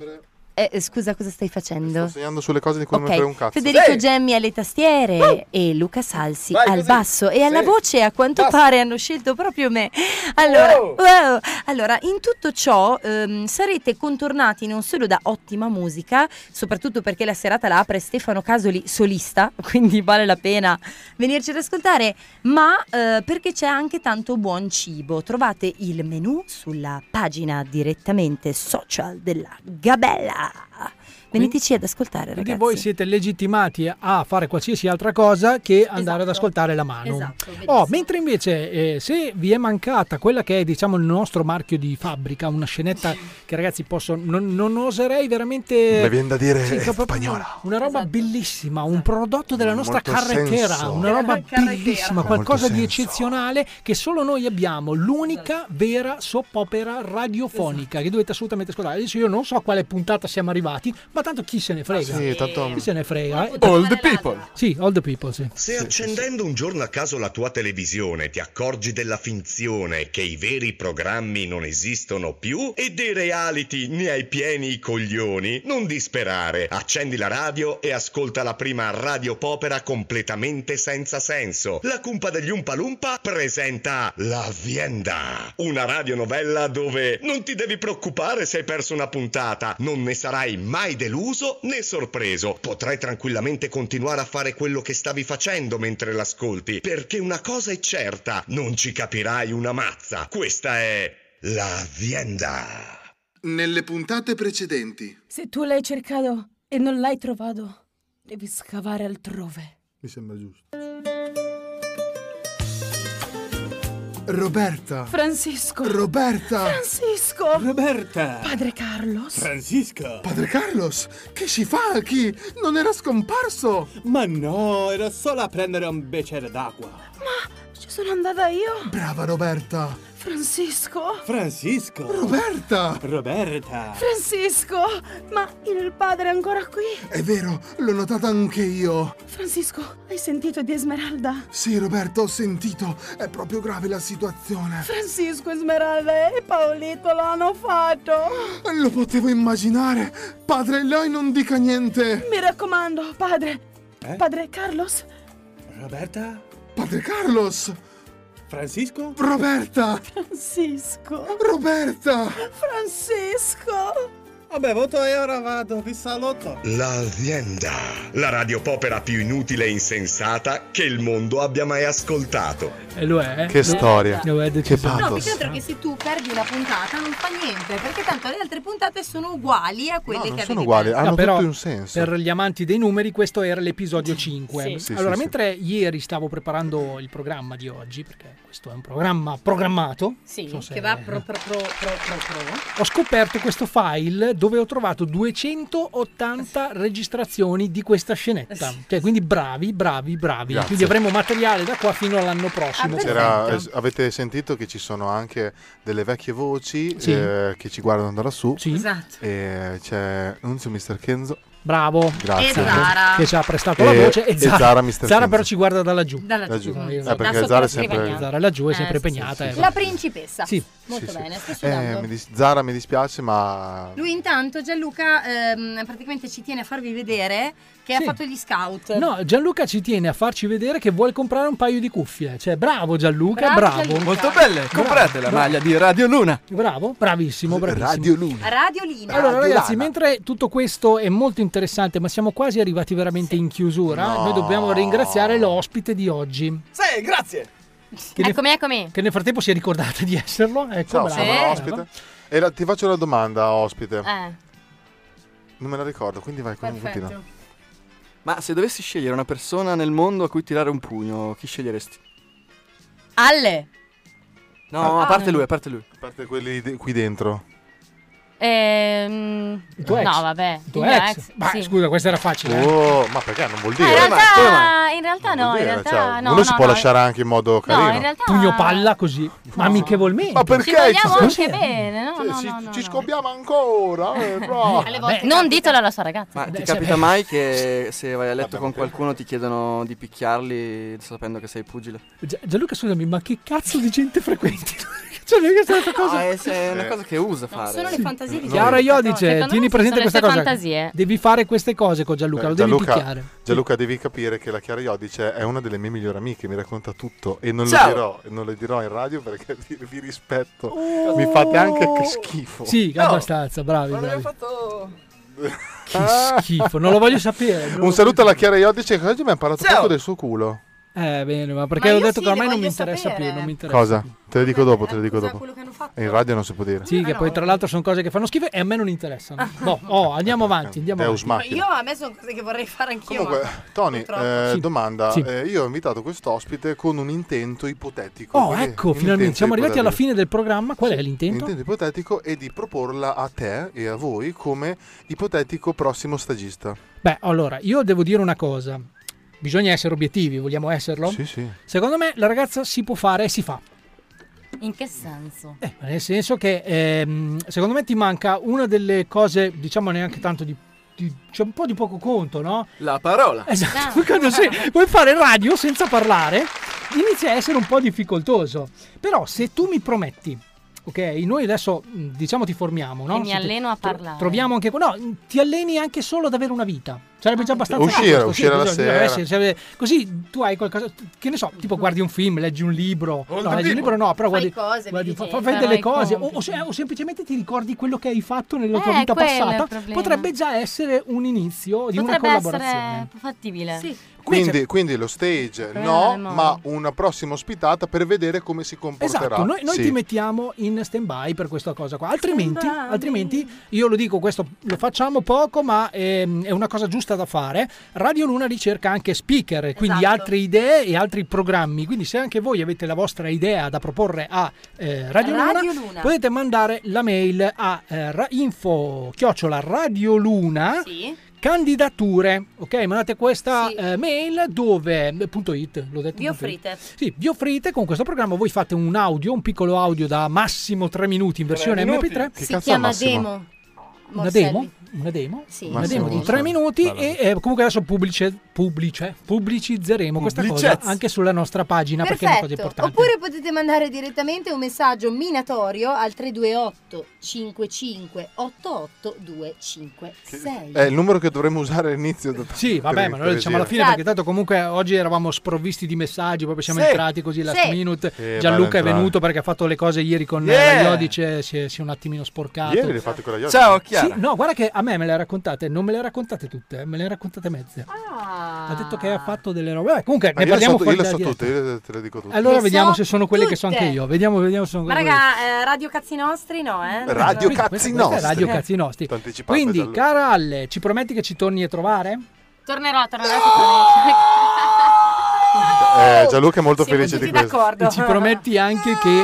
Eh, eh, scusa, cosa stai facendo?
Segnando sulle cose di cui non mi
Ok,
frega un cazzo.
Federico Gemmi alle tastiere e Luca Salsi al basso e alla voce a quanto pare hanno scelto proprio me. Allora, wow. Allora, in tutto ciò ehm, sarete contornati non solo da ottima musica, soprattutto perché la serata la apre Stefano Casoli solista, quindi vale la pena venirci ad ascoltare, ma eh, perché c'è anche tanto buon cibo. Trovate il menù sulla pagina direttamente social della Gabella.
Veniteci ad ascoltare,
Quindi
ragazzi.
voi siete legittimati a fare qualsiasi altra cosa che andare ad ascoltare la mano.
Esatto,
Oh, mentre invece eh, se vi è mancata quella che è diciamo il nostro marchio di fabbrica, una scenetta che ragazzi posso, non, non oserei veramente...
Mi viene da dire
proprio Una roba
Esatto.
bellissima, un prodotto della nostra
Molto
carretera,
senso.
una roba
Carretera.
bellissima,
Molto
qualcosa di
senso.
eccezionale che solo noi abbiamo, l'unica
Esatto.
vera soppopera radiofonica che dovete assolutamente ascoltare. Adesso io non so a quale puntata siamo arrivati, ma tanto chi se ne frega.
Sì, tanto-
Chi se ne frega? eh?
All the people.
Sì, all the people, sì.
Se accendendo un giorno a caso la tua televisione ti accorgi della finzione che i veri programmi non esistono più e dei reality ne hai pieni i coglioni, non disperare. Accendi la radio e ascolta la prima radio popera completamente senza senso. La cumpa degli Umpalumpa presenta L'Azienda, una radionovella dove non ti devi preoccupare se hai perso una puntata, non ne sarai mai deluso né sorpreso. Potrai tranquillamente continuare a fare quello che stavi facendo mentre l'ascolti, perché una cosa è certa, non ci capirai una mazza. Questa è L'Azienda.
Nelle puntate precedenti.
Se tu l'hai cercato e non l'hai trovato, devi scavare altrove.
Mi sembra giusto. Roberta.
Francisco.
Roberta.
Francisco.
Roberta.
Padre Carlos.
Francisco. Padre Carlos, che ci fa qui? Non era scomparso. Ma no, era solo a prendere un bicchiere d'acqua.
Ma ci sono andata io.
Brava Roberta.
Francisco.
Francisco. Roberta. Roberta.
Francisco. Ma il padre è ancora qui.
È vero, l'ho notata anche io.
Francisco, hai sentito di Esmeralda?
Sì, Roberta, ho sentito. È proprio grave la situazione.
Francisco, Esmeralda e Paolito lo hanno fatto.
Eh, Lo potevo immaginare. Padre, lei non dica niente.
Mi raccomando, padre.
Eh?
Padre Carlos.
Roberta? Padre Carlos! Francisco? Roberta!
Francisco.
Roberta!
Francisco.
Ho bevuto e ora vado, vi saluto.
L'Azienda, la radiopopera più inutile e insensata che il mondo abbia mai ascoltato.
E lo è.
Che
Lo-
storia.
Lo è
Che
decisamente.
No, Eh? più che altro che se tu perdi una puntata non fa niente, perché tanto le altre puntate sono uguali a quelle
No, non
che
sono
avevi
uguali,
perso.
hanno
No, però,
tutto un senso.
Per gli amanti dei numeri, questo era l'episodio 5.
Sì. Sì,
allora,
sì,
mentre ieri stavo preparando il programma di oggi, perché questo è un programma programmato,
Sì,
non so se-
che va pro pro pro pro pro pro.
ho scoperto questo file dove ho trovato 280 registrazioni di questa scenetta. Cioè, quindi bravi, bravi, bravi.
Grazie.
Quindi avremo materiale da qua fino all'anno
Ah,
prossimo.
C'era- es- avete sentito che ci sono anche delle vecchie voci
Sì.
eh, che ci guardano da lassù.
Esatto.
E c'è Nunzio Mr. Kenzo.
Bravo.
Grazie.
E Zara. Che ci ha prestato la
E-
voce. E Zara,
Mr.
Zara
Kenzo.
però ci guarda da laggiù.
Da laggiù.
Da laggiù.
Io-
Eh, perché Da Zara è sempre- scrivania.
Zara laggiù è
Eh,
sempre
sì, sì,
impegnata.
sì,
eh.
sì.
La principessa.
Sì.
Molto
Sì, sì.
bene, sto
Eh,
sudando.
mi dis- Zara, mi dispiace, ma.
Lui intanto Gianluca ehm, praticamente ci tiene a farvi vedere che ha fatto gli scout.
No, Gianluca ci tiene a farci vedere che vuole comprare un paio di cuffie. Cioè, bravo Gianluca,
Bravo
bravo.
Gianluca.
Molto belle, comprate la maglia di Radio Luna.
Bravo, bravissimo, bravissimo.
Radio
Luna.
Radiolina.
Allora ragazzi, mentre tutto questo è molto interessante, ma siamo quasi arrivati veramente in chiusura,
No.
noi dobbiamo ringraziare l'ospite di oggi.
Sì, grazie.
Che ne-
Eccomi, eccomi.
Che nel frattempo si è ricordata di esserlo. Ecco,
Ciao,
brava.
sono
Eh.
ospite. E la- ti faccio la domanda, ospite.
Eh,
Non me la ricordo, quindi vai con continua.
Ma se dovessi scegliere una persona nel mondo a cui tirare un pugno, chi sceglieresti?
Alle.
No,
Ah.
a parte lui, a parte lui.
A parte quelli de- qui dentro.
Ehm,
tuo ex?
No, vabbè.
Tu
il mio
ex? Ma
sì.
scusa, questa era facile. eh.
Oh, ma perché non vuol
Ma
dire? Oh,
in realtà,
Come mai?
Ah, in realtà no, in
Dire,
realtà
cioè,
no.
uno si
no,
può
no,
lasciare anche in modo carino.
in realtà-
Pugno palla così, Ah. ma amichevolmente. Ma
Ci vogliamo anche bene, no? no,
ci,
no, no,
ci
no.
scopriamo ancora, eh, bro.
Alle volte non ditelo alla sua ragazza.
Ma ti capita mai che se vai a letto con qualcuno ti chiedono di picchiarli sapendo che sei pugile?
Gia- Gianluca, scusami, ma che cazzo di gente frequenti? cioè, che questa cosa...
Ah, è, se- è una
Eh,
cosa che usa fare.
sono le fantasie di
Chiara io dice,
Secondo
tieni
me
presente
sono le
questa
sue
cosa.
fantasie.
Devi fare queste cose con Gianluca, lo devi
Eh, Gianluca,
picchiare.
Gianluca, devi capire che la Chiara Iodice è una delle mie migliori amiche, mi racconta tutto e non,
Ciao.
lo dirò, non lo dirò in radio perché vi, vi rispetto. Mi fate anche che schifo.
Oh. Sì,
No.
abbastanza, bravi. bravi. Che schifo, non lo voglio sapere. non lo
Un saluto alla Chiara Iodice che oggi mi ha parlato
Ciao.
proprio del suo culo.
voglio- Eh, bene, ma perché
Ma
ho
io
detto
sì,
che ormai
le
non mi
voglio
interessa
sapere.
più, non mi interessa.
Cosa? Te lo dico dopo, te lo dico dopo.
eh, quello che hanno fatto?
In radio non si può dire.
Sì, che poi tra l'altro sono cose che fanno schifo e a me non interessano. Boh, oh, andiamo avanti, andiamo
Deus
avanti.
machina.
Io a me sono cose che vorrei fare anch'io.
Comunque,
ma-
Tony,
purtroppo.
eh, domanda.
Sì.
Eh, io ho invitato quest'ospite con un intento ipotetico.
Oh,
quindi
ecco,
un
finalmente
intento
siamo arrivati alla
ipotetico.
fine del programma. Qual è l'intento?
Intento ipotetico è di proporla a te e a voi come ipotetico prossimo stagista.
Beh, allora, io devo dire una cosa. Bisogna essere obiettivi, vogliamo esserlo?
Sì, sì.
Secondo me la ragazza si può fare e si fa.
In che senso?
Ma Nel senso che ehm, secondo me ti manca una delle cose, diciamo neanche tanto di... di- c'è un po' di poco conto, no?
La parola.
Esatto, quando se vuoi fare radio senza parlare inizia a essere un po' difficoltoso. Però se tu mi prometti, ok, noi adesso mh, diciamo ti formiamo, no?
Che mi
Se ti-
alleno a
tro-
parlare.
Troviamo anche... No, ti alleni anche solo ad avere una vita. Sarebbe
Ah,
già abbastanza...
Uscire,
questo,
uscire la
bisogna-
sera.
eh, sì, sarebbe- così tu hai qualcosa... Che ne so, tipo
Mm.
guardi un film, leggi un libro. No,
Oltre
leggi un
il
libro no, però
Fai
guardi...
cose,
guardi-
mi
fa-
dice,
fai
farai
delle
i
cose o, o se- o semplicemente ti ricordi quello che hai fatto nella tua
Eh,
vita
quello è il
passata
problema.
potrebbe già essere un inizio di una
Potrebbe
collaborazione
essere più fattibile. Sì.
Quindi, quindi lo stage
Quella
no,
della moda.
ma una prossima ospitata per vedere come si comporterà.
Esatto, noi, noi
Sì.
ti mettiamo in stand by per questa cosa qua, altrimenti, altrimenti io lo dico, questo lo facciamo poco ma ehm, è una cosa giusta da fare. Radio Luna ricerca anche speaker, quindi altre idee e altri programmi, quindi se anche voi avete la vostra idea da proporre a eh, Radio,
Radio
Luna,
Luna.
potete mandare la mail a eh, ra- info chiocciola radioluna. Candidature, ok? Mandate questa eh, mail dove punto it, l'ho detto.
Vi
punto it.
offrite.
Sì, vi offrite con questo programma, voi fate un audio, un piccolo audio da massimo 3 minuti in versione
minuti?
MP3.
Che Si cazzo è chiama Massimo? demo.
Una
Morselli.
demo? Una demo? una
Massimo
demo di
Morselli.
3 minuti e eh, comunque adesso pubblice, pubblice, pubblicizzeremo questa cosa
Pubblicez.
anche sulla nostra pagina perché è una cosa
Perfetto.
importante.
Oppure potete mandare direttamente un messaggio minatorio al 328 55 88 256.
È il numero che dovremmo usare all'inizio.
Sì, Vabbè, ma noi lo diciamo alla fine perché tanto comunque oggi eravamo sprovvisti di messaggi, proprio siamo
esatto. Sì.
entrati così last
Sì.
minute.
Sì, vale
Gianluca è
entrare.
venuto perché ha fatto le cose ieri con eh,
Yeah.
la Iodice, si è, si è un attimino sporcato.
Ieri le hai fatte con la Iodice? Ciao, Chiara.
Sì, no, guarda che a me me le ha raccontate, non me le ha raccontate tutte, eh, me le ha raccontate mezze.
Ah.
Ha detto che ha fatto delle robe. Vabbè, comunque
Ma
ne
io le
Eh, parliamo
so,
fuori
io le
dalla
so
diretta.
tutte, io le- te le dico tutte.
Allora
Le
vediamo
so
se sono quelle che so
tutte.
anche io. Vediamo, vediamo se sono
Ma
quelle.
raga, eh, Radio Cazzi Nostri no, eh?
Radio
Questa-
Cazzi
questa è
Nostri.
Radio Cazzi Nostri.
T'ho anticipato,
Quindi,
Gianluca.
cara Alle, ci prometti che ci torni a trovare?
Tornerò, tornerò sicuramente.
Eh, Gianluca è molto
Siamo
felice di
tutti
questo.
d'accordo.
E ci prometti anche che.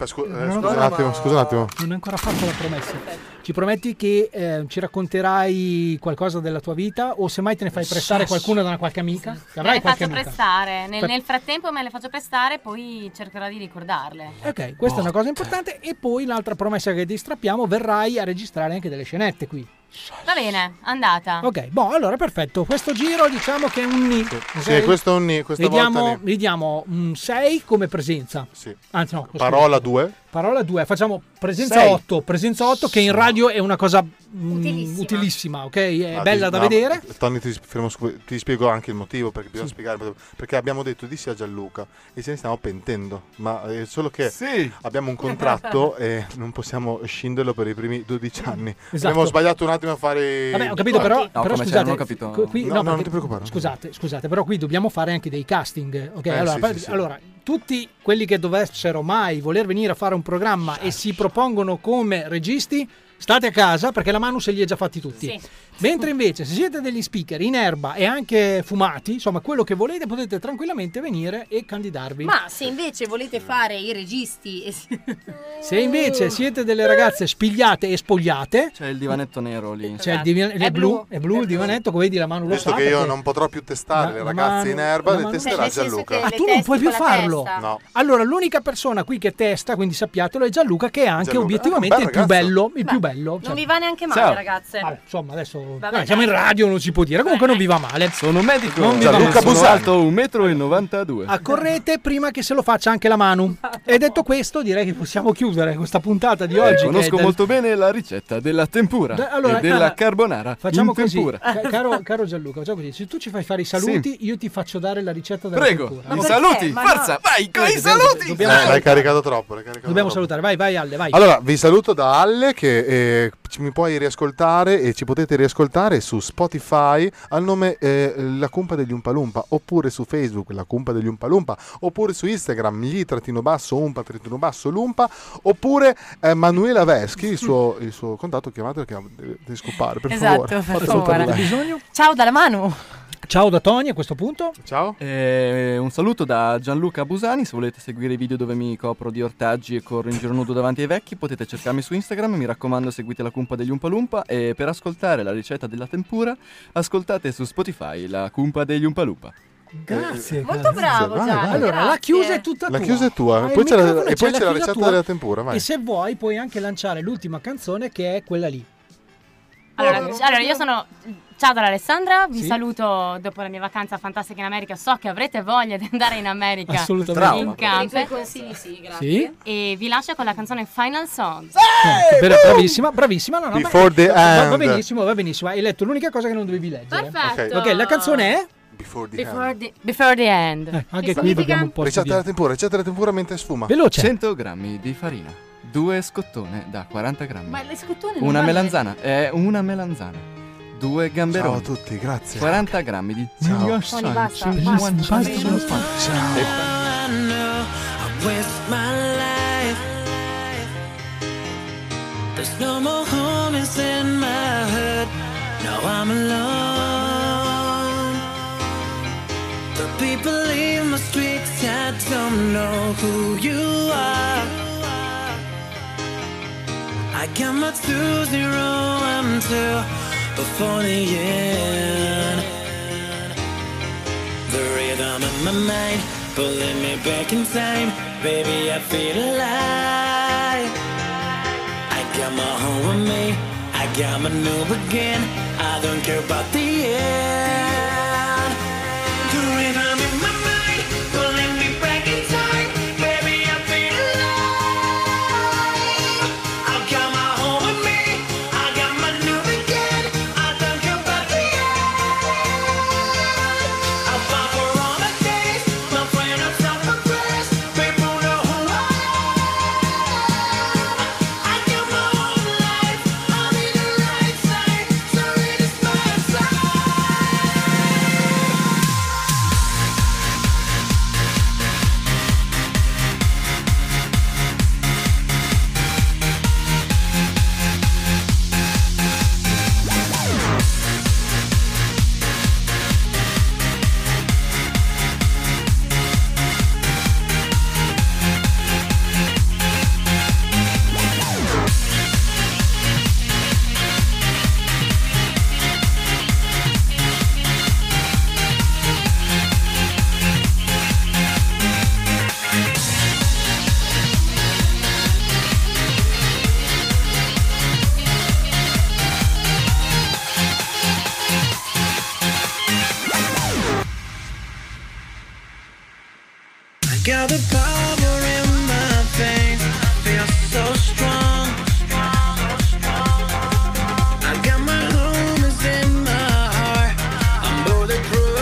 Eh, scu- eh,
Non ho
scusa un
ancora-
attimo, scusa un attimo.
Non ho ancora fatto la promessa. Ci prometti che eh, ci racconterai qualcosa della tua vita o semmai te ne fai prestare qualcuno da una qualche amica? Che
Me
Avrai
le
qualche
faccio
amica.
prestare. Nel,
Per-
nel frattempo me le faccio prestare, poi cercherò di ricordarle.
Ok, questa è una cosa importante e poi l'altra promessa che ti strappiamo, verrai a registrare anche delle scenette qui.
Va bene, andata.
Ok, boh, allora perfetto. Questo giro diciamo che è un ni. ok?
Sì, questo è un ni, questa
Gli diamo,
volta ni.
gli diamo un 6 come presenza.
Sì.
Anzi, no. scusa.
Parola 2.
Parola 2, facciamo presenza
Sei.
8. Presenza 8 che in radio è una cosa mm, utilissima. ok? È
Ah,
bella da vedere.
Tony, ti, fermo, scu- ti spiego anche il motivo perché bisogna
Sì.
spiegare. Perché abbiamo detto di sì a Gianluca e ce ne stiamo pentendo. Ma è solo che abbiamo un contratto e non possiamo scinderlo per i primi 12 anni.
Esatto.
Abbiamo sbagliato un attimo a fare.
Vabbè, ho capito, però, però scusate, co- qui-
no,
no,
no, non
perché-
ti preoccupare.
Scusate, scusate, però qui dobbiamo fare anche dei casting. ok?
Eh,
allora,
sì,
par-
sì, sì.
allora, tutti quelli che dovessero mai voler venire a fare un programma e si propongono come registi, state a casa perché la Manu se li ha già fatti tutti.
Sì.
Mentre invece, se siete degli speaker in erba e anche fumati, insomma, quello che volete, potete tranquillamente venire e candidarvi.
Ma se invece volete fare i registi eh, e si-
Se invece siete delle ragazze spigliate e spogliate,
C'è il divanetto nero lì.
Cioè, il divan- è, blu, è blu il divanetto, come vedi la mano lo
Visto
sa
che io
perché-
non potrò più testare le
la
ragazze
mano-
in erba,
la
le
mano-
testerà Gianluca.
Ah, tu non puoi più farlo.
No.
Allora, l'unica persona qui che testa, quindi sappiatelo, è Gianluca, che è anche
Gianluca.
obiettivamente
Ah, un
il
bel
più
ragazzo.
bello. Il più bello.
Non vi va neanche male,
Ciao.
ragazze.
Vabbè, insomma, adesso
Vabbè,
eh, siamo in radio, non si può dire. Comunque, non vi va male.
Sono un medico.
Non mi Ah,
Gianluca
va male.
Busalto, un metro e 92.
Accorrete prima che se lo faccia anche la Manu. E detto questo, direi che possiamo chiudere questa puntata di
Eh,
oggi. che è
Eh, Conosco
del-
molto bene la ricetta della tempura
Da- allora,
e della
cara,
carbonara.
Facciamo
in
così, Ah,
tempura.
Ca- caro, caro Gianluca, facciamo così. Se tu ci fai fare i saluti, io ti faccio dare la ricetta della
Prego,
cultura.
i Ma perché? saluti,
eh,
Ma forza, no. vai, con i saluti!
dobbiamo-
Eh, l'hai caricato troppo. l'hai caricato
Dobbiamo
troppo.
salutare, vai, vai Alle, vai.
Allora, vi saluto da Alle che eh, ci- mi puoi riascoltare e ci potete riascoltare su Spotify al nome eh, La Cumpa degli Umpalumpa oppure su Facebook La Cumpa degli Umpalumpa oppure su Instagram gli trattino basso umpa trattino basso lumpa oppure eh, Manuela Veschi il suo, il suo contatto chiamatelo che devi scopare per
Esatto,
favore
per
Fatelo
favore.
per lei.
Ciao dalla mano.
Ciao da Tony a questo punto.
Ciao.
Eh, un saluto da Gianluca Busani. Se volete seguire i video dove mi copro di ortaggi e corro in giro nudo davanti ai vecchi, potete cercarmi su Instagram. Mi raccomando, seguite la cumpa degli Umpalumpa. E per ascoltare la ricetta della tempura, ascoltate su Spotify la cumpa degli Umpalumpa.
Grazie.
Molto bravo, Vai, Gianni, vai.
Allora, la
grazie.
chiusa è tutta
La
tua.
chiusa è tua,
Ah,
poi
il
c'è la-
microfono
e poi c'è la
chiusa
ricetta
tua.
della tempura, vai.
E se vuoi puoi anche lanciare l'ultima canzone che è quella lì.
Allora, allora, io sono. Ciao dall'Alessandra, vi
Sì.
saluto dopo la mia vacanza fantastica in America. So che avrete voglia di andare in America.
Assolutamente. Trauma.
In
Per
i
campo.
tuoi
consigli, sì,
grazie. Sì.
E vi lascio con la canzone Final Song.
Ecco, bra- bravissima, bravissima. No, no, ma-
Eh, Before the
va, va
end.
benissimo, va benissimo. Hai letto l'unica cosa che non dovevi leggere.
Esatto.
Perfetto.
Ok, la canzone è
Before the
Before the, before the end.
anche qui dobbiamo un po'
ricetta della
studiare.
tempura ricetta della tempura mentre sfuma
Veloce.
100 grammi di farina, 2 scottone da 40 grammi.
Ma le scottone non
Una
vanno-
melanzana, è una melanzana. Due gamberoni.
Ciao a tutti, grazie.
40 grammi di
Tony, basta,
Ciao.
basta, basta.
waste my life. There's no more homies in my hood. Now I'm alone. The people in my streets, I don't know who you are. I got my two zero and two before the end. The rhythm in my mind pulling me back in time. Baby, I feel alive. I got my home with me. I got my new again. I don't care about the end. The rhythm in my mind pulling me back in time. Baby, I feel alive. I got my home with me. I got my new again. I don't care about the end. I fight for all my days, my friend, I'm self-impressed. People know who I am. I got my own life, I'm in the right side, so it is my side. I got the power in my veins. Feel so strong. I got my home is in my heart. I'm bulletproof.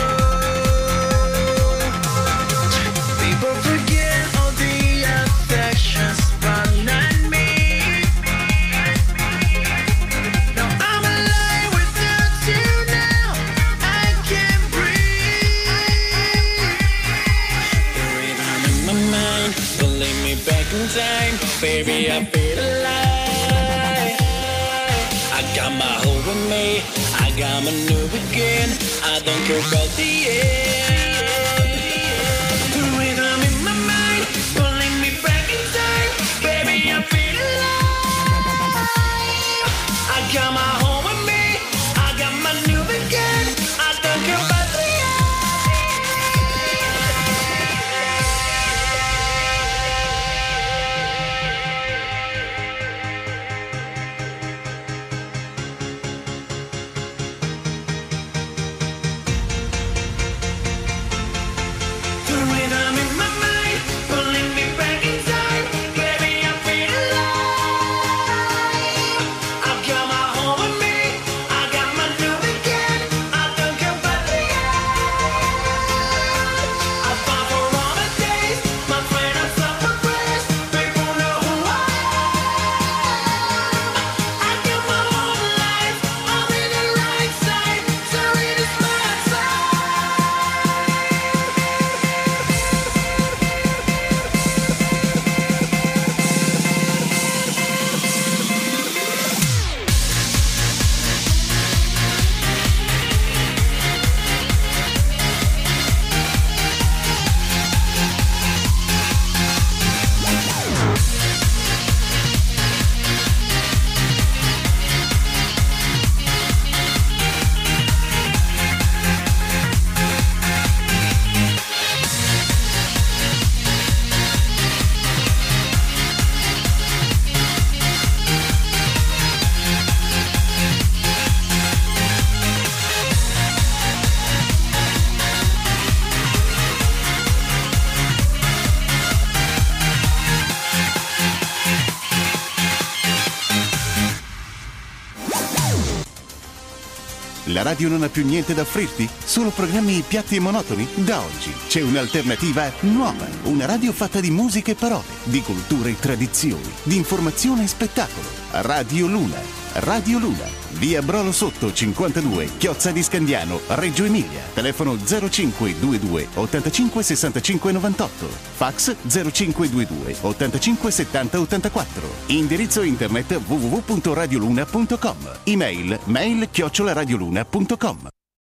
People forget all the affections, but not me. Now I'm alive without you. Now I can breathe. I'm in my mind, pulling me back in time. Baby, I feel alive. I got my hold with me, I got my new again. I don't care about the end. The rhythm in my mind, pulling me back in time. Baby, I feel alive. I got my home with me, I got my new again. I don't care about the
La radio non ha più niente da offrirti? Solo programmi piatti e monotoni? Da oggi c'è un'alternativa nuova. Una radio fatta di musica e parole, di cultura e tradizioni, di informazione e spettacolo. Radio Luna. Radio Luna. Via Brolo Sotto 52, Chiozza di Scandiano, Reggio Emilia. Telefono 0522 85 65 98. Fax 0522 85 70 84. Indirizzo internet www.radioluna.com. Email mail chiocciolaradioluna.com.